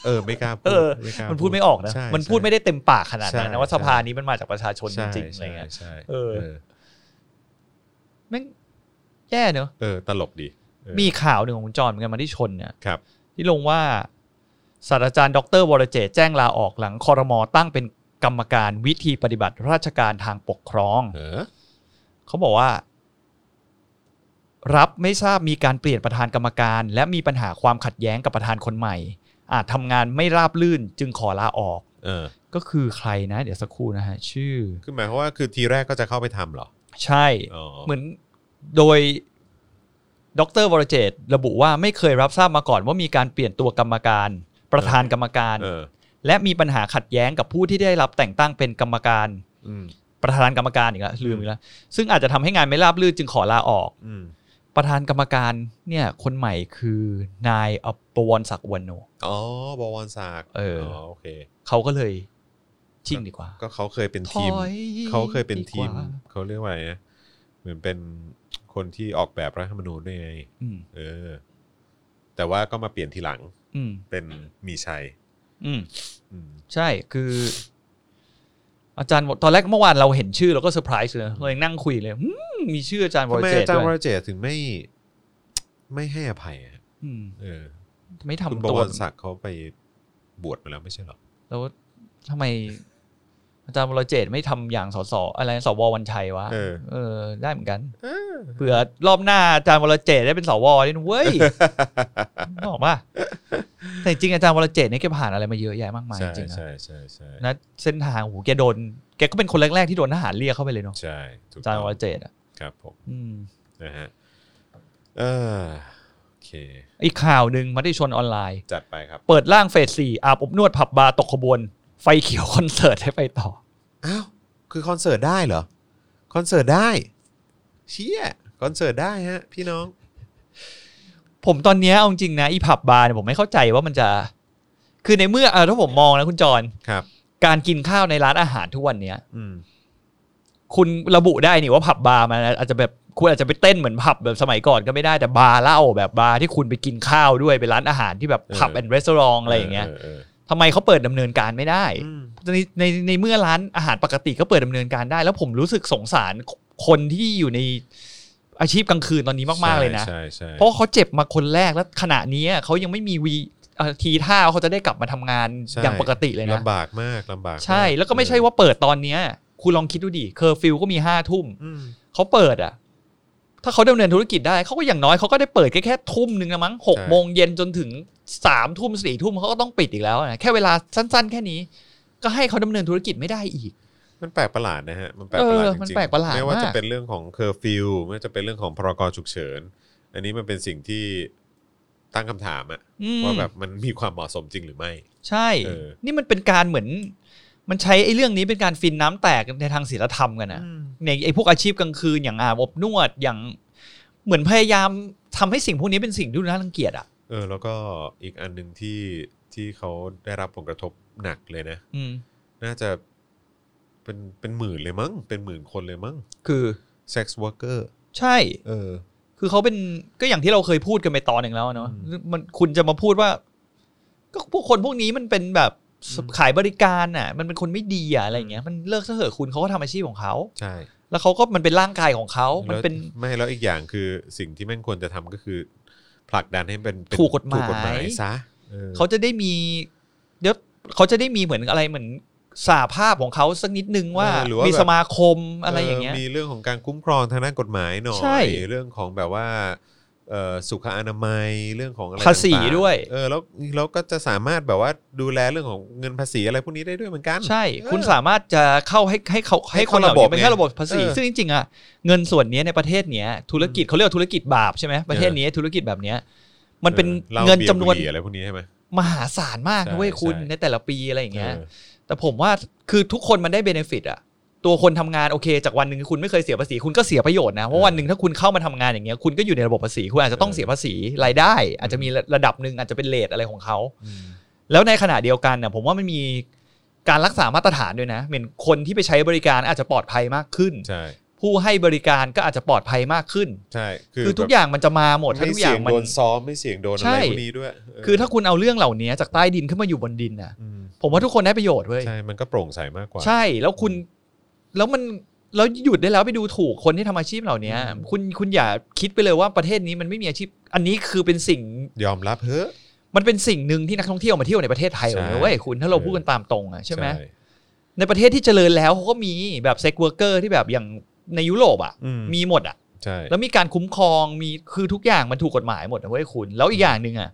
S1: เออไม่กล้าพู
S2: เอ
S1: ด
S2: อ
S1: ไม่กล้า
S2: มันพูดไม่ออกนะ
S1: ใช่
S2: มันพูดไม่ได้เต็มปากขนาดนั้น
S1: ใช่
S2: นะว่าสภานี้มันมาจากประชาชน
S1: ใช่
S2: จริงๆอะไรเงี้ย
S1: ใช่
S2: เอ
S1: เอ
S2: อ
S1: อ
S2: แม่งแย่เนอะ
S1: เออ ตลกดีเออ
S2: มีข่าวหนึ่งของคุณจอห์นเหมือนกันมาที่ชนเนี่ย
S1: ครับ
S2: ที่ลงว่าศาสตราจารย์ดรวรเจตน์แจ้งลาออกหลังคอรมอตั้งเป็นกรรมการวิธีปฏิบัติราชการทางปกครอง
S1: เออ
S2: เขาบอกว่า รับไม่ทราบมีการเปลี่ยนประธานกรรมการ และมีปัญหาความขัดแย้งกับประธานคนใหม่ อาจทำงานไม่ราบลื่นจึงขอลาออก
S1: เออ
S2: ก็คือใครนะ เดี๋ยวสักครู่นะฮะ ชื่อ
S1: คือหมายความว่าคือทีแรกก็จะเข้าไปทำเหรอ
S2: ใช่
S1: อ๋อ
S2: เหมือนโดยดรวรเจตน์ระบุว่าไม่เคยรับทราบมาก่อนว่ามีการเปลี่ยนตัวกรรมการ ประธานกรรมการ
S1: เออ
S2: และมีปัญหาขัดแย้งกับผู้ที่ได้รับแต่งตั้งเป็นกรรมการ
S1: อืม
S2: ประธานกรรมการอีกแล้วลืมอีกแล้วซึ่งอาจจะทำให้งานไม่ราบรื่นจึงขอลาออก
S1: อืม
S2: ประธานกรรมการเนี่ยคนใหม่คือนายอปวรศักดิ์อวันโน
S1: อ๋อบวรศักดิ์
S2: เอออ๋
S1: อโอเค
S2: เขาก็เลยชิ่งดีกว่า
S1: ก็เขาเคยเป็นทีม
S2: ถอย
S1: เขาเคยเป็นทีม
S2: ดีกว่า
S1: เขาเรียกว่าอะไรนะเหมือนเป็นคนที่ออกแบบรัฐธรรมนูญด้วยไง
S2: อืม
S1: เออ แต่ แต่ว่าก็มาเปลี่ยนทีหลัง
S2: อืม
S1: เป็นมีชัย
S2: อืม
S1: อืม
S2: ใช่คือ อาจารย์ตอนแรกเมื่อวานเราเห็นชื่อเราก็เซอร์ไพรส์เลยนะเรายังนั่งคุยเลยอืมมีชื่ออาจารย์ว
S1: ทำ
S2: ร
S1: ไม
S2: เจต
S1: อาจารย์ว
S2: ด้วย
S1: รเจตน์ถึงไม่ไม่ให้อภัยอะ
S2: อืม
S1: เออ
S2: ไม่
S1: คุณ
S2: ทำ
S1: บ
S2: ตัว
S1: วรศักดิ์เขาไปบวชมาแล้วไม่ใช่เห รอ
S2: แล้วทำไม อาจารย์วรเจตไม่ทำอย่างสสอะไรสววันชัยวะ
S1: เออ
S2: เออ ได้เหมือนกัน
S1: เออ
S2: เผื่อรอบหน้าอาจารย์วรเจตได้เป็นสวด้วยนะเว้ย บอกว่าแต่จริงอาจารย์วรเจตเนี่ยแกผ่านอะไรมาเยอะแยะมากมายจ
S1: ใช่
S2: ริงๆนะ
S1: ใช่ใช่ใช่
S2: นะเส้นทางโอ้โหแกโดนแกก็เป็นคนแรกๆที่โดนทหารเรียกเข้าไปเลยเนาะ
S1: ใช่ถูก
S2: อา
S1: ต้
S2: จารย์
S1: อง
S2: วรเจตอ่ะ
S1: ครับผม
S2: อืม
S1: นะฮะเออโอเค
S2: อีกข่าวหนึ่งมติชนออนไลน์
S1: จัดไปครับ
S2: เปิดร่างเฟสสี่อาบอบนวดผับบาร์ตกขบวน ไฟเขียวคอนเสิร์ตให้ไปต่อ
S1: อ้าว คือคอนเสิร์ตได้เหรอ คอนเสิร์ตได้ เชี่ยคอนเสิร์ตได้ฮะ พี่น้อง
S2: ผมตอนเนี้ยเอาจริงนะ อีผับบาร์เนี่ยผมไม่เข้าใจว่ามันจะ คือในเมื่อเออถ้าผมมองนะคุณจร
S1: ครับ
S2: การกินข้าวในร้านอาหารทุกวันเนี้ย
S1: อืม
S2: คุณระบุได้นี่ว่าผับบาร์มันอาจจะแบบคุณอาจจะไปเต้นเหมือนผับแบบสมัยก่อนก็ไม่ได้แต่บาร์เหล้าแบบบาร์ที่คุณไปกินข้าวด้วยเป็นร้านอาหารที่แบบผับ
S1: เออ
S2: แอนด์รีสอร์ทอะไรอย่างเงี้ยทำไมเขาเปิดดำเนินการไม่ได้ ในในในเมื่อร้านอาหารปกติก็เปิดดำเนินการได้ แล้วผมรู้สึกสงสารคนที่อยู่ในอาชีพกลางคืนตอนนี้มาก ๆ เลยนะ
S1: ใช่ใช่
S2: เพราะเขาเจ็บมาคนแรกแล้วขณะนี้เขายังไม่มีวีเอ่อทีท่าว่าเขาจะได้กลับมาทำงานอย่างปกติเลยนะ
S1: ลำบากมากลำบาก
S2: ใช่แล้วก็ไม่ใช่ว่าเปิดตอนเนี้ยคุณลองคิดดูดิเคอร์ฟิวก็มีห้าทุ่ม
S1: อืม
S2: เขาเปิดอ่ะ ถ้าเขาดำเนินธุรกิจได้เขาก็อย่างน้อยเขาก็ได้เปิดแค่แค่ทุ่มหนึ่งนะมั้งหกโมงเย็นจนถึงสามทุ่มสี่ทุ่มเขาก็ต้องปิดอีกแล้วนะแค่เวลาสั้น ๆ แค่นี้ ก็ให้เขาดำเนินธุรกิจไม่ได้อีก
S1: มันแปลกประหลาดนะฮะ มันแปลกประหลาด
S2: เอ
S1: จ
S2: อมัน
S1: ริง
S2: แปลกประหลาด
S1: ไม่ว่าจะ
S2: มาก
S1: เป็นเรื่องของเคอร์ฟิวไม่ว่าจะเป็นเรื่องของพรกฉุกเฉิน อันนี้มันเป็นสิ่งที่ตั้งคำถามอะ
S2: อืม
S1: ว่าแบบมันมีความเหมาะสมจริงหรือไม่
S2: ใช่
S1: เออ
S2: นี่มันเป็นการเหมือน มันใช้ไอ้เรื่องนี้เป็นการฟินน้ำแตกในทางศิลธรรมกันนะในไอ้พวกอาชีพกลางคืนอย่างอาบอบนวดอย่าง เหมือนพยายามทำให้สิ่งพวกนี้เป็นสิ่งที่น่ารังเกียจอ่ะ
S1: เออ แล้วก็อีกอันหนึ่งที่ที่เขาได้รับผลกระทบหนักเลยนะ
S2: อืม
S1: น่าจะเป็นเป็นหมื่นเลยมั้ง เป็นหมื่นคนเลยมั้ง
S2: คือ
S1: sex worker
S2: ใช่
S1: เออ
S2: คือเขาเป็นก็อย่างที่เราเคยพูดกันไปตอนหนึ่งแล้วเนาะ
S1: อืม
S2: มันคุณจะมาพูดว่า ก็พวกคนพวกนี้มันเป็นแบบ
S1: อืม
S2: ขายบริการน่ะ มันเป็นคนไม่ดีอ่ะอะไรอย่างเงี้ย มันเลิกซะเถอะคุณเขาก็ทำอาชีพของเขา
S1: ใช่
S2: แล้วเขาก็มันเป็นร่างกายของเขา มัน
S1: แล้ว
S2: เป็น
S1: ไม่แล้วอีกอย่างคือสิ่งที่แม่งควรจะทำก็คือ ผลักดันให้เป็นเป็น
S2: ถูกกฎหมาย
S1: ถูกกฎหมายซะออ
S2: เขาจะได้มี เดี๋ยวเขาจะได้มีเหมือนอะไรเหมือนสาภาพของเขาสักนิดนึงว่า
S1: เออหรือว่า
S2: มี
S1: แบบ
S2: สมาคมอะไรอย่างเงี้ย
S1: มีเรื่องของการคุ้มครองทางด้านกฎหมายหน่อย
S2: ใช่
S1: เรื่องของแบบว่าเอ่อสุขอนามัยเรื่องของอะไร
S2: ภาษี
S1: ต่งๆ
S2: ด้วย
S1: เออแล้วเราก็จะสามารถแบบว่าดูแลเรื่องของเงินภาษีอะไรพวกนี้ได้ด้วยเหมือนกัน
S2: ใช่
S1: เออ
S2: คุณสามารถจะเข้าให้ให้เขา
S1: ให้
S2: ให้
S1: เข้า
S2: คนเหล่า
S1: ระบบ
S2: นี้เป็นแค่
S1: ไง
S2: ระบบภาษี
S1: เออ
S2: ซึ่งจริงๆอะเงินส่วนเนี้ยในประเทศเนี้ยธุรกิจเขาเรียกว่าธุรกิจบาปใช่ไหมประเทศนี้ธุรกิจแบบเนี้ยมันเป็น
S1: ออหล้า
S2: เงิน
S1: บียร์
S2: จำนวน
S1: บุหรี่อะไรพวกนี้ใช่ไหม
S2: มหาศาลมาก
S1: ใช่
S2: นะเว้ยคุณ
S1: ใช่
S2: ในแต่ละปีอะไรอย่างเงี้ย
S1: เออ
S2: แต่ผมว่าคือทุกคนมันได้เบนฟิตอะตัวคนทำงานโอเค จากวันหนึ่งคุณไม่เคยเสียภาษีคุณก็เสียประโยชน์นะเพราะวันหนึ่งถ้าคุณเข้ามาทำงานอย่างเงี้ยคุณก็อยู่ในระบบภาษีคุณอาจจะต้องเสียภาษีรายได้ อาจจะมีระดับหนึ่งอาจจะเป็นเลทอะไรของเขา
S1: อืม
S2: แล้วในขณะเดียวกันเนี่ยผมว่ามันมีการรักษามาตรฐานด้วยนะเหมือนคนที่ไปใช้บริการอาจจะปลอดภัยมากขึ้น
S1: ใช่
S2: ผู้ให้บริการก็อาจจะปลอดภัยมากขึ้น
S1: ใช่
S2: คือทุกอย่างมันจะมาหมดถ้า
S1: ไม่
S2: ทุกอ
S1: เสี่
S2: ย่าย ง
S1: ง
S2: มัน
S1: โดนซ้อมไม่เสี่ยงโดนอะ
S2: ใช่
S1: ไรพวกนี้ด้วยเ
S2: คือถ้าคุณเอาเรื่องเหล่านี้จากใต้ดินขึ้นมาอยู่บนดินนะ
S1: อืม
S2: ผมว่าทุกคนได้ประโยชน์เว้ย
S1: ใช่ มันก็โปร่งใสมากกว่า
S2: ใช่แล้วคุณ แล้วมันแล้วหยุดได้แล้วไปดูถูกคนที่ทำอาชีพเหล่านี้
S1: อืม
S2: คุณคุณอย่าคิดไปเลยว่าประเทศนี้มันไม่มีอาชีพ อันนี้คือเป็นสิ่ง
S1: ยอมรับเฮ้อะ
S2: มันเป็นสิ่งหนึ่งที่นักท่องเที่ยวมาเที่ยวในประเทศไทย
S1: ใช่
S2: เลยเว้ยคุณถ้าเราพูดกันตามตรงอะใช่ไหม
S1: ใช่
S2: ในประเทศที่เจริญแล้วเขาก็มีแบบเซ็กเวอร์เกอร์ที่แบบอย่างในยุโรปอ่ะ
S1: อืม
S2: มีหมดอ่ะ
S1: ใช่
S2: แล้วมีการคุ้มครองมีคือทุกอย่างมันถูกกฎหมายหมดนะเว้ยคุณ แล้วอีกอย่างหนึ่งอ่ะ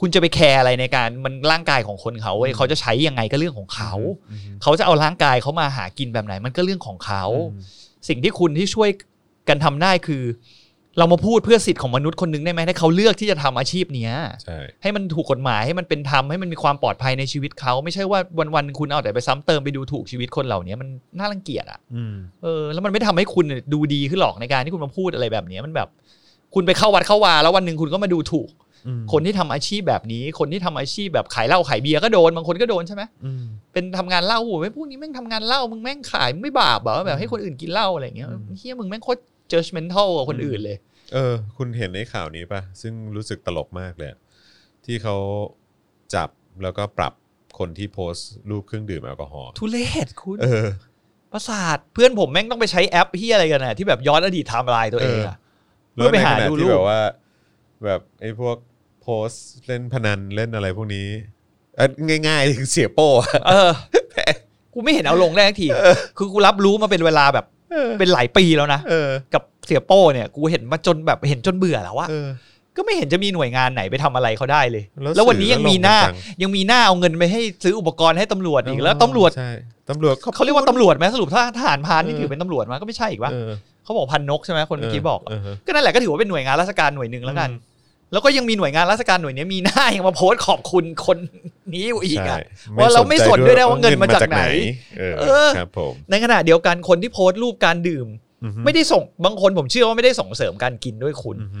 S2: คุณจะไปแคร์อะไรในการมันร่างกายของคนเขาเว้ยเขาจะใช้ยังไงก็เรื่องของเขา
S1: อืม
S2: เขาจะเอาร่างกายเขามาหากินแบบไหนมันก็เรื่องของเขา
S1: อืม
S2: สิ่งที่คุณที่ช่วยกันทำได้คือ เรามาพูดเพื่อสิทธิ์ของมนุษย์คนหนึงได้ไหมให้เขาเลือกที่จะทำอาชีพเนี้ย
S1: ใช่
S2: ให้มันถูกกฎหมายให้มันเป็นธรรมให้มันมีความปลอดภัยในชีวิตเขา ไม่ใช่ว่าวันๆคุณเอาแต่ไปซ้ำเติมไปดูถูกชีวิตคนเหล่านี้มันน่ารังเกียจอ่ะ
S1: อืม
S2: เออแล้วมันไม่ทำให้คุณดูดีขึ้นหรอกในการที่คุณมาพูดอะไรแบบนี้มันแบบ คุณไปเข้าวัดเข้าวาแล้ววันหนึ่งคุณก็มาดูถูก
S1: อืม
S2: คนที่ทำอาชีพแบบนี้ คนที่ทำอาชีพแบบขายเหล้าขายเบียร์ก็โดนบางคนก็โดนใช่ไหม
S1: อืม
S2: เป็นทำงานเหล้าโอ้โหพวกนี้แม่งทำงานเหล้ามึงแม่งขายมึงไม่บาปเหรอแบบให้คนอื่นกินเหล้าอะไรอย่างเงี้ย
S1: อืม
S2: เฮียมึงแม่งโคตร judgmental กับคนอื่นเลย
S1: เออ คุณเห็นในข่าวนี้ปะซึ่งรู้สึกตลกมากเลยอะ ที่เขาจับแล้วก็ปรับคนที่โพสต์รูปเครื่องดื่มแอลกอฮอล์
S2: ทุเลศคุณ
S1: เออ
S2: ประสาทเพื่อนผมแม่งต้องไปใช้แอปเฮียอะไรกันน่ะที่แบบย้อนอดีตไทม์ไลน์ตัวเองอะ เพื่
S1: แล้ว
S2: อไป
S1: ในข
S2: หา
S1: ณะ
S2: ดู
S1: ที่
S2: รูป
S1: แบบว่า แบบไอ้พวกโพสต์เล่นพนันเล่นอะไรพวกนี้เอ่อง่ายๆ คือเสียโป้อะ
S2: เออ กูไม่เห็นเอาลงได้ทักที คือกูรับรู้มาเป็นเวลาแบบ
S1: เออ
S2: เป็นหลายปีแล้วนะ
S1: เออ
S2: กับเสียโป้เนี่ย กูเห็นมาจนแบบเห็นจนเบื่อแล้วว่า
S1: เออ
S2: ก็ไม่เห็นจะมีหน่วยงานไหนไปทำอะไรเขาได้เลย
S1: แล้ว
S2: แล้ววันนี้ยังมีหน้า
S1: สื่อก็ลงกันจัง
S2: ยังมีหน้าเอาเงินไปให้ซื้ออุปกรณ์ให้ตำรวจอีกแล้วตำรวจ
S1: ใช่ตำรวจเขา
S2: เขาเรียกว่าตำรวจไหมสรุปถ้าทหารพรานนี่
S1: เออ
S2: ถือเป็นตำรวจไหมาก็ไม่ใช่อีกวะ
S1: เออ
S2: เขาบอกพันนกใช่ไหมคนเมื่อกี้บอก
S1: เเ
S2: ก็นั่นแหละก็ถือว่าเป็นหน่วยงานราชการหน่วยหนึ่งแล้วกัน
S1: อืม
S2: แล้วก็ยังมีหน่วยงานราชการหน่วยเนี้ยมีหน้ายังมาโพสต์ขอบคุณคนนี้อยู่อีก
S1: ใช่
S2: อ่ะ ว่าเราไม่สนด้วยนะว่าเงินมาจากไหน
S1: เออ
S2: เออ
S1: ครับผม
S2: ในขณะเดียวกันคนที่โพสต์รูปการดื่ม
S1: อือฮึ
S2: ไม่ได้ส่งบางคนผมเชื่อว่าไม่ได้ส่งเสริมการกินด้วยคุณ
S1: อือฮึ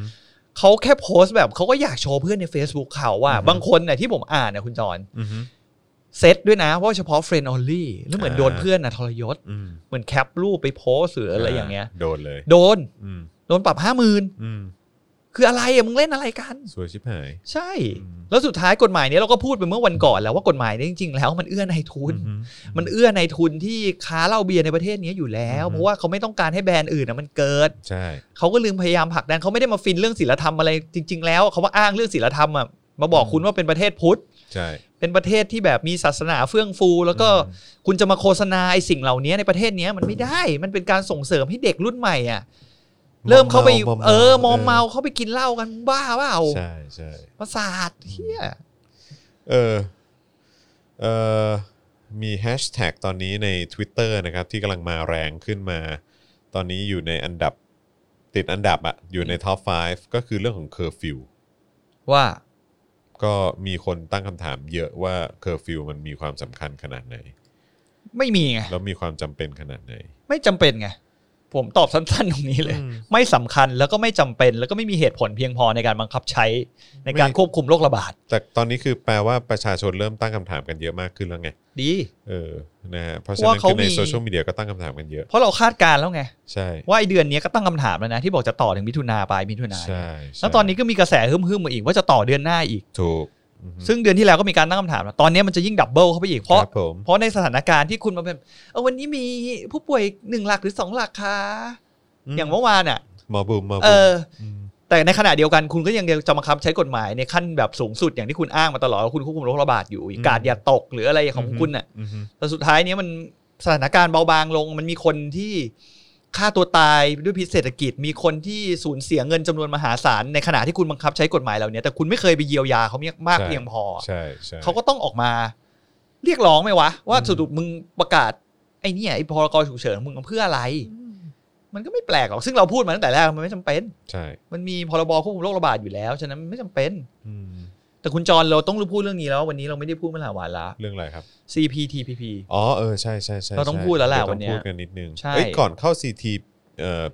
S2: เขาแค่โพสต์แบบเขาก็อยากโชว์เพื่อนใน Facebook เขาว่า
S1: อือฮึ
S2: บางคนเนี่ยที่ผมอ่านนะคุณจอน
S1: อือฮึ
S2: เซตด้วยนะว่าเฉพาะ Friend Only แล้วเหมือน
S1: อ่า
S2: โดนเพื่อนนะทรยศ
S1: อืม
S2: เหมือนแคปรูปไปโพสต์หรืออะไรอย่างเงี้ย
S1: โดนเลย
S2: โดน
S1: อืม
S2: โดนปรับห้าหมื่น
S1: อืม
S2: คืออะไรอะมึงเล่นอะไรกัน
S1: สวยชิบหาย
S2: ใช่
S1: อืม
S2: แล้วสุดท้ายกฎหมายเนี้ยเราก็พูดไปเมื่อวันก่อนแล้วว่ากฎหมายเนี้ยจริงๆ แล้วมันเอื้อในายทุน
S1: อือฮึ
S2: มันเอื้อในายทุนที่ค้าเหล้าเบียร์ในประเทศเนี้ยอยู่แล้ว
S1: อือฮึ
S2: เพราะว่าเขาไม่ต้องการให้แบรนด์อื่นนะมันเกิด
S1: ใช่
S2: เขาก็ลืมพยายามผลักดันเขาไม่ได้มาฟินเรื่องศีลธรรมอะไรจริง ๆ แล้วเขาว่าอ้างเรื่องศีลธรรมอ่ะมาบอกคุณว่าเป็นประเทศพุทธ
S1: ใช่
S2: เป็นประเทศที่แบบมีศาสนาเฟื่องฟู แล้วก็คุณจะมาโฆษณาไอ้สิ่งเหล่านี้ในประเทศเนี้ยมันไม่ได้ มันเป็นการส่งเสริมให้เด็กรุ่นใหม่อ่ะเริ่มเข้าไป
S1: มม
S2: เออมอมเมาเข้าไปกินเหล้ากันบ้าเปล่า
S1: ใช่ใช่
S2: ประสาทเฮีย
S1: เออ เออมีแฮชแท็กตอนนี้ใน Twitter นะครับ ที่กำลังมาแรงขึ้นมา ตอนนี้อยู่ในอันดับติดอันดับอะอยู่ในท็อป 5 ก็คือเรื่องของเคอร์ฟิว
S2: ว่า
S1: ก็มีคนตั้งคำถามเยอะว่าเคอร์ฟิวมันมีความสำคัญขนาดไหน
S2: ไม่มีไง
S1: แล้วมีความจำเป็นขนาดไหน
S2: ไม่จำเป็นไงผมตอบสั้นๆตรงนี้เลย ไม่สำคัญแล้วก็ไม่จำเป็น แล้วก็ไม่มีเหตุผลเพียงพอในการบังคับใช้ในการ
S1: ไม่
S2: ควบคุมโรคระบาด
S1: แต่ตอนนี้คือแปลว่าประชาชนเริ่มตั้งคำถามกันเยอะมากขึ้นแล้วไง
S2: ดี
S1: เออ นะฮะ เพราะฉะนั้น
S2: ว่าเขา
S1: คือใน
S2: มี
S1: โซเชียลมีเดียก็ตั้งคำถามกันเยอะ
S2: เพราะเราคาดการณ์แล้วไง
S1: ใช่
S2: ว่าไอเดือนนี้ก็ตั้งคำถามแล้วนะที่บอกจะต่อถึงมิถุนาปลายมิถุนา
S1: ใช่ใช่
S2: แล้วตอนนี้ก็มีกระแสฮึ่มๆมาอีกว่าจะต่อเดือนหน้าอีก
S1: ถูกอือฮึ
S2: ซึ่งเดือนที่แล้วก็มีการตั้งคำถามแล้วตอนนี้มันจะยิ่งดับเบิลเข้าไปอีกเพราะ
S1: ครับผม
S2: เพราะในสถานการณ์ที่คุณมาเป็นเออวันนี้มีผู้ป่วยหนึ่งหลักหรือสองหลักคะ
S1: อืม
S2: อย่างเมื่อวานอ่ะ
S1: หมอบุมหมอ
S2: เอ
S1: บุม
S2: อ
S1: ม
S2: แต่ในขณะเดียวกันคุณก็ยังจะบังคับใช้กฎหมายในขั้นแบบสูงสุดอย่างที่คุณอ้างมาตลอดว่าคุณควบคุมโรคระบาดอยู่
S1: อืม
S2: กาดอย่าตกหรืออะไรของคุณน่ะ
S1: อือฮึ
S2: แต่สุดท้ายเนี้ยมันสถานการณ์เบาบางลง มันมีคนที่ฆ่าตัวตายด้วยพิษเศรษฐกิจ มีคนที่สูญเสียเงินจำนวนมหาศาลในขณะที่คุณบังคับใช้กฎหมายเหล่านี้แต่คุณไม่เคยไปเยียวยาเขามาก
S1: ใช่
S2: เพียงพอ
S1: ใช่ใช่
S2: เขาก็ต้องออกมาเรียกร้องไหมวะ ว่า
S1: อืม
S2: สรุปมึงประกาศไอ้เนี่ยไอ้พรกฉุกเฉินของมึงเอาเพื่ออะไร มันก็ไม่แปลกหรอก ซึ่งเราพูดมาตั้งแต่แรกมันไม่จำเป็น
S1: ใช่
S2: มันมีพรบควบคุมโรคระบาดอยู่แล้ว ฉะนั้นมันไม่จำเป็น
S1: อืม
S2: แต่คุณจรเราต้องรู้พูดเรื่องนี้แล้ว วันนี้เราไม่ได้พูดเมื่อหลายวันละ
S1: เรื่องอะไรครับ
S2: CPTPP
S1: อ๋อเออใช่ใช่ใช่
S2: เราต้อง
S1: ใช่
S2: พูดแล้วแหละ
S1: เราต้
S2: วั
S1: อนง
S2: เนี้ย
S1: พูดกันนิดนึง
S2: ใช่
S1: เอ้ยก่อนเข้า CT เอ่อ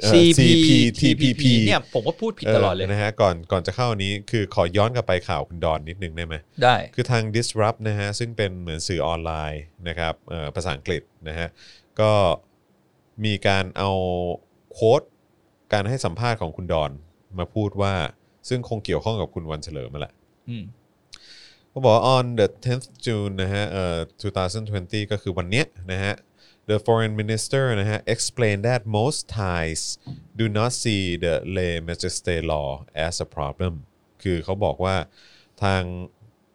S1: เอ่อ
S2: CPTPP เนี่ยผมก็พูดผิดตลอดเลย
S1: นะฮะก่อนก่อนจะเข้าอันนี้คือขอย้อนกลับไปข่าวคุณดอนนิดนึงได้ไหม
S2: ได้
S1: คือทาง disrupt นะฮะซึ่งเป็นเหมือนสื่อออนไลน์นะครับเอ่อภาษาอังกฤษนะฮะก็มีการเอาโค้ดการให้สัมภาษณ์ของคุณดอนมาพูดว่า ซึ่งคงเกี่ยวข้องกับคุณวันเฉลิมมาแหละ
S2: อืม
S1: เขาบอกว่า on the 10th June นะฮะเอ่อ2020 ก็คือวันเนี้ยนะฮะ the foreign minister นะฮะ explained that most Thais do not see the lay majesty law as a problem คือเขาบอกว่าทาง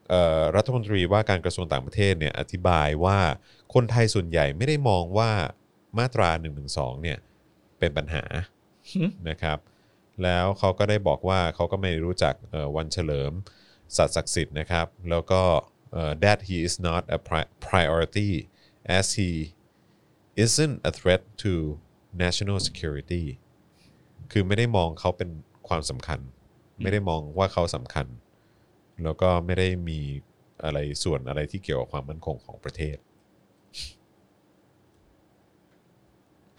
S1: เอ่อรัฐมนตรีว่าการกระทรวงต่างประเทศเนี่ยอธิบายว่าคนไทยส่วนใหญ่ไม่ได้มองว่ามาตรา1นึเนี่ยเป็นปัญหา
S2: หึ
S1: นะครับ แล้วเขาก็ได้บอกว่าเขาก็ไม่รู้จักเอ่อวันเฉลิม สัตว์ศักดิ์สิทธิ์นะครับ แล้วก็เอ่อ that he is not a pri- priority as he isn't a threat to national security คือไม่ได้มองเขาเป็นความสำคัญ ไม่ได้มองว่าเขาสำคัญ แล้วก็ไม่ได้มีอะไรส่วนอะไรที่เกี่ยวกับความมั่นคงของประเทศ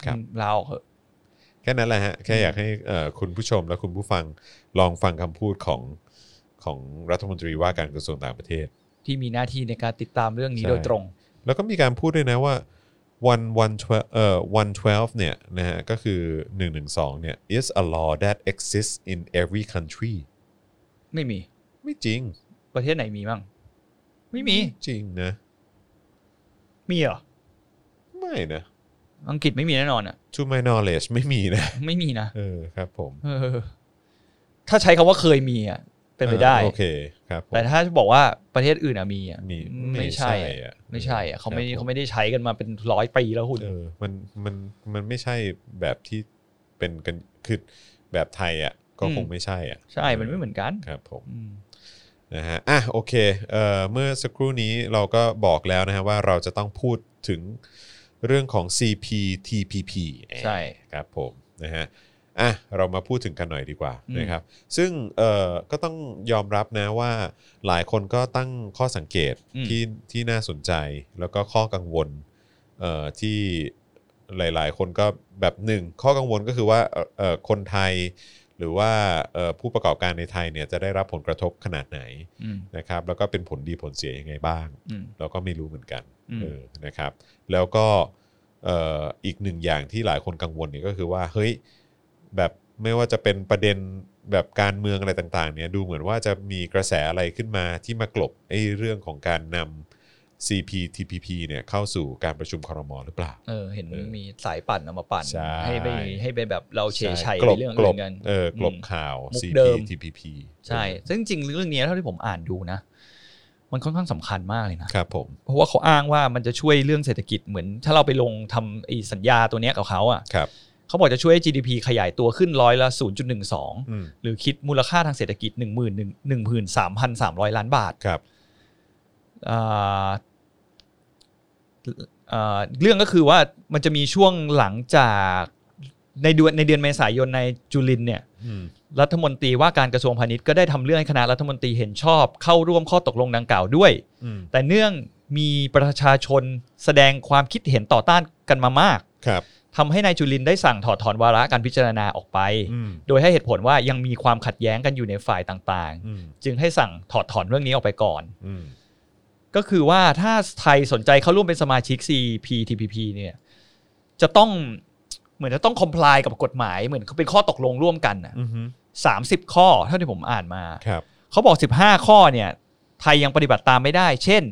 S1: ครับ
S2: เราเหอะ
S1: แค่นั้นแหละฮะ แค่อยากให้เอ่อคุณผู้ชมและคุณผู้ฟังลองฟังคำพูดของของรัฐมนตรีว่าการกระทรวงต่างประเทศ
S2: ที่มีหน้าที่ในการติดตามเรื่องนี้
S1: ใช่
S2: โดยตรง
S1: แล้วก็มีการพูดด้วยนะว่า one one twelve เอ่อ one twelve เนี่ยนะฮะก็คือ 112เนี่ย is a law that exists in every country
S2: ไม่มี
S1: ไม่จริง
S2: ประเทศไหนมีบ้างไม่มี
S1: จริงนะ
S2: มีเหรอ
S1: ไม่นะ
S2: อังกฤษไม่มีแน่นอนอ่ะ
S1: to my knowledge ไม่มีนะ
S2: ไม่มีนะ
S1: เออครับผม
S2: เออ ถ้าใช้คำว่าเคยมีอ่ะ เป็นไปได้
S1: อ่าโอเคครับผม
S2: แต่ถ้าบอกว่าประเทศอื่นอ่ะมีอ่ะ
S1: นี่
S2: ไม่ใช่อะ
S1: อะ
S2: ไม่ใช่อ่ะเขา
S1: ค
S2: ไม่
S1: รับผ
S2: เขาไม่ได้ใช้กันมาเป็นร้อยปีแล้วคุณ
S1: เออมันมันมันไม่ใช่แบบที่เป็นกันคือแบบไทยอ่ะก็คงไม่ใช่อ่ะ
S2: ใช่ มันไม่เหมือนกัน
S1: ครับผม
S2: อืม
S1: นะฮะ อ่ะ โอเค เอ่อ เมื่อสักครู่นี้เราก็บอกแล้วนะฮะว่าเราจะต้องพูดถึงเรื่องของ CPTPP
S2: ใช่
S1: ครับผมนะฮะ อ่ะ เรามาพูดถึงกันหน่อยดีกว่านะครับ ซึ่ง เอ่อ ก็ต้องยอมรับนะว่าหลายคนก็ตั้งข้อสังเกต
S3: อืม
S1: ที่ที่น่าสนใจ แล้วก็ข้อกังวล เอ่อ ที่หลาย ๆ คนก็แบบหนึ่งข้อกังวลก็คือว่า เอ่อเอ่อ คนไทย หรือว่าเอ่อผู้ประกอบการในไทยเนี่ยจะได้รับผลกระทบขนาดไหน
S2: อืม
S1: นะครับแล้วก็เป็นผลดีผลเสียยังไงบ้าง
S2: อืม
S1: เราก็ไม่รู้เหมือนกัน
S2: อืม
S1: เออนะครับ แล้วก็เอ่ออีกหนึ่งอย่างที่หลายคนกังวลเนี่ยก็คือว่าเฮ้ยแบบไม่ว่าจะเป็นประเด็นแบบการเมืองอะไรต่างๆเนี่ยดูเหมือนว่าจะมีกระแสอะไรขึ้นมาที่มากลบไอ้เรื่องของการนำ CPTPP เนี่ยเข้าสู่การประชุมครมหรือเปล่า
S2: เออ เห็น
S1: เออ
S2: มีสายปั่นเอามาปั่น
S1: ใช่
S2: ไปให้เป็นแบบเราเฉยชัย
S1: กลบ
S2: เรื่อง
S1: กล
S2: อื่
S1: บ
S2: นกัน
S1: เออกลบ
S2: อืม
S1: ข่าว
S2: มุกเดิม
S1: CPTPP
S2: ใช่ ซึ่งจริงๆเรื่องนี้เท่าที่ผมอ่านดูนะ มันค่อนข้างสำคัญมากเลยนะ
S1: ครับผม
S2: เพราะว่าเขาอ้างว่ามันจะช่วยเรื่องเศรษฐกิจเหมือน ถ้าเราไปลงทำไอ้สัญญาตัวเนี้ยกับเขาอ่ะ
S1: ครับ
S2: เขาบอกจะช่วยให้ GDP ขยายตัวขึ้นร้อยละ 0.12
S1: อืม
S2: หรือคิดมูลค่าทางเศรษฐกิจ 1 1 1 3 3 0 0 ล้านบาท
S1: ครับ
S2: อ่าอ่าเรื่องก็คือว่ามันจะมีช่วงหลังจากในเดือนในเดือนเมษายนในจุลินเนี่ย
S1: อืม
S2: รัฐมนตรีว่าการกระทรวงพาณิชย์ก็ได้ทำเรื่องให้คณะรัฐมนตรีเห็นชอบเข้าร่วมข้อตกลงดังกล่าวด้วย
S1: อืม
S2: แต่เนื่องมีประชาชนแสดงความคิดเห็นต่อต้านกันมามาก
S1: ครับ
S2: ทำให้นายจุลินได้สั่งถอดถอนวาระการพิจารณาออกไป
S1: อืม
S2: โดยให้เหตุผลว่ายังมีความขัดแย้งกันอยู่ในฝ่ายต่าง
S1: อืม
S2: ๆ จึงให้สั่งถอดถอนเรื่องนี้ออกไปก่อน
S1: อืม
S2: ก็คือว่าถ้าไทยสนใจเข้าร่วมเป็นสมาชิก CPTPP เนี่ยจะต้องเหมือนจะต้องคอมพลายกับกฎหมายเหมือนเขาเป็นข้อตกลงร่วมกันนะ
S1: อือฮึ
S2: สามสิบข้อเท่าที่ผมอ่านมา
S1: ครับ
S2: เขาบอก 15 ข้อเนี่ย ไทยยังปฏิบัติตามไม่ได้ เช่น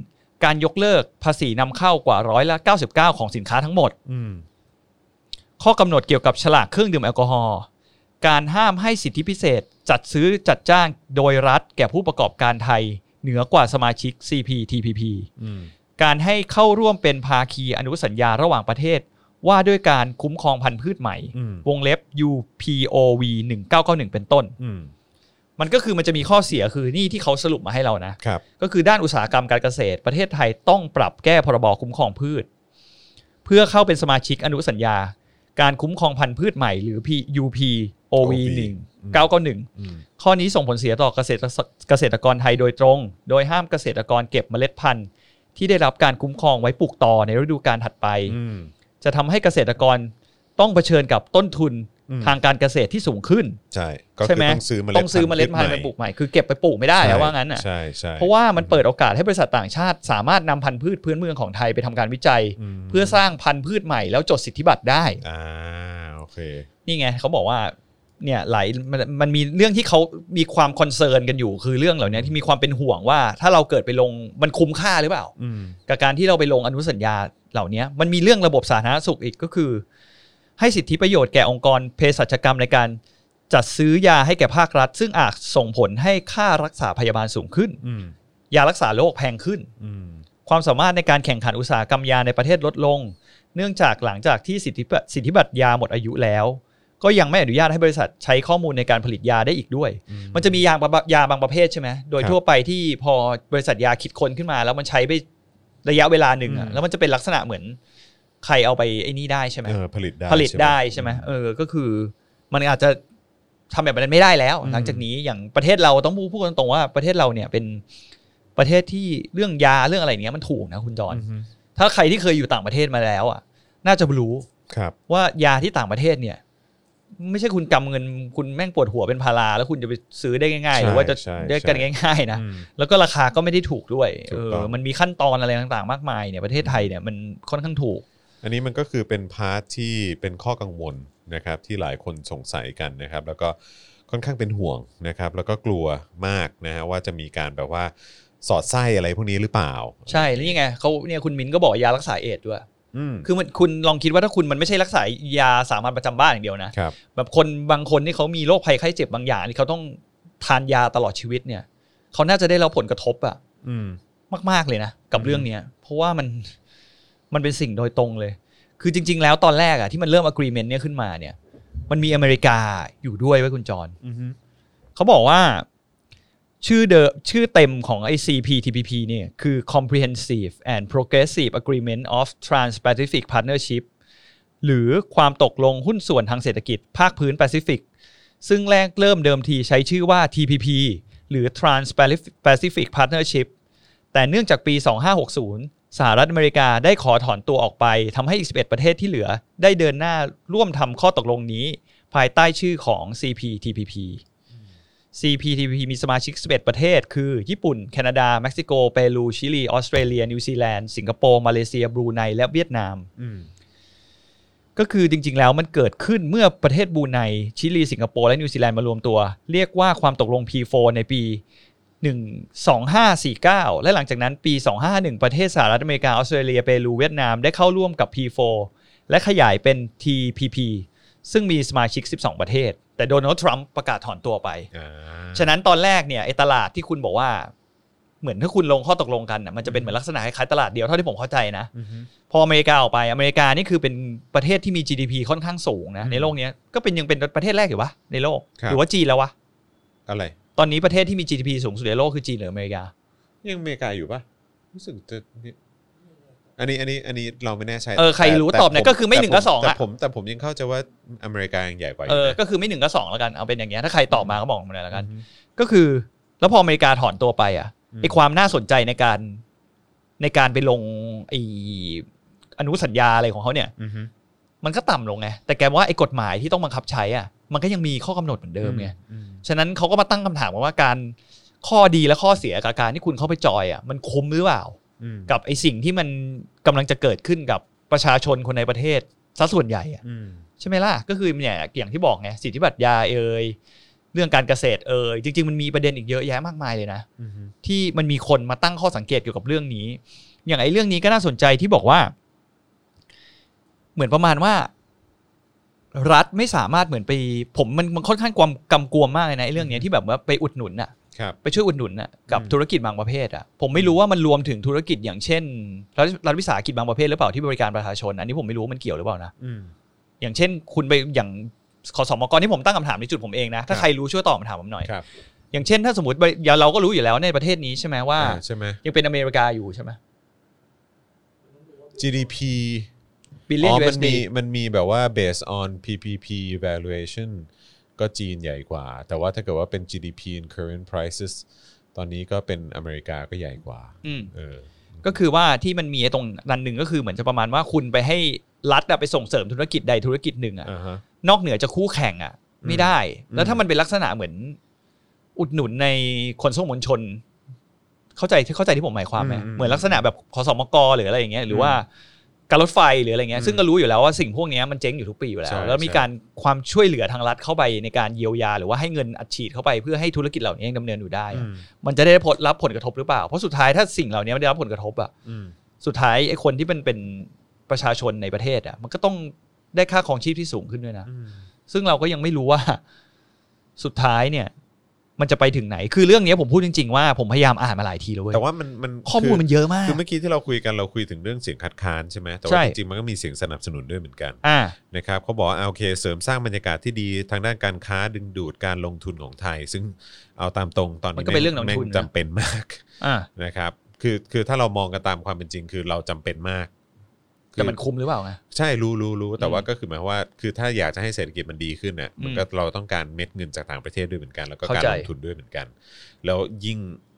S2: การยกเลิกภาษีนำเข้ากว่าร้อยละ99 ของสินค้าทั้งหมด
S1: อืม
S2: ข้อกำหนดเกี่ยวกับฉลากเครื่องดื่มแอลกอฮอล์ การห้ามให้สิทธิพิเศษ จัดซื้อจัดจ้างโดยรัฐแก่ผู้ประกอบการไทย เหนือกว่าสมาชิก CPTPP
S1: อืม
S2: การให้เข้าร่วมเป็นภาคีอนุสัญญาระหว่างประเทศ ว่าด้วยการคุ้มครองพันธุ์พืชใหม่
S1: อืม
S2: วงเล็บ UPOV 1991 เป็นต้น
S1: อืม
S2: มันก็คือมันจะมีข้อเสียคือนี่ที่เขาสรุปมาให้เรานะ
S1: ครับ
S2: ก็คือด้านอุตสาหกรรมการเกษตร ประเทศไทยต้องปรับแก้พรบคุ้มครองพืช เพื่อเข้าเป็นสมาชิกอนุสัญญา การคุ้มครองพันธุ์พืชใหม่หรือ PUP OV 1 991
S1: อืม
S2: ข้อนี้ส่งผลเสียต่อเกษตรเกษตรกรไทยโดยตรง โดยห้ามเกษตรกรเก็บเมล็ดพันธุ์ ที่ได้รับการคุ้มครองไว้ปลูกต่อในฤดูกาลถัดไป
S1: อืม
S2: จะทำให้เกษตรกรต้องเผชิญกับต้นทุน
S1: อืม
S2: ทางการเกษตรที่สูงขึ้น
S1: ใช่ ก็คื
S2: ใช่
S1: อ
S2: ไหม
S1: ต้องซื้อเมล็ด
S2: ต้องซื้อเมล็ดพันธุ์ไปปลูกใหม่คือเก็บไปปลูกไม่ได้อะว่างั้นน่ะ
S1: ใช่ใช่
S2: เพราะว่ามันเปิดโอกาสให้บริษัทต่างชาติ สามารถนำพันธุ์พืชพื้นเมืองของไทยไปทำการวิจัย
S1: ม
S2: เพื่อสร้างพันธุ์พืชใหม่แล้วจดสิทธิบัตรได้
S1: อ่า โอเค
S2: นี่ไงเขาบอกว่าเนี่ยหลายมันมันมีเรื่องที่เขามีความคอนเซิร์นกันอยู่ คือเรื่องเหล่านี้ที่มีความเป็นห่วงว่า ถ้าเราเกิดไปลงมันคุ้มค่าหรือเปล่า
S1: อืม
S2: กับการที่เราไปลงอนุสัญญาเหล่านี้มันมีเรื่องระบบสาธารณสุขอีกก็คือ ให้สิทธิประโยชน์แก่องค์กรเภสัชกรรมในการจัดซื้อยาให้แก่ภาครัฐ ซึ่งอาจส่งผลให้ค่ารักษาพยาบาลสูงขึ้น
S1: อืม
S2: ยารักษาโรคแพงขึ้น
S1: อืม
S2: ความสามารถในการแข่งขันอุตสาหกรรมยาในประเทศลดลง เนื่องจากหลังจากที่สิทธิสิทธิบัตรยาหมดอายุแล้ว ก็ยังไม่อนุญาตให้บริษัทใช้ข้อมูลในการผลิตยาได้อีกด้วย
S1: อืม
S2: มันจะมียาบางยาบางประเภทใช่ไหมโดย
S1: ครับ
S2: ทั่วไปที่พอบริษัทยาคิดค้นขึ้นมา แล้วมันใช้ไประยะเวลาหนึ่งอะ
S1: อืม
S2: แล้วมันจะเป็นลักษณะเหมือนใครเอาไปไอ้นี่ได้ใช่ไหม
S1: เออผลิตได้
S2: ผลิตได้
S1: ใช่
S2: ใช่
S1: ไห
S2: ไห
S1: ม
S2: มเออก็คือ มันอาจจะทำแบบนั้นไม่ได้แล้ว
S1: อืม
S2: หลังจากนี้อย่างประเทศเราต้องพูดกันตรงๆว่าประเทศเราเนี่ยเป็นประเทศที่เรื่องยาเรื่องอะไรเนี้ยมันถูกนะคุณจอน
S1: อืม
S2: ถ้าใครที่เคยอยู่ต่างประเทศมาแล้วอ่ะ น่าจะรู้
S1: ครับ
S2: ว่ายาที่ต่างประเทศเนี่ย ไม่ใช่คุณกำเงินคุณแม่งปวดหัวเป็นพาราแล้วคุณจะไปซื้อได้ง่าย ๆ หรือว่าจะ
S1: ใช่ใช่
S2: ได้กันง่าย ๆ นะ
S1: อืม
S2: แล้วก็ราคาก็ไม่ได้ถูกด้วย
S1: ถู
S2: เอกอ
S1: ต้อง
S2: มันมีขั้นตอนอะไรต่างๆ มากมายเนี่ยประเทศไทยเนี่ยมันค่อนข้างถูก
S1: อันนี้มันก็คือเป็นพาร์ทที่เป็นข้อกังวลนะครับที่หลายคนสงสัยกันนะครับ แล้วก็ ค่อนข้างเป็นห่วงนะครับ แล้วก็กลัวมากนะฮะว่าจะมีการแบบว่าสอดไส้อะไรพวกนี้หรือเปล่า
S2: ใช่แล้วนี่ไงเขาเนี่ยคุณมินก็บอกยารักษาเอดส์ด้วย
S1: อืม
S2: คือมันคุณลองคิดว่าถ้าคุณมันไม่ใช่รักษายาสามัญประจำบ้านอย่างเดียวนะ
S1: ครับ
S2: แบบคนบางคนที่เขามีโรคภัยไข้เจ็บบางอย่างที่เขาต้องทานยาตลอดชีวิตเนี่ยเขาน่าจะได้รับผลกระทบอะ
S1: อืม
S2: มาก ๆ เลยนะ กับเรื่องเนี้ย เพราะว่ามันมันเป็นสิ่งโดยตรงเลย คือจริง ๆ แล้วตอนแรกอะที่มันเริ่ม agreement เนี่ยขึ้นมาเนี่ย มันมีอเมริกาอยู่ด้วยไว้ยคุณจร
S1: อืมฮึ
S2: เขาบอกว่าชื่อเดมชื่อเต็มของ ICPTPP เนี่ยคือ Comprehensive and Progressive Agreement of Trans-Pacific Partnership หรือความตกลงหุ้นส่วนทางเศรษฐกิจภาคพื้นแปซิฟิก ซึ่งแรกเริ่มเดิมทีใช้ชื่อว่า TPP หรือ Trans-Pacific Partnership แต่เนื่องจากปี 2560 สหรัฐอเมริกาได้ขอถอนตัวออกไปทำให้อีก11 ประเทศที่เหลือ ได้เดินหน้าร่วมทำข้อตกลงนี้ ภายใต้ชื่อของ CPTPP CPTPP มีสมาชิก 11 ประเทศ คือ ญี่ปุ่น แคนาดา เม็กซิโก เปรู ชิลี ออสเตรเลีย นิวซีแลนด์ สิงคโปร์ มาเลเซีย บรูไน และเวียดนาม
S1: อืม
S2: ก็คือจริง ๆ แล้วมันเกิดขึ้นเมื่อประเทศบรูไน ชิลี สิงคโปร์ และนิวซีแลนด์มารวมตัว เรียกว่าความตกลง P4 ในปี 12549 และหลังจากนั้นปี 251 ประเทศสหรัฐอเมริกา ออสเตรเลีย เปรู เวียดนาม ได้เข้าร่วมกับ P4 และขยายเป็น TPP ซึ่งมีสมาชิก 12 ประเทศ แต่โดนัลด์ทรัมป์ประกาศถอนตัวไป
S1: อ่า
S2: ฉะนั้นตอนแรกเนี่ยไอ้ตลาดที่คุณบอกว่า เหมือนถ้าคุณลงข้อตกลงกันน่ะมันจะเป็นเหมือนลักษณะคล้ายๆตลาดเดียวเท่าที่ผมเข้าใจนะ
S1: อืมฮึ
S2: พออเมริกาออกไปอเมริกานี่คือเป็นประเทศที่มี GDP ค่อนข้างสูงนะ
S1: อืม
S2: ในโลกเนี้ยก็เป็นยังเป็นประเทศแรกอยู่วะในโลก
S1: ครับ
S2: หรือว่าจีนแล้ววะ
S1: อะไร
S2: ตอนนี้ประเทศที่มี GDP สูงสุดในโลกคือจีนหรืออเมริกา
S1: ยังอเมริกาอยู่ปะรู้สึกจะนี่อันนี้อันนี้อันนี้เราไม่แน่ใจ
S2: เออใครรู้
S1: แ
S2: ตอบหน่อย
S1: แผม
S2: ก็คือไม่หนึ่งก็สองอะ
S1: แต่ผมแต่ผมยังเข้าใจว่าอเมริกายังใหญ่กว่ายู่
S2: เออ
S1: นะ
S2: ก็คือไม่หนึ่งก็สองแล้วกันเอาเป็นอย่างเงี้ยถ้าใครตอบมาก็บอกมาหน่อยแล้วกัน
S1: อืม
S2: ก็คือแล้วพออเมริกาถอนตัวไปอ่ะ
S1: อืม
S2: ไอความน่าสนใจในการในการไปลงไออนุสัญญาอะไรของเขาเนี่ย
S1: อืมฮึ
S2: มันก็ต่ำลงไง แต่แกว่าไอ้กฎหมายที่ต้องบังคับใช้อ่ะ มันก็ยังมีข้อกำหนดเหมือนเดิมไง
S1: อืม
S2: ฉะนั้นเขาก็มาตั้งคำถามว่าการข้อดีและข้อเสียกับการที่คุณเข้าไปจอยอ่ะ มันคุ้มหรือเปล่า
S1: อืม
S2: กับไอ้สิ่งที่มันกำลังจะเกิดขึ้นกับประชาชนคนในประเทศซะส่วนใหญ่อ่ะ
S1: อืม
S2: ใช่ไหมล่ะ ก็คือเนี่ยอย่างที่บอกไงสิทธิบัตรยาเอ่ยเรื่องการเกษตรเอ่ยจริง ๆ มันมีประเด็นอีกเยอะแยะมากมายเลยนะ
S1: อืมฮึ
S2: ที่มันมีคนมาตั้งข้อสังเกตเกี่ยวกับเรื่องนี้ อย่างไอ้เรื่องนี้ก็น่าสนใจที่บอกว่า เหมือนประมาณว่า รัฐไม่สามารถเหมือนไป ผมมันมันค่อนข้างความกำกวมมากเลยนะไอ้เรื่องเนี้ยที่แบบว่าไปอุดหนุนน่ะ
S1: ครับ
S2: ไปช่วยอุดหนุนน่ะกับ
S1: อืม
S2: ธุรกิจบางประเภทอ่ะผมไม่รู้ว่ามันรวมถึงธุรกิจอย่างเช่นรัฐรัฐวิสาหกิจบางประเภทหรือเปล่าที่บริการประชาชน อันนี้ผมไม่รู้ว่ามันเกี่ยวหรือเปล่านะ
S1: อืม
S2: อย่างเช่น คุณไปอย่างขอสมกรที่ผมตั้งคำถามในจุดผมเองนะถ้า
S1: ครับ
S2: ใครรู้ช่วยตอบคำถามผมหน่อย
S1: ครับ
S2: อย่างเช่น ถ้าสมมติอย่าเราก็รู้อยู่แล้วในประเทศนี้ใช่ไหมว่า
S1: อ่าใช่ไหม
S2: ยังเป็นอเมริกาอยู่ใช่ไหม
S1: GDP
S2: บิลเลีย
S1: อ๋
S2: น
S1: อมัน
S2: USD
S1: มีมันมีแบบว่า based on PPP valuation ก็จีนใหญ่กว่า แต่ว่าถ้าเกิดว่าเป็น GDP in current prices ตอนนี้ก็เป็นอเมริกาก็ใหญ่กว่า
S2: อืม
S1: เออ
S2: ก็คือว่าที่มันมีไอ้ตรงนั้นหนึ่งก็คือเหมือนจะประมาณว่าคุณไปให้รัฐอะไปส่งเสริมธุรกิจใดธุรกิจหนึ่งอะ
S1: อ่าฮะ
S2: นอกเหนือจากคู่แข่งอะไม่ได้
S1: อืม
S2: แล้วถ้ามันเป็นลักษณะเหมือน อุดหนุนในคนส่งมวลชน เข้าใจที่เข้าใจที่ผมหมายความไหม
S1: อืมอืม
S2: เหมือนลักษณะแบบขอสมกหรืออะไรอย่างเงี้ยหรือว่าการรถไฟหรืออะไรเงี้ยซึ่งก็รู้อยู่แล้วว่าสิ่งพวกเนี้ยมันเจ๊งอยู่ทุกปีอยู่แล้
S1: ใช่
S2: ว แล้วมี
S1: ใช่
S2: การความช่วยเหลือทางรัฐเข้าไปในการเยียวยา หรือว่าให้เงินอัดฉีดเข้าไปเพื่อให้ธุรกิจเหล่านี้ยังดำเนินอยู่ได้
S1: อื
S2: อะ
S1: ม
S2: มันจะได้ผลรับผลกระทบหรือเปล่า เพราะสุดท้ายถ้าสิ่งเหล่านี้ไม่ได้รับผลกระทบอะ
S1: อืม
S2: สุดท้ายไอ้คนที่เป็นเป็นประชาชนในประเทศอะมันก็ต้องได้ค่าครองชีพที่สูงขึ้นด้วยนะ
S1: อืม
S2: ซึ่งเราก็ยังไม่รู้ว่า สุดท้ายเนี่ย มันจะไปถึงไหน คือเรื่องนี้ผมพูดจริงๆว่าผมพยายามอ่านมาหลายทีแล้วเว้ย
S1: แต่ว่ามันมัน
S2: ข้อมูลมันเยอะมาก
S1: คือเมื่อกี้ที่เราคุยกันเราคุยถึงเรื่องเสียงคัดค้านใช่ไหมแต่
S2: ใช่
S1: ว่าจริงๆมันก็มีเสียงสนับสนุนด้วยเหมือนกัน
S2: อ่า
S1: นะครับเขาบอกว่าอ่าโอเคเสริมสร้างบรรยากาศที่ดีทางด้านการค้าดึงดูดการลงทุนของไทย ซึ่งเอาตามตรงตอน
S2: มัน
S1: นี้
S2: ก็เป็นเรื่องลง
S1: แม่
S2: ทุนนะ
S1: จำเป็นมาก
S2: อ่า
S1: นะครับคือคือถ้าเรามองกันตามความเป็นจริง คือเราจำเป็นมาก
S2: แต่มันคุ้มหรือเปล่าไง
S1: ใช่รู้รู้รู้แต่
S2: อืม
S1: ว่าก็คือหมายความว่า คือถ้าอยากจะให้เศรษฐกิจมันดีขึ้นน่ะมัน
S2: อืม
S1: ก็เราต้องการเม็ดเงินจากต่างประเทศด้วยเหมือนกัน แล้วก็
S2: เข้า
S1: การ
S2: ใจ
S1: ลงทุนด้วยเหมือนกัน แล้วยิ่ง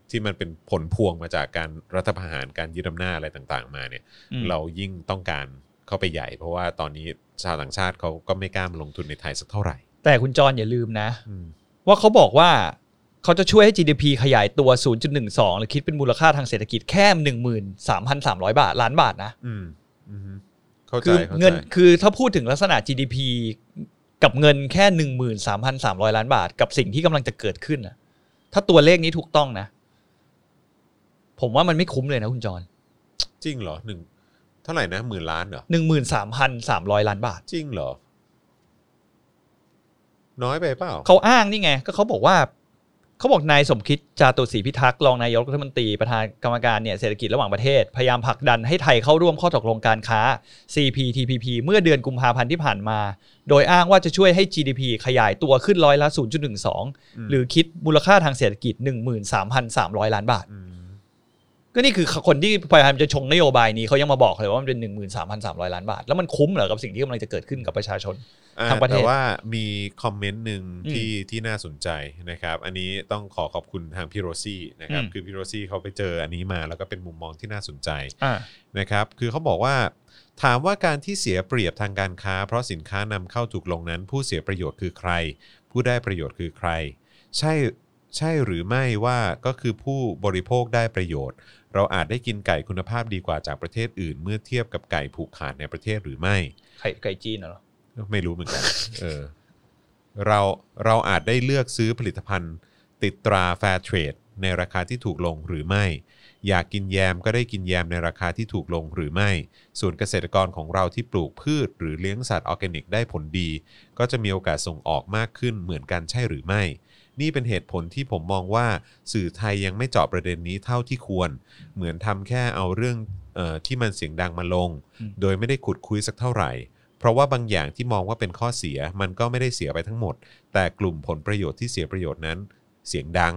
S1: ที่มันเป็นผลพวงมาจากการรัฐประหารการยึดอำนาจอะไรต่างๆ มาเนี่ย
S2: อืม
S1: เรายิ่งต้องการเข้าไปใหญ่ เพราะว่าตอนนี้ชาวต่างชาติเขาก็ไม่กล้ามาลงทุนในไทยสักเท่าไหร่
S2: แต่คุณจรอย่าลืมนะ
S1: อืม
S2: ว่าเขาบอกว่าเขาจะช่วยให้ GDP ขยายตัว 0.12 หรือคิดเป็นมูลค่าทางเศรษฐกิจแค่ 13,300 บาทล้านบาทนะ
S1: อืมอืมเข้าใจ
S2: คือ
S1: ข้าใจ
S2: เงินคือถ้าพูดถึงลักษณะ GDP กับเงินแค่หนึ่งหมื่นสามพันสามร้อยล้านบาท กับสิ่งที่กำลังจะเกิดขึ้นนะถ้าตัวเลขนี้ถูกต้องนะ ผมว่ามันไม่คุ้มเลยนะคุณจอน
S1: จริงเหรอหนึ่งเท่าไหร่นะหมื่นล้านเหรอ
S2: หนึ่งหมื่นสามพันสามร้อยล้านบาท
S1: จริงเหรอ น้อยไปเปล่า
S2: เขาอ้างนี่ไง ก็เขาบอกว่า เขาบอกนายสมคิดจาตุศรีพิทักษ์รองนายกรัฐมนตรีประธานกรรมการเนี่ยเศรษฐกิจระหว่างประเทศ พยายามผลักดันให้ไทยเข้าร่วมข้อตกลงการค้า CPTPP เมื่อเดือนกุมภาพันธ์ที่ผ่านมา โดยอ้างว่าจะช่วยให้ GDP ขยายตัวขึ้นร้อยละ
S1: ม
S2: 0.12 หรือคิดมูลค่าทางเศรษฐกิจ 13,300 ล้านบาท
S1: อืม
S2: ก็นี่คือคนที่พยายามจะชงนโยบายนี้เขายังมาบอกเลยว่ามันเป็น 13,300 ล้านบาท แล้วมันคุ้มเหรอกับสิ่งที่กำลังจะเกิดขึ้นกับประชาชน
S1: อ่า
S2: ทางประเทศ
S1: แต่ว่ามีคอมเมนต์หนึ่ง
S2: อืม
S1: ที่ที่น่าสนใจนะครับ อันนี้ต้องขอขอบคุณทางพี่โรซี่นะครับ
S2: อืม
S1: คือพี่โรซี่เขาไปเจออันนี้มา แล้วก็เป็นมุมมองที่น่าสนใจ
S2: อ่า
S1: นะครับ คือเขาบอกว่า ถามว่าการที่เสียเปรียบทางการค้า เพราะสินค้านำเข้าถูกลงนั้น ผู้เสียประโยชน์คือใคร ผู้ได้ประโยชน์คือใคร ใช่ใช่หรือไม่ว่าก็คือผู้บริโภคได้ประโยชน์ เราอาจได้กินไก่คุณภาพดีกว่าจากประเทศอื่น เมื่อเทียบกับไก่ผูกขาดในประเทศหรือไม่
S2: ไข่ไก่จีนเหรอ
S1: ไม่รู้เหมือนกัน เออ เรา เราอาจได้เลือกซื้อผลิตภัณฑ์ ติดตราแฟร์เทรดในราคาที่ถูกลงหรือไม่ อยากกินแยมก็ได้กินแยมในราคาที่ถูกลงหรือไม่ ส่วนเกษตรกรของเราที่ปลูกพืช หรือเลี้ยงสัตว์ออร์แกนิกได้ผลดี ก็จะมีโอกาสส่งออกมากขึ้นเหมือนกันใช่หรือไม่ นี่เป็นเหตุผลที่ผมมองว่าสื่อไทยยังไม่เจาะประเด็นนี้เท่าที่ควร เหมือนทำแค่เอาเรื่องเออที่มันเสียงดังมาลง
S2: อืม
S1: โดยไม่ได้ขุดคุยสักเท่าไหร่ เพราะว่าบางอย่างที่มองว่าเป็นข้อเสียมันก็ไม่ได้เสียไปทั้งหมด แต่กลุ่มผลประโยชน์ที่เสียประโยชน์นั้น เสียงดัง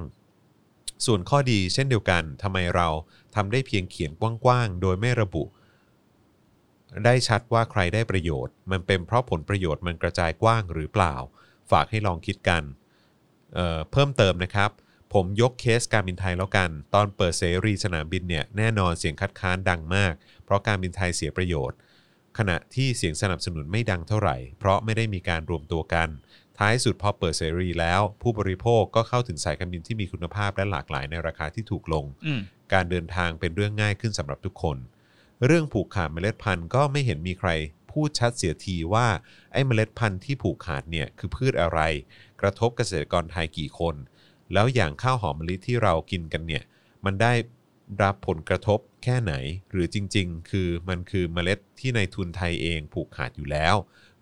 S1: ส่วนข้อดีเช่นเดียวกันทำไมเราทำได้เพียงเขียนกว้างๆ โดยไม่ระบุ ได้ชัดว่าใครได้ประโยชน์ มันเป็นเพราะผลประโยชน์มันกระจายกว้างหรือเปล่า ฝากให้ลองคิดกันเอ่อเพิ่มเติมนะครับ ผมยกเคสการบินไทยแล้วกัน ตอนเปิดเสรีสนามบินเนี่ยแน่นอนเสียงคัดค้านดังมาก เพราะการบินไทยเสียประโยชน์ ขณะที่เสียงสนับสนุนไม่ดังเท่าไหร่ เพราะไม่ได้มีการรวมตัวกัน ท้ายสุดพอเปิดเสรีแล้ว ผู้บริโภคก็เข้าถึงสายการบินที่มีคุณภาพและหลากหลายในราคาที่ถูกลง
S2: อืม
S1: การเดินทางเป็นเรื่องง่ายขึ้นสำหรับทุกคน เรื่องผูกขาดเมล็ดพันธุ์ก็ไม่เห็นมีใคร พูดชัดเสียทีว่าไอ้เมล็ดพันธุ์ที่ผูกขาดเนี่ยคือพืชอะไร กระทบเกษตรกรไทยกี่คน แล้วอย่างข้าวหอมมะลิที่เรากินกันเนี่ย มันได้รับผลกระทบแค่ไหน หรือจริงๆ คือมันคือเมล็ดที่ในายทุนไทยเองผูกขาดอยู่แล้ว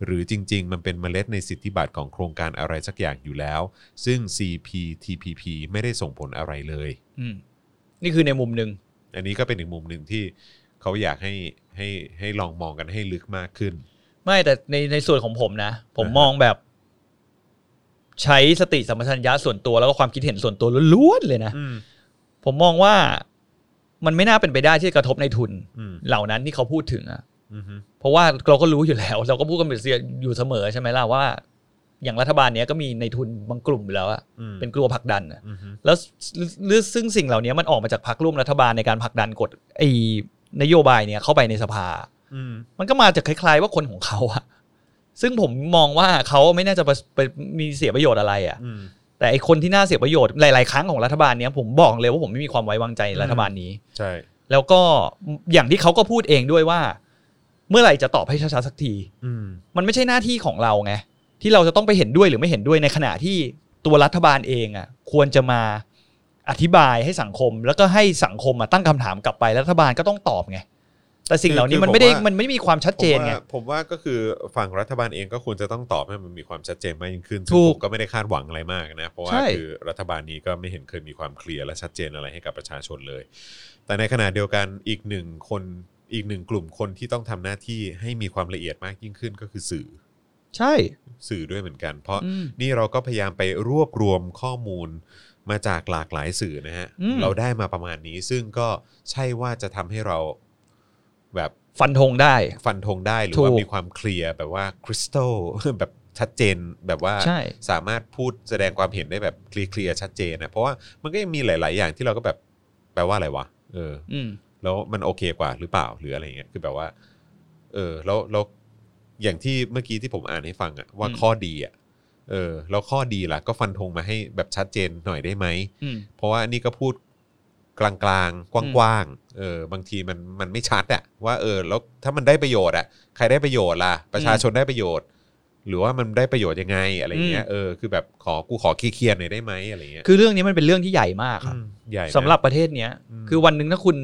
S1: หรือจริง ๆ มันเป็นเมล็ดในสิทธิบัตรของโครงการอะไรสักอย่างอยู่แล้ว ซึ่ง CPTPP ไม่ได้ส่งผลอะไรเลย
S2: อืมนี่คือในมุมหนึ่ง
S1: อันนี้ก็เป็นอีกมุมหนึ่งที่เขาอยากให้ให้ให้ลองมองกันให้ลึกมากขึ้น
S2: ไม่แต่ในในส่วนของผมนะ ผม
S1: อ่าฮะ
S2: มองแบบ ใช้สติสัมปชัญญะส่วนตัวแล้วก็ความคิดเห็นส่วนตัวล้วนๆเลยนะ
S1: อืม
S2: ผมมองว่ามันไม่น่าเป็นไปได้ที่จะกระทบในทุน
S1: อืม
S2: เหล่านั้นที่เขาพูดถึงอะ
S1: อืมฮึ
S2: เพราะว่าเราก็รู้อยู่แล้ว เราก็พูดกันอยู่เสียอยู่เสมอใช่ไหมล่ะว่า อย่างรัฐบาลเนี้ยก็มีในทุนบางกลุ่มอยู่แล้วอะ
S1: อืม
S2: เป็นกลัวผลักดันอะ
S1: อืมฮึ
S2: แล้วหรือซึ่งสิ่งเหล่านี้มันออกมาจากพรรคร่วมรัฐบาลในการผลักดันกฎไอ้นโยบายเนี่ยเข้าไปในสภา
S1: อืม
S2: มันก็มาจากคล้าย ๆ ว่าคนของเขาอะซึ่งผมมองว่าเขาไม่น่าจะประไปมีเสียประโยชน์อะไรอะ
S1: อืม
S2: แต่ไอคนที่น่าเสียประโยชน์หลาย ๆ ครั้งของรัฐบาลเนี้ยผมบอกเลยว่าผมไม่มีความไว้วางใจในรัฐบาลนี้
S1: ใช่
S2: แล้วก็อย่างที่เขาก็พูดเองด้วยว่า เมื่อไหร่จะตอบให้ช้าๆสักที
S1: อืม
S2: มันไม่ใช่หน้าที่ของเราไงที่เราจะต้องไปเห็นด้วยหรือไม่เห็นด้วยในขณะที่ตัวรัฐบาลเองอ่ะควรจะมาอธิบายให้สังคม แล้วก็ให้สังคมมาตั้งคำถามกลับไปรัฐบาลก็ต้องตอบไงแต่สิ่งเหล่านี้มันไม่ได้มันไม่มีความชัดเจนไง
S1: ผมว่าผมว่าก็คือฝั่งรัฐบาลเองก็ควรจะต้องตอบให้มันมีความชัดเจนมากยิ่งขึ้นซึ่ง
S2: ถูก
S1: ผมก็ไม่ได้คาดหวังอะไรมากนะ เพราะว่า
S2: ใช่
S1: คือรัฐบาลนี้ก็ไม่เห็นเคยมีความเคลียร์และชัดเจนอะไรให้กับประชาชนเลย แต่ในขณะเดียวกันอีกหนึ่งคนอีกหนึ่งกลุ่มคนที่ต้องทำหน้าที่ให้มีความละเอียดมากยิ่งขึ้นก็คือสื่อ
S2: ใช่
S1: สื่อด้วยเหมือนกัน เพราะ
S2: อืม
S1: นี่เราก็พยายามไปรวบรวมข้อมูลมาจากหลากหลายสื่อนะฮะ
S2: อืม
S1: เราได้มาประมาณนี้ซึ่งก็ใช่ว่าจะทำให้เราแบบ
S2: ฟันธงได้
S1: ฟันธงได้หรือ
S2: ถูก
S1: ว่ามีความเคลียร์แบบว่าคริสตัล แบบชัดเจนแบบว่า
S2: ใช่
S1: สามารถพูดแสดงความเห็นได้แบบเคลียร์ๆชัดเจนนะเพราะว่ามันก็ยังมีหลาย ๆ อย่างที่เราก็แบบแปลว่าอะไรวะเออ
S2: อืม
S1: แล้วมันโอเคกว่าหรือเปล่าหรืออะไรเงี้ยคือแบบว่า เออแล้วแล้วอย่างที่เมื่อกี้ที่ผมอ่านให้ฟังอะว่า
S2: อืม
S1: ข้อดีอะเออแล้วข้อดีล่ะ ก็ฟันธงมาให้แบบชัดเจนหน่อยได้ไหม
S2: อืม
S1: เพราะว่านี่ก็พูดกลางๆ กว้างๆเออบางทีมันมันไม่ชัดอะว่าเออแล้วถ้ามันได้ประโยชน์อะใครได้ประโยชน์ล่ะ ประชาชนได้ประโยชน์ หรือว่ามันได้ประโยชน์ยังไงอะไรเงี้ยเออคือแบบขอกูขอเคลียร์ๆหน่อยได้ไหมอะไรเงี้ย
S2: คือเรื่องนี้มันเป็นเรื่องที่ใหญ่มากครับ
S1: อืมใหญ่นะ
S2: สำหรับประเทศเนี้ย
S1: อืม
S2: คือวันหนึ่งถ้าคุณ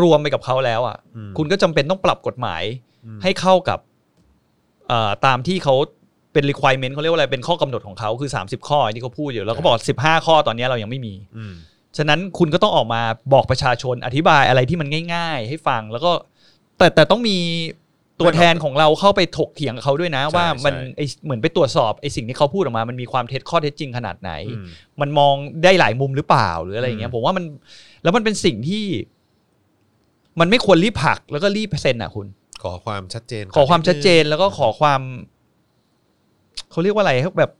S2: รวมไปกับเขาแล้วอ่ะ
S1: อืม
S2: คุณก็จำเป็นต้องปรับกฎหมาย
S1: อืม
S2: ให้เข้ากับเอ่อตามที่เขาเป็น requirement เขาเรียกว่าอะไรเป็นข้อกำหนดของเขาคือ 30 ข้อที่เขาพูดอยู่แล้วก็บอก 15 ข้อตอนเนี้ยเรายังไม่มี
S1: อืม
S2: ฉะนั้นคุณก็ต้องออกมาบอกประชาชนอธิบายอะไรที่มันง่าย ๆ ให้ฟังแล้วก็แต่แต่ต้องมีตัวแทนของเราเข้าไปถกเถียงกับเขาด้วยนะ ว่ามันไอเหมือนไปตรวจสอบไอสิ่งที่เขาพูดออกมามันมีความเท็จข้อเท็จจริงขนาดไหน
S1: อืม
S2: มันมองได้หลายมุมหรือเปล่าหรืออะไรอย่างเงี้ย
S1: อืม
S2: ผมว่ามันแล้วมันเป็นสิ่งที่ มันไม่ควรรีบผลักแล้วก็รีบเซ็นอ่ะคุณ
S1: ขอความชัดเจน
S2: ขอความชัดเจนแล้วก็ขอความเขาเรียกว่าอะไรแบบ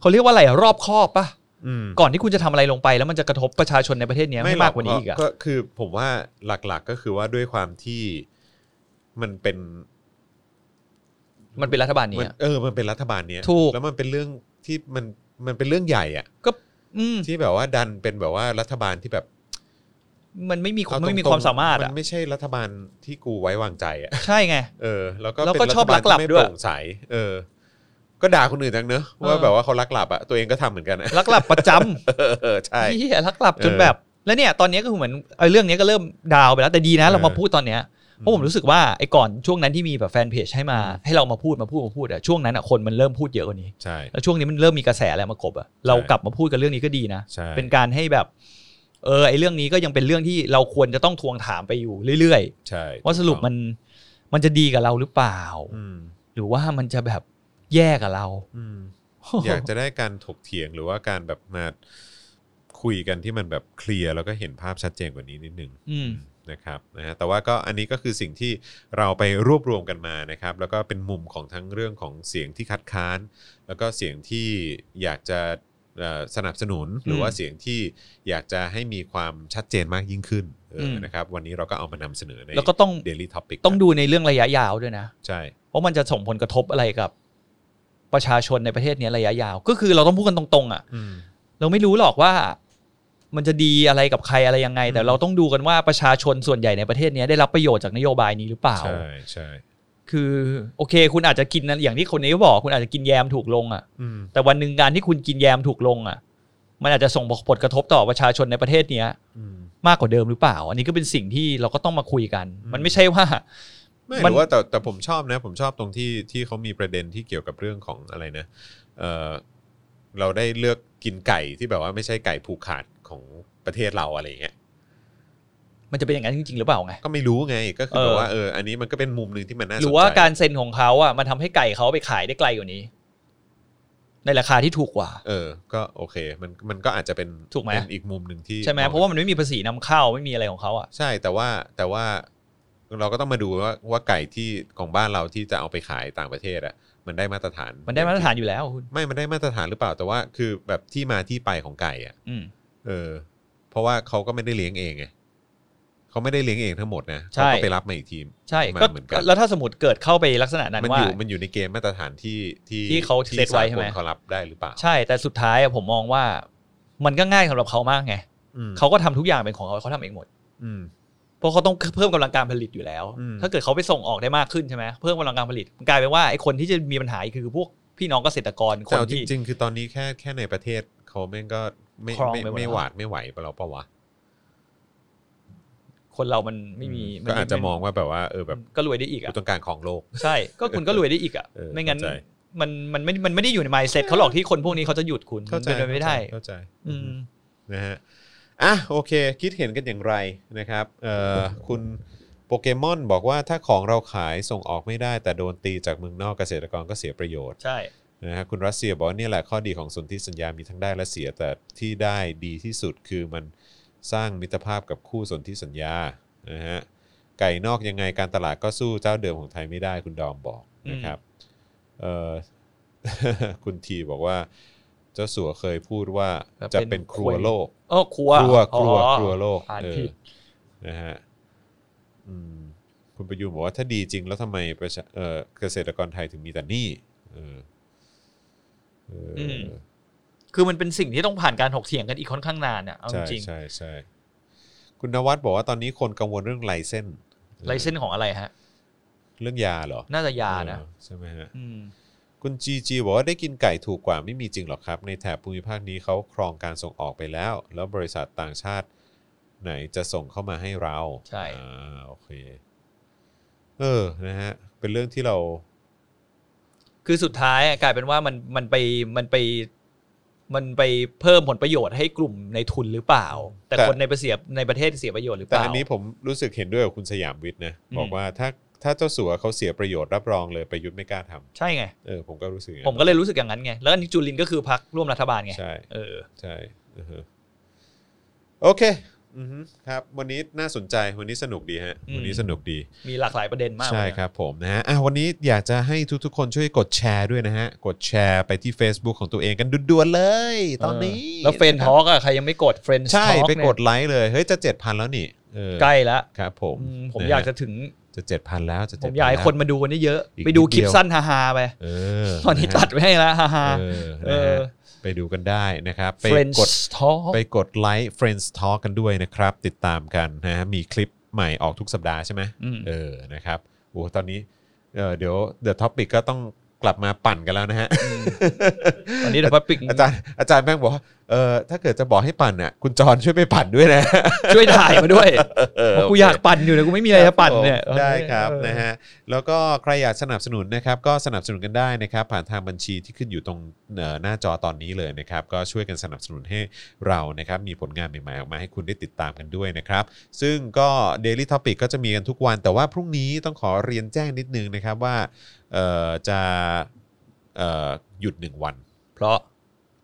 S2: เขาเรียกว่าอะไรรอบคอบปะ
S1: อืม
S2: ก่อนที่คุณจะทำอะไรลงไปแล้วมันจะกระทบประชาชนในประเทศเนี้ยไม่มากกว่านี้อีกอะ
S1: ก็คือผมว่าหลักๆก็คือว่าด้วยความที่มันเป็น
S2: มันเป็นรัฐบาลนี้
S1: มัน
S2: อะ
S1: เออมันเป็นรัฐบาลเนี้ย
S2: ถูก
S1: แล้วมันเป็นเรื่องที่มันมันเป็นเรื่องใหญ่อะ
S2: ก็ อืม
S1: ที่แบบว่าดันเป็นแบบว่ารัฐบาลที่แบบ
S2: มันไม่มีความ
S1: เอตงๆ
S2: ไม่มีความสามารถ
S1: มั
S2: อะ
S1: นไม่ใช่รัฐบาลที่กูไว้วางใจอะ
S2: ใช่ไง
S1: เออ แล้วก็
S2: แล้วก็
S1: เป็น
S2: ชอบลักหลับ
S1: ฐาที่ไม่
S2: ด้วย
S1: โปร่งใสเออ ก็ด่าคนอื่นจังเนอะว่า
S2: เออ
S1: แบบว่าเขาลักหลับอะตัวเองก็ทำเหมือนกันอะ
S2: ลักหลับประจำ
S1: เออเออใช่
S2: เหียลักหลับจน
S1: เออ
S2: แบบ แล้วเนี่ย ตอนเนี้ยก็คือเหมือนไอ้เรื่องเนี้ยก็เริ่มดาวไปแล้วแต่ดีนะ เรามา
S1: เออ
S2: พูดตอนเนี้ยเพราะผมรู้สึกว่าไอ้ก่อนช่วงนั้นที่มีแบบแฟนเพจให้มาให้เรามาพูดมาพูดมาพูดอะช่วงนั้นอะคนมันเริ่มพูดเยอะกว่านี้
S1: ใช่
S2: แล้วช่วงนี้มันเริ่มมีกระแสอะไรมากบอะเรากลับมาพูดกันเรื่องนี้ก็ดีนะ
S1: ใช่
S2: เป็นการให้แบบ เออไอ้เรื่องนี้ก็ยังเป็นเรื่องที่เราควรจะต้องทวงถามไปอยู่เรื่อยๆ
S1: ใช่
S2: ว่าสรุปมันมันจะดีกับเราหรือเปล่า
S1: อืม
S2: หรือว่ามันจะแบบแย่กับเรา
S1: อืม อยากจะได้การถกเถียงหรือว่าการแบบมาคุยกันที่มันแบบเคลียร์แล้วก็เห็นภาพชัดเจนกว่านี้นิดนึง
S2: อืม
S1: นะครับนะฮะแต่ว่าก็อันนี้ก็คือสิ่งที่เราไปรวบรวมกันมานะครับ แล้วก็เป็นมุมของทั้งเรื่องของเสียงที่คัดค้าน แล้วก็เสียงที่อยากจะเอ่อสนับสนุนหรือว่าเสียงที่อยากจะให้มีความชัดเจนมากยิ่งขึ้นเอออ
S2: ม
S1: นะครับวันนี้เราก็เอามานำเสนอใน
S2: แล้วก็ต้อง
S1: Daily Topic
S2: ต้องดูในเรื่องระยะยาวด้วยนะ
S1: ใช่
S2: เพราะมันจะส่งผลกระทบอะไรกับ ประชาชนในประเทศเนี้ยระยะยาว ก็คือเราต้องพูดกันตรงๆอ่ะ
S1: อืม
S2: เราไม่รู้หรอกว่า มันจะดีอะไรกับใครอะไรยังไง แต่
S1: อืม
S2: เราต้องดูกันว่าประชาชนส่วนใหญ่ในประเทศเนี้ยได้รับประโยชน์จากนโยบายนี้หรือเปล่า
S1: ใช่ใช่
S2: คือโอเค คุณอาจจะกินนะอย่างที่คนนี้ก็บอก คุณอาจจะกินแยมถูกลงอ่ะ
S1: อืม
S2: แต่วันหนึ่งการที่คุณกินแยมถูกลงอ่ะ มันอาจจะส่งผลกระทบต่อประชาชนในประเทศเนี้ย
S1: อืม
S2: มากกว่าเดิมหรือเปล่า อันนี้ก็เป็นสิ่งที่เราก็ต้องมาคุยกัน
S1: อืม
S2: มันไม่ใช่ว่า
S1: ไม่
S2: มั
S1: ห
S2: น
S1: รือว่าแต่แต่ผมชอบนะ ผมชอบตรงที่ที่เขามีประเด็นที่เกี่ยวกับเรื่องของอะไรนะเออเราได้เลือกกินไก่ที่แบบว่าไม่ใช่ไก่ผูกขาดของประเทศเราอะไรอย่างเงี้ย
S2: มันจะเป็นอย่างนั้นจริงๆหรือเปล่าไง
S1: ก็ไม่รู้ไงก็คือ
S2: เออ
S1: แบบว่าเอออันนี้มันก็เป็นมุมหนึ่งที่มันน่าสนใจ
S2: หรือว่าการเซ็นของเขาอ่ะมันทำให้ไก่เขาไปขายได้ไกลกว่านี้ ในราคาที่ถูกกว่า
S1: เออ ก็โอเค มันมันก็อาจจะเป็น
S2: ถูกไหม
S1: เป็นอีกมุมหนึ่งที่
S2: ใช่ไหม
S1: อง
S2: เพราะว่ามันไม่มีภาษีนำเข้าไม่มีอะไรของเขาอ่ะ
S1: ใช่แต่ว่าแต่ว่าเราก็ต้องมาดูว่าว่าไก่ที่ของบ้านเราที่จะเอาไปขายต่างประเทศอะมันได้มาตรฐาน
S2: มันได้มาตรฐานอยู่แล้วคุณ
S1: ไม่มันได้มาตรฐานหรือเปล่า แต่ว่าคือแบบที่มาที่ไปของไก่อะ
S2: อืม
S1: เออเพราะว่าเขาก็ไม่ได้เลี้ยงเองไงเขาไม่ได้เลี้ยงเองทั้งหมดนะ
S2: ใช่
S1: เขาก็ไปรับมาอีกทีม
S2: ใช่
S1: มา
S2: ก็
S1: เหมือนกัน
S2: แล้วถ้าสมมติเกิดเข้าไปลักษณะนั้น
S1: มัน
S2: ว่า
S1: อยู่มันอยู่ในเกณฑ์มาตรฐานที่ที่
S2: ที่เขาเซ็ตไว้
S1: สากล
S2: ใช่ไหม
S1: เขารับได้หรือเปล่า
S2: ใช่แต่สุดท้ายอะผมมองว่า มันก็ง่ายสำหรับเขามากไง
S1: อืม
S2: เขาก็ทำทุกอย่างเป็นของเขาเขาทำเองหมด
S1: อืม
S2: เพราะเขาต้องเพิ่มกำลังการผลิตอยู่แล้ว
S1: อืม
S2: ถ้าเกิดเขาไปส่งออกได้มากขึ้นใช่ไหมเพิ่มกำลังการผลิตกลายเป็นว่าไอ้คนที่จะมีปัญหาอีกคือพวกพี่น้องเกษตรกรค
S1: แต่
S2: น
S1: เอาจ
S2: ที่
S1: ริง ๆ คือตอนนี้แค่แค่ในประเทศเขาแม่งก็ไม่
S2: ครอง
S1: ไม่
S2: ไปหมด
S1: ไม่
S2: แล้ว
S1: หวาดไม่ไหวเราปะวะ
S2: คนเรามันไม่มี
S1: ก็อาจจะมองว่าแบบว่า เออแบบ
S2: ก็รวยได้อีก
S1: กู
S2: อ่ะ
S1: ต้องการของโลก
S2: ใช่ ก็คุณก็รวยได้อีกอ่ะ
S1: เออ
S2: ไม่งั้น
S1: เข้าใจ
S2: มันมันไม่มันไม่ได้อยู่ใน mindset เขาหรอกที่คนพวกนี้เขาจะหยุดคุณ
S1: เข้าใจ
S2: เป็นไปไม่ได้
S1: เข้าใจ
S2: อืม
S1: นะฮะ อ่ะโอเค คิดเห็นกันอย่างไรนะครับเอ่อคุณโปเกมอนบอกว่าถ้าของเราขายส่งออกไม่ได้ แต่โดนตีจากเมืองนอกเกษตรกรก็เสียประโยชน์
S2: ใช่
S1: นะฮะคุณรัสเซียบอกว่าเนี่ยแหละข้อดีของสนธิสัญญามีทั้งได้และเสียแต่ที่ได้ดีที่สุดคือมันสร้างมิตรภาพกับคู่สนธิสัญญานะฮะไก่นอกยังไงการตลาดก็สู้เจ้าเดิมของไทยไม่ได้คุณดอมบอกนะครับเอ่อ คุณทีบอกว่าเจ้าสัวเคยพูดว่าจะเป็นครัวโลก
S2: เออครัว
S1: กลัวกลัว
S2: อ๋อก
S1: ลัวโลก
S2: อ่าน
S1: เออ
S2: ผิด
S1: นะฮะอืมคุณประยูนบอกว่าถ้าดีจริงแล้วทำไมประชาเอ่อเกษตรกรไทยถึงมีแต่หนี้เออเอออ
S2: ม คือมันเป็นสิ่งที่ต้องผ่านการถกเถียงกันอีกค่อนข้างนานอ่ะเอาจ
S1: ใช่
S2: ริง
S1: ใช่ใช่คุณนวัดบอกว่าตอนนี้คนกังวลเรื่องไลเส้น
S2: ไรเส้นของอะไรฮะ
S1: เรื่องยาเหรอ
S2: น่าจะยานะ
S1: เออใช่ไหมฮะ
S2: ม
S1: คุณจีจีบอกว่าได้กินไก่ถูกกว่าไม่มีจริงหรอกครับ ในแถบภูมิภาคนี้เขาครองการส่งออกไปแล้ว แล้วบริษัทต่างชาติไหนจะส่งเข้ามาให้เรา
S3: ใช่
S1: อ่าโอเค เออนะฮะ เป็นเรื่องที่เรา
S2: คือสุดท้ายอะกลายเป็นว่ามันมันไปมันไปมันไปเพิ่มผลประโยชน์ให้กลุ่มในทุนหรือเปล่า แต่คนในประเสียในประเทศเสียประโยชน์หรือเป
S1: แต่
S2: ล่า
S1: อันนี้ผมรู้สึกเห็นด้วยกับคุณสยามวิทย์นะ
S2: อืม
S1: บอกว่าถ้าถ้าเจ้าสัวเขาเสียประโยชน์รับรองเลยประยุทธ์ไม่กล้าทำ
S2: ใช่ไง
S1: เออผมก็รู้สึกอย่าง
S2: ผ
S1: นั้
S2: ม
S1: น
S2: ก็เลยรู้สึกอย่างนั้นไง แล้วอันนี้จุลินก็คือพักร่วมรัฐบาลไง
S1: ใช่
S2: เออ
S1: ใช่อือฮึโอเคอือฮึครับ วันนี้น่าสนใจวันนี้สนุกดีฮะ
S2: อืม
S1: วันนี้สนุกดี
S2: มีหลากหลายประเด็นมาก
S1: ใช่
S2: เลยนะครับ
S1: ผมนะฮะอ่ะวันนี้อยากจะให้ทุกๆ คนช่วยกดแชร์ด้วยนะฮะ กดแชร์ไปที่ Facebook ของตัวเองกันด่วนๆเลย ตอนนี้
S2: แล้วเฟรนทอกอะใครยังไม่กดเฟรน
S1: ใช่ไปกดไลค์เลย เฮ้ย จะ7,000แล้วนี่เออ
S2: ใกล้แล้ว
S1: ครับผม
S2: อืมผม
S1: นฮ
S2: อยากจะถึง
S1: จะ7,000แล้วจะ7,000
S2: ผมอยากให้
S1: แล้ว
S2: คนมาดูกันเยอะ
S1: อีก
S2: ๆไปดู
S1: นิด
S2: คลิป
S1: เดียว
S2: สั้นฮาๆไป
S1: เออ
S2: ตอนนี้ตัดไว้ให้แล้วฮา
S1: เออ
S2: เอ
S1: นะ
S2: อ
S1: ฮะไปดูกันได้นะครับ
S2: ๆ
S1: ไป
S2: เฟรน
S1: กด
S2: ทอก
S1: ไปกดไลค์ Friends Talk กันด้วยนะครับ ติดตามกันนะฮะมีคลิปใหม่ออกทุกสัปดาห์ใช่ไหมเออนะครับโอ้ตอนนี้เออเดี๋ยว The Topic ก็ต้องกลับมาปั่นกันแล้วนะฮะ
S2: ตอนนี้เดี๋ยวพับปิก
S1: อาจารย์อาจารย์แม่งบอกว่าเออถ้าเกิดจะบอกให้ปั่นน่ะคุณจอนช่วยไปปั่นด้วยนะ
S2: ช่วยถ่ายมาด้วย
S1: เออ
S2: เพราะกูอยากปั่นอยู่นะกูไม่มีอะไรจะปั่นเนี่ย
S1: ครับผมได้ครับ
S2: เออ
S1: นะฮะแล้วก็ใครอยากสนับสนุนนะครับก็สนับสนุนกันได้นะครับ ผ่านทางบัญชีที่ขึ้นอยู่ตรงเอ่อหน้าจอตอนนี้เลยนะครับ ก็ช่วยกันสนับสนุนให้เรานะครับมีผลงานใหม่ๆออกมาให้คุณได้ติดตามกันด้วยนะครับ ซึ่งก็ Daily Topic ก็จะมีกันทุกวัน แต่ว่าพรุ่งนี้ต้องขอเรียนแจ้งนิดนึงนะครับว่าเอ่อจะเอ่อหยุดหนึ่งวัน
S2: เพราะ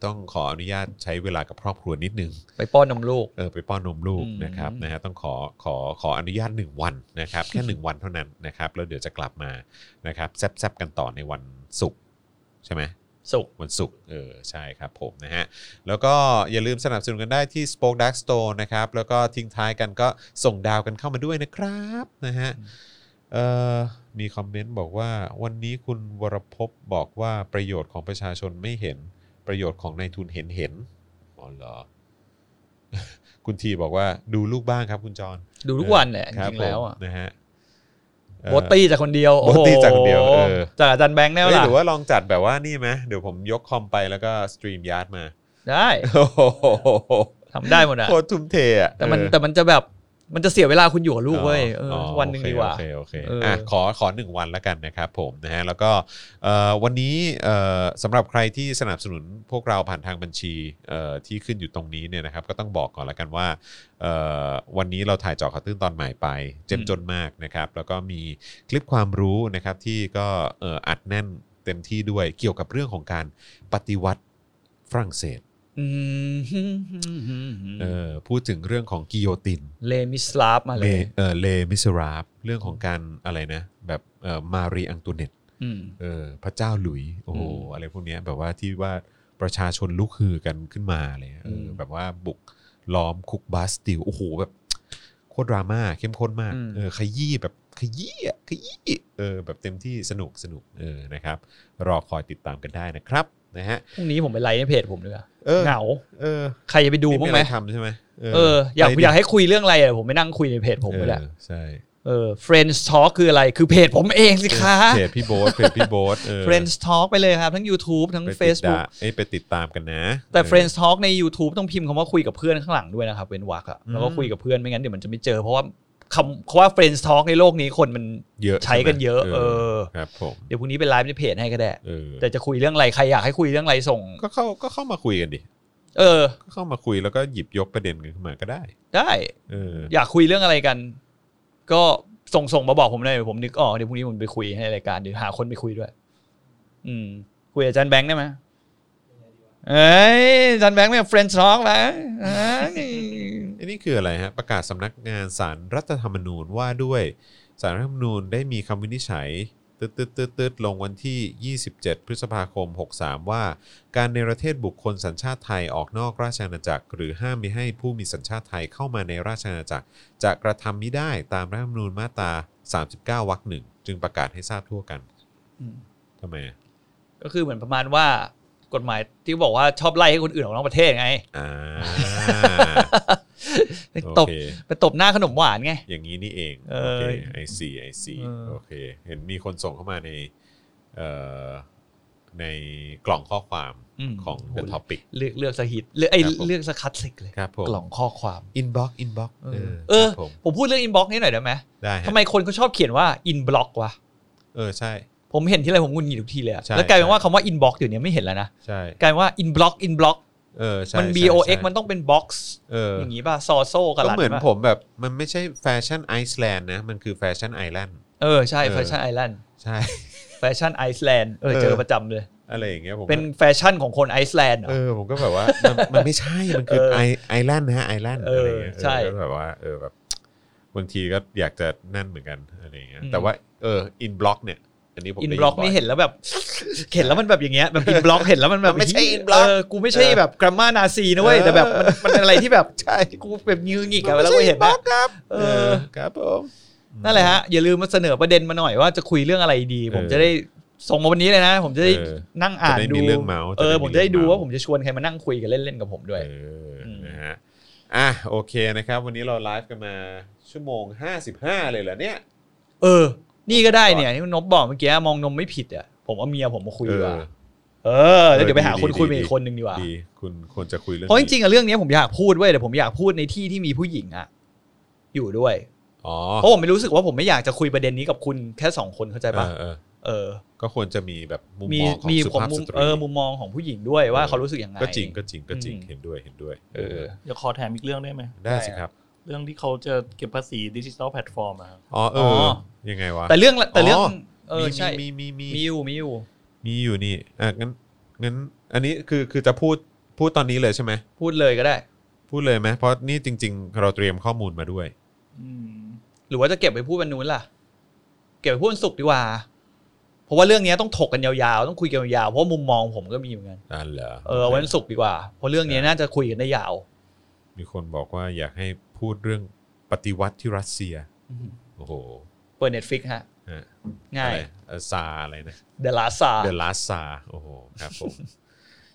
S1: ต้องขออนุญาตใช้เวลากับครอบครัวนิดนึง
S2: ไปป้อนนมลูก
S1: เออไปป้อนนมลูก
S2: อืม
S1: นะครับนะฮะต้องขอขอขออนุญาต 1 วันนะครับ แค่ 1 วันเท่านั้นนะครับแล้วเดี๋ยวจะกลับมานะครับแซบๆกันต่อในวันศุกร์ใช่ไหม
S2: สุก
S1: วันศุกร์เออใช่ครับผมนะฮะแล้วก็อย่าลืมสนับสนุนกันได้ที่ Spoke Dark Store นะครับแล้วก็ทิ้งท้ายกันก็ส่งดาวกันเข้ามาด้วยนะครับนะฮะเอ่อมีคอมเมนต์บอกว่าวันนี้คุณวรภพบอกว่าประโยชน์ของประชาชนไม่เห็นประโยชน์ของนายทุนเห็นเห็นอ๋อเหรอ คุณทีบอกว่าดูลูกบ้างครับคุณจอน
S2: ดูทุกวันแหละจ
S1: ครับ
S2: ริงๆแล้วอะ
S1: ผมนะฮะเอ่อ
S2: โบทตี้จากคนเดียวโอ้โห
S1: โบทตี้จากคนเดียวเออ
S2: จากอาจารย์แบงค์แน่
S1: เอ้ย
S2: ล่ะ
S1: หรือว่าลองจัดแบบว่านี่ไหมเดี๋ยวผมยกคอมไปแล้วก็สตรีมยาร์ดมา
S2: ได้
S1: โอ้โห
S2: ทำได้หมดอะ
S1: โคตรทุ่มเทอ่ะ
S2: แต่มัน
S1: เออ
S2: แต่มันจะแบบมันจะเสียเวลาคุณอยู่กับลูกเว้ยเออ
S1: อ๋อ
S2: วันหนึ่งดีกว่า
S1: โอเคโอเคโอ
S2: เอ
S1: เค
S2: ออ่
S1: อ่ะขอขอหนึ่งวันแล้วกันนะครับผมนะฮะแล้วก็เอ่อวันนี้เอ่อสำหรับใครที่สนับสนุนพวกเราผ่านทางบัญชีเอ่อที่ขึ้นอยู่ตรงนี้เนี่ยนะครับ ก็ต้องบอกก่อนแล้วกันว่า เอ่อวันนี้เราถ่ายเจอข่าวตื้นตอนใหม่ไป เจ็มจนมากนะครับ แล้วก็มีคลิปความรู้นะครับที่ก็เอ่ออัดแน่นเต็มที่ด้วยเกี่ยวกับเรื่องของการปฏิวัติฝรั่งเศส
S2: อืม
S1: เออพูดถึงเรื่องของกิโยติน
S2: เลมิสลาฟมาเลย
S1: เออเลมิสราฟเรื่องของการอะไรนะแบบเอ่อมารีอังตูเนต
S2: อืม
S1: เออพระเจ้าหลุยโอ้โห
S2: อืม
S1: อะไรพวกเนี้ยแบบว่าที่ว่าประชาชนลุกฮือกันขึ้นมาอะไรเลยเอออ
S2: ม
S1: แบบว่าบุกล้อมคุกบาสติลโอ้โหแบบ โคตรดราม่าเข้มข้นมาก
S2: อืม
S1: เออขยี้แบบขยี้อะขยี้เออแบบเต็มที่สนุกสนุกเออนะครับ รอคอยติดตามกันได้นะครับนะฮะ
S2: พรุ่งนี้ผมไปไลค์ในเพจผมด้วย
S1: เออ
S2: เหงา
S1: เออ
S2: ใครจะไปดูบ้างไหม
S1: นี่อะรทำใช่ไหม
S2: เอออยาก
S1: ไปดิ
S2: อยากให้คุยเรื่องอะไรอะผมไปนั่งคุยในเพจผม
S1: เอ
S2: ไป
S1: อ
S2: แหละ
S1: ใช่
S2: เออ Friends Talk คืออะไรคือเพจผมเองสิคะ
S1: เพจพี่โบ๊ทเพจพี่โบ๊ทเออ
S2: Friends Talk ไปเลยครับทั้ง YouTube ทั้ง
S1: ไปติดตาม
S2: Facebook
S1: เอ้ยไปติดตามกันนะ
S2: แต่
S1: เออ
S2: Friends Talk ใน YouTube ต้องพิมพ์คำว่าคุยกับเพื่อนข้างหลังด้วยนะครับเว้นวรรคอะแล้วก็
S1: อืม
S2: คุยกับเพื่อนไม่งั้นเดี๋ยวมันจะไม่เจอเพราะว่าคำคำว่า Friends Talk ในโลกนี้คนมัน
S1: เยอะ
S2: ใช้กันเยอะเออ
S1: ครับผม
S2: เดี๋ยวพรุ่งนี้เป็นไลฟ์ในเพจให้ก็ได้
S1: เออ
S2: แต่จะคุยเรื่องอะไรใครอยากให้คุยเรื่องอะไรส่ง
S1: ก็เข้าก็เข้ามาคุยกันดิ
S2: เออ
S1: ก็เข้ามาคุยแล้วก็หยิบยกประเด็นกันขึ้นมาก็ได้
S2: ได้
S1: เออ
S2: อยากคุยเรื่องอะไรกัน ก็ส่งส่งมาบอกผมหน่อยผมนึกออกเดี๋ยวพรุ่งนี้ผมไปคุยให้รายการเดี๋ยวหาคนไปคุยด้วย อืม คุยกับอาจารย์แบงค์ได้ไหมเอ้ยอาจารย์แบงค์เนี่ยเฟรนช์ท็อกแล้วอ่านี่
S1: ไอ้นี่คืออะไรฮะ ประกาศสำนักงานสารรัฐธรรมนูญว่าด้วยสารรัฐธรรมนูญได้มีคำวินิจฉัยตืดตืดตืดตืดลงวันที่ 27 พฤษภาคม 63 ว่า การในประเทศบุคคลสัญชาติไทยออกนอกราชอาณาจักร หรือห้ามมิให้ผู้มีสัญชาติไทยเข้ามาในราชอาณาจักร จะกระทำมิได้ตามรัฐธรรมนูญมาตรา 39 วรรคหนึ่งจึงประกาศให้ทราบทั่วกัน
S2: อืม
S1: ทำไมอะ
S2: ก็คือเหมือนประมาณว่า กฎหมายที่บอกว่าชอบไล่ให้คนอื่นออกนอกประเทศไง
S1: อ่า
S2: ไป
S1: โอ
S2: ตบ
S1: เค
S2: ไปตบหน้าขนมหวานไง
S1: อย่างนี้นี่เอง
S2: เอ
S1: โอ
S2: อ
S1: เคไอซีไอซี
S2: เออ
S1: โอเค เห็นมีคนส่งเข้ามาในเอ่อในกล่องข้อความ
S2: อืม
S1: ของ The Topic
S2: เลือกเลือกสฮิตเลือกไอ
S1: ครับผม
S2: เลือกสคัดสิกเลย
S1: ครับผม
S2: กล่องข้อความ
S1: inbox inbox
S2: เออ
S1: เอ
S2: เอ
S1: อ
S2: อ
S1: ครับผม
S2: ผมพูดเรื่องอินบ็อกซ์นี่หน่อยได้ไหม
S1: ได้ฮะ
S2: ทำไมคนเขาชอบเขียนว่าอินบล็อกวะ
S1: เออใช่
S2: ผมเห็นที่ไรผมหงุนงิดทุกทีเลยอะ
S1: ใช่
S2: แล้วกลายเป็นว่าคำว่าอินบ็อกซ์เดี๋ยวนี้ไม่เห็นแล้วนะ
S1: ใช่
S2: กลายเป็นว่าอินบล็อกอินบล็อก
S1: เออใช่
S2: มัน B
S1: ใช่
S2: O X
S1: ใช่
S2: มันต้องเป็นบ็อกซ์
S1: เออ
S2: อ
S1: อย่าง
S2: นี้ป่ะซอโซกับ
S1: ก็
S2: ลัด
S1: เหมือน
S2: ป่ะ
S1: ผมแบบมันไม่ใช่แฟชั่นไอซ์แลนด์นะ มันคือแฟชั่นไอแลนด์
S2: เออใช่
S1: เออ
S2: แฟชั่นไอแลนด์
S1: ใช่
S2: แฟชั่นไอซ์แลนด์เออ
S1: เออ
S2: เจอประจำเลย
S1: อะไรอย่างเงี้ยผม
S2: เป็นแฟชั่นของคนไอซ์แลนด์เหรอ
S1: เออผมก็แบบว่า มันมันไม่ใช่มันคือ
S2: เออ
S1: ไอไอแลนด์นะฮะไอแลนด์
S2: เอออ
S1: อะไรอย่างเงี้ย
S2: ใช่
S1: เออก็แบบว่าเออแบบบางทีก็อยากจะนั่นเหมือนกันอะไรอย่างเงี้ย
S2: อืม
S1: แต่ว่าเอออินบล็อกเนี่ย อันนี้ผม
S2: อิน
S1: ได้
S2: บล็อก
S1: ย
S2: นี่
S1: บ่ย
S2: เห็นแล้วแบบ เห็นแล้วมันแบบอย่างเงี้ยแบบอินบ ล็อกเห็นแล้วมันแบบ
S1: มันไม่ใช่ inblock
S2: เออกูไม่ใช่แบบกรามานาซีนะเว้ยแต่แบบมันมันอะไรที่แบบ
S1: ใช่
S2: กูแบบยืนหงิกอะแล้วกูเห็น
S1: บล็อกครั
S2: นะ
S1: บเอ
S2: เออ
S1: อครับผม
S2: นั่นแหละฮะอย่าลืมมาเสนอประเด็นมาหน่อยว่าจะคุยเรื่องอะไรดี ผม
S1: เออ
S2: จะได้ส่งมาวันนี้เลยนะ ผมจะได้
S1: เออ
S2: นั่งอ่าน
S1: จะได้
S2: ดู
S1: มีเรื่องเมาส์
S2: เออผมจะได้ดู
S1: จะได้มีเรื่อง
S2: ว่า
S1: เมาส์
S2: ผมจะชวนใครมานั่งคุยกันเล่นๆกับผมด้วย
S1: เอออ
S2: ม
S1: นะฮะอ่ะโอเคนะครับ วันนี้เราไลฟ์กันมาชั่วโมง 55 เลยเหรอเนี่ย
S2: เออ นี่ก็ได้เนี่ยนี่นบบอกเมื่อกี้มองนมไม่ผิดอ่ะผมเอาเมียผมมาคุยดีกว่าเออแล้วเดี๋ยวไปหาคนคุยเป็นอีกคนหนึ่งดีกว่า
S1: ดี คุณควรจะคุยเรื่อง
S2: เพราะจริ
S1: นี้
S2: งๆอะเรื่องนี้ผมอยากพูดเว้ยแต่ผมอยากพูดในที่ที่มีผู้หญิงอะอยู่ด้วย
S1: อ๋อ
S2: เพราะผมไม่รู้สึกว่าผมไม่อยากจะคุยประเด็นนี้กับคุณแค่สองคนเข้าใจปะ
S1: เออเออ
S2: เออ
S1: ก็ควรจะมีแบบมุม
S2: มี
S1: มองของ
S2: มี
S1: สุ
S2: ของ
S1: ภาพ
S2: มุ
S1: ส
S2: ม
S1: ตรี
S2: เออมุมมองของผู้หญิงด้วยว่า
S1: เออ
S2: เขารู้สึกยังไง
S1: ก็จริงก็จริงก็จริง
S2: อืม
S1: เห็นด้วยเห็นด้วย
S2: เออ
S6: เดี๋ยวขอแถมอีกเรื่องได้ไหม
S1: ได้สิครับ
S6: เรื่องที่เขาจะเก็บภาษีดิจิทัลแพลตฟอร์มอะครับ
S1: อ๋อเออ
S2: อ
S1: ยังไงวะ
S2: แต่เรื่องแต่เรื่อง
S1: อ๋อ
S2: เออ
S1: มี
S2: ใช่
S1: มีมีมี
S2: มีอยู่มีอยู่
S1: มีอยู่นี่อ่ะงั้นงั้นอันนี้คือคือจะพูดพูดตอนนี้เลยใช่ไหม
S2: พูดเลยก็ได้
S1: พูดเลยไหมเพราะนี่จริง ๆ เราเตรียมข้อมูลมาด้วย
S6: อืม
S2: หรือว่าจะเก็บไปพูดวันนู้นล่ะ เก็บไปพูดวันศุกร์ดีกว่า เพราะว่าเรื่องนี้ต้องถกกันยาวๆต้องคุยกันยาวๆเพราะมุมมองผมก็มีเหมือนกัน
S1: นั่นเหรอ
S2: เออเอาไว้วันศุกร์ดีกว่าเพราะเรื่องนี้น่าจะคุยกันได้ยาว
S1: มีคนบอกว่าอยากให้พูดเรื่องปฏิวัติที่รัสเซีย
S2: อืม
S1: โอ้โห
S2: เปิดเน็ตฟิกฮะ
S1: ฮะ
S2: ง่า
S1: อะ
S2: ย
S1: ไรเอ่อซาอะไรนะ
S2: เดลาซา
S1: เดอะลาสซาโอ้โห ครับผม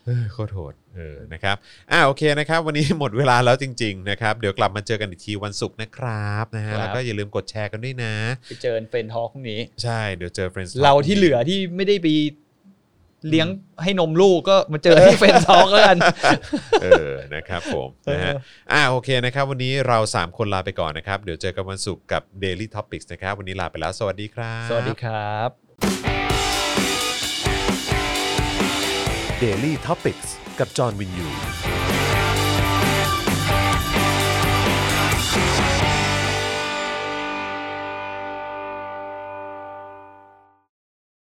S1: เออโคตรโหดเออนะครับ อ่าโอเคนะครับ วันนี้หมดเวลาแล้วจริง ๆ นะครับ เดี๋ยวกลับมาเจอกันอีกทีวันศุกร์นะครับนะฮะ
S2: ครับ
S1: แล้วก็อย่าลืมกดแชร์กันด้วยนะ
S2: ไปเจอเฟรนทอลพรุ่งนี้
S1: ใช่ เดี๋ยวเจอ Friends Talk
S2: เราที่เหลือที่ไม่ได้ไปเลี้ยงให้นมลูกก็มาเจอที่เฟรนทอลกัน
S1: เออ นะครับผม
S2: เออ
S1: นะฮะอ่าโอเคนะครับ วันนี้เรา 3 คนลาไปก่อนนะครับ เดี๋ยวเจอกันวันศุกร์กับ Daily Topics นะครับ วันนี้ลาไปแล้ว สวัสดีครับ
S2: สวัสดีครับ
S1: Daily Topics กับจอห์นวินยู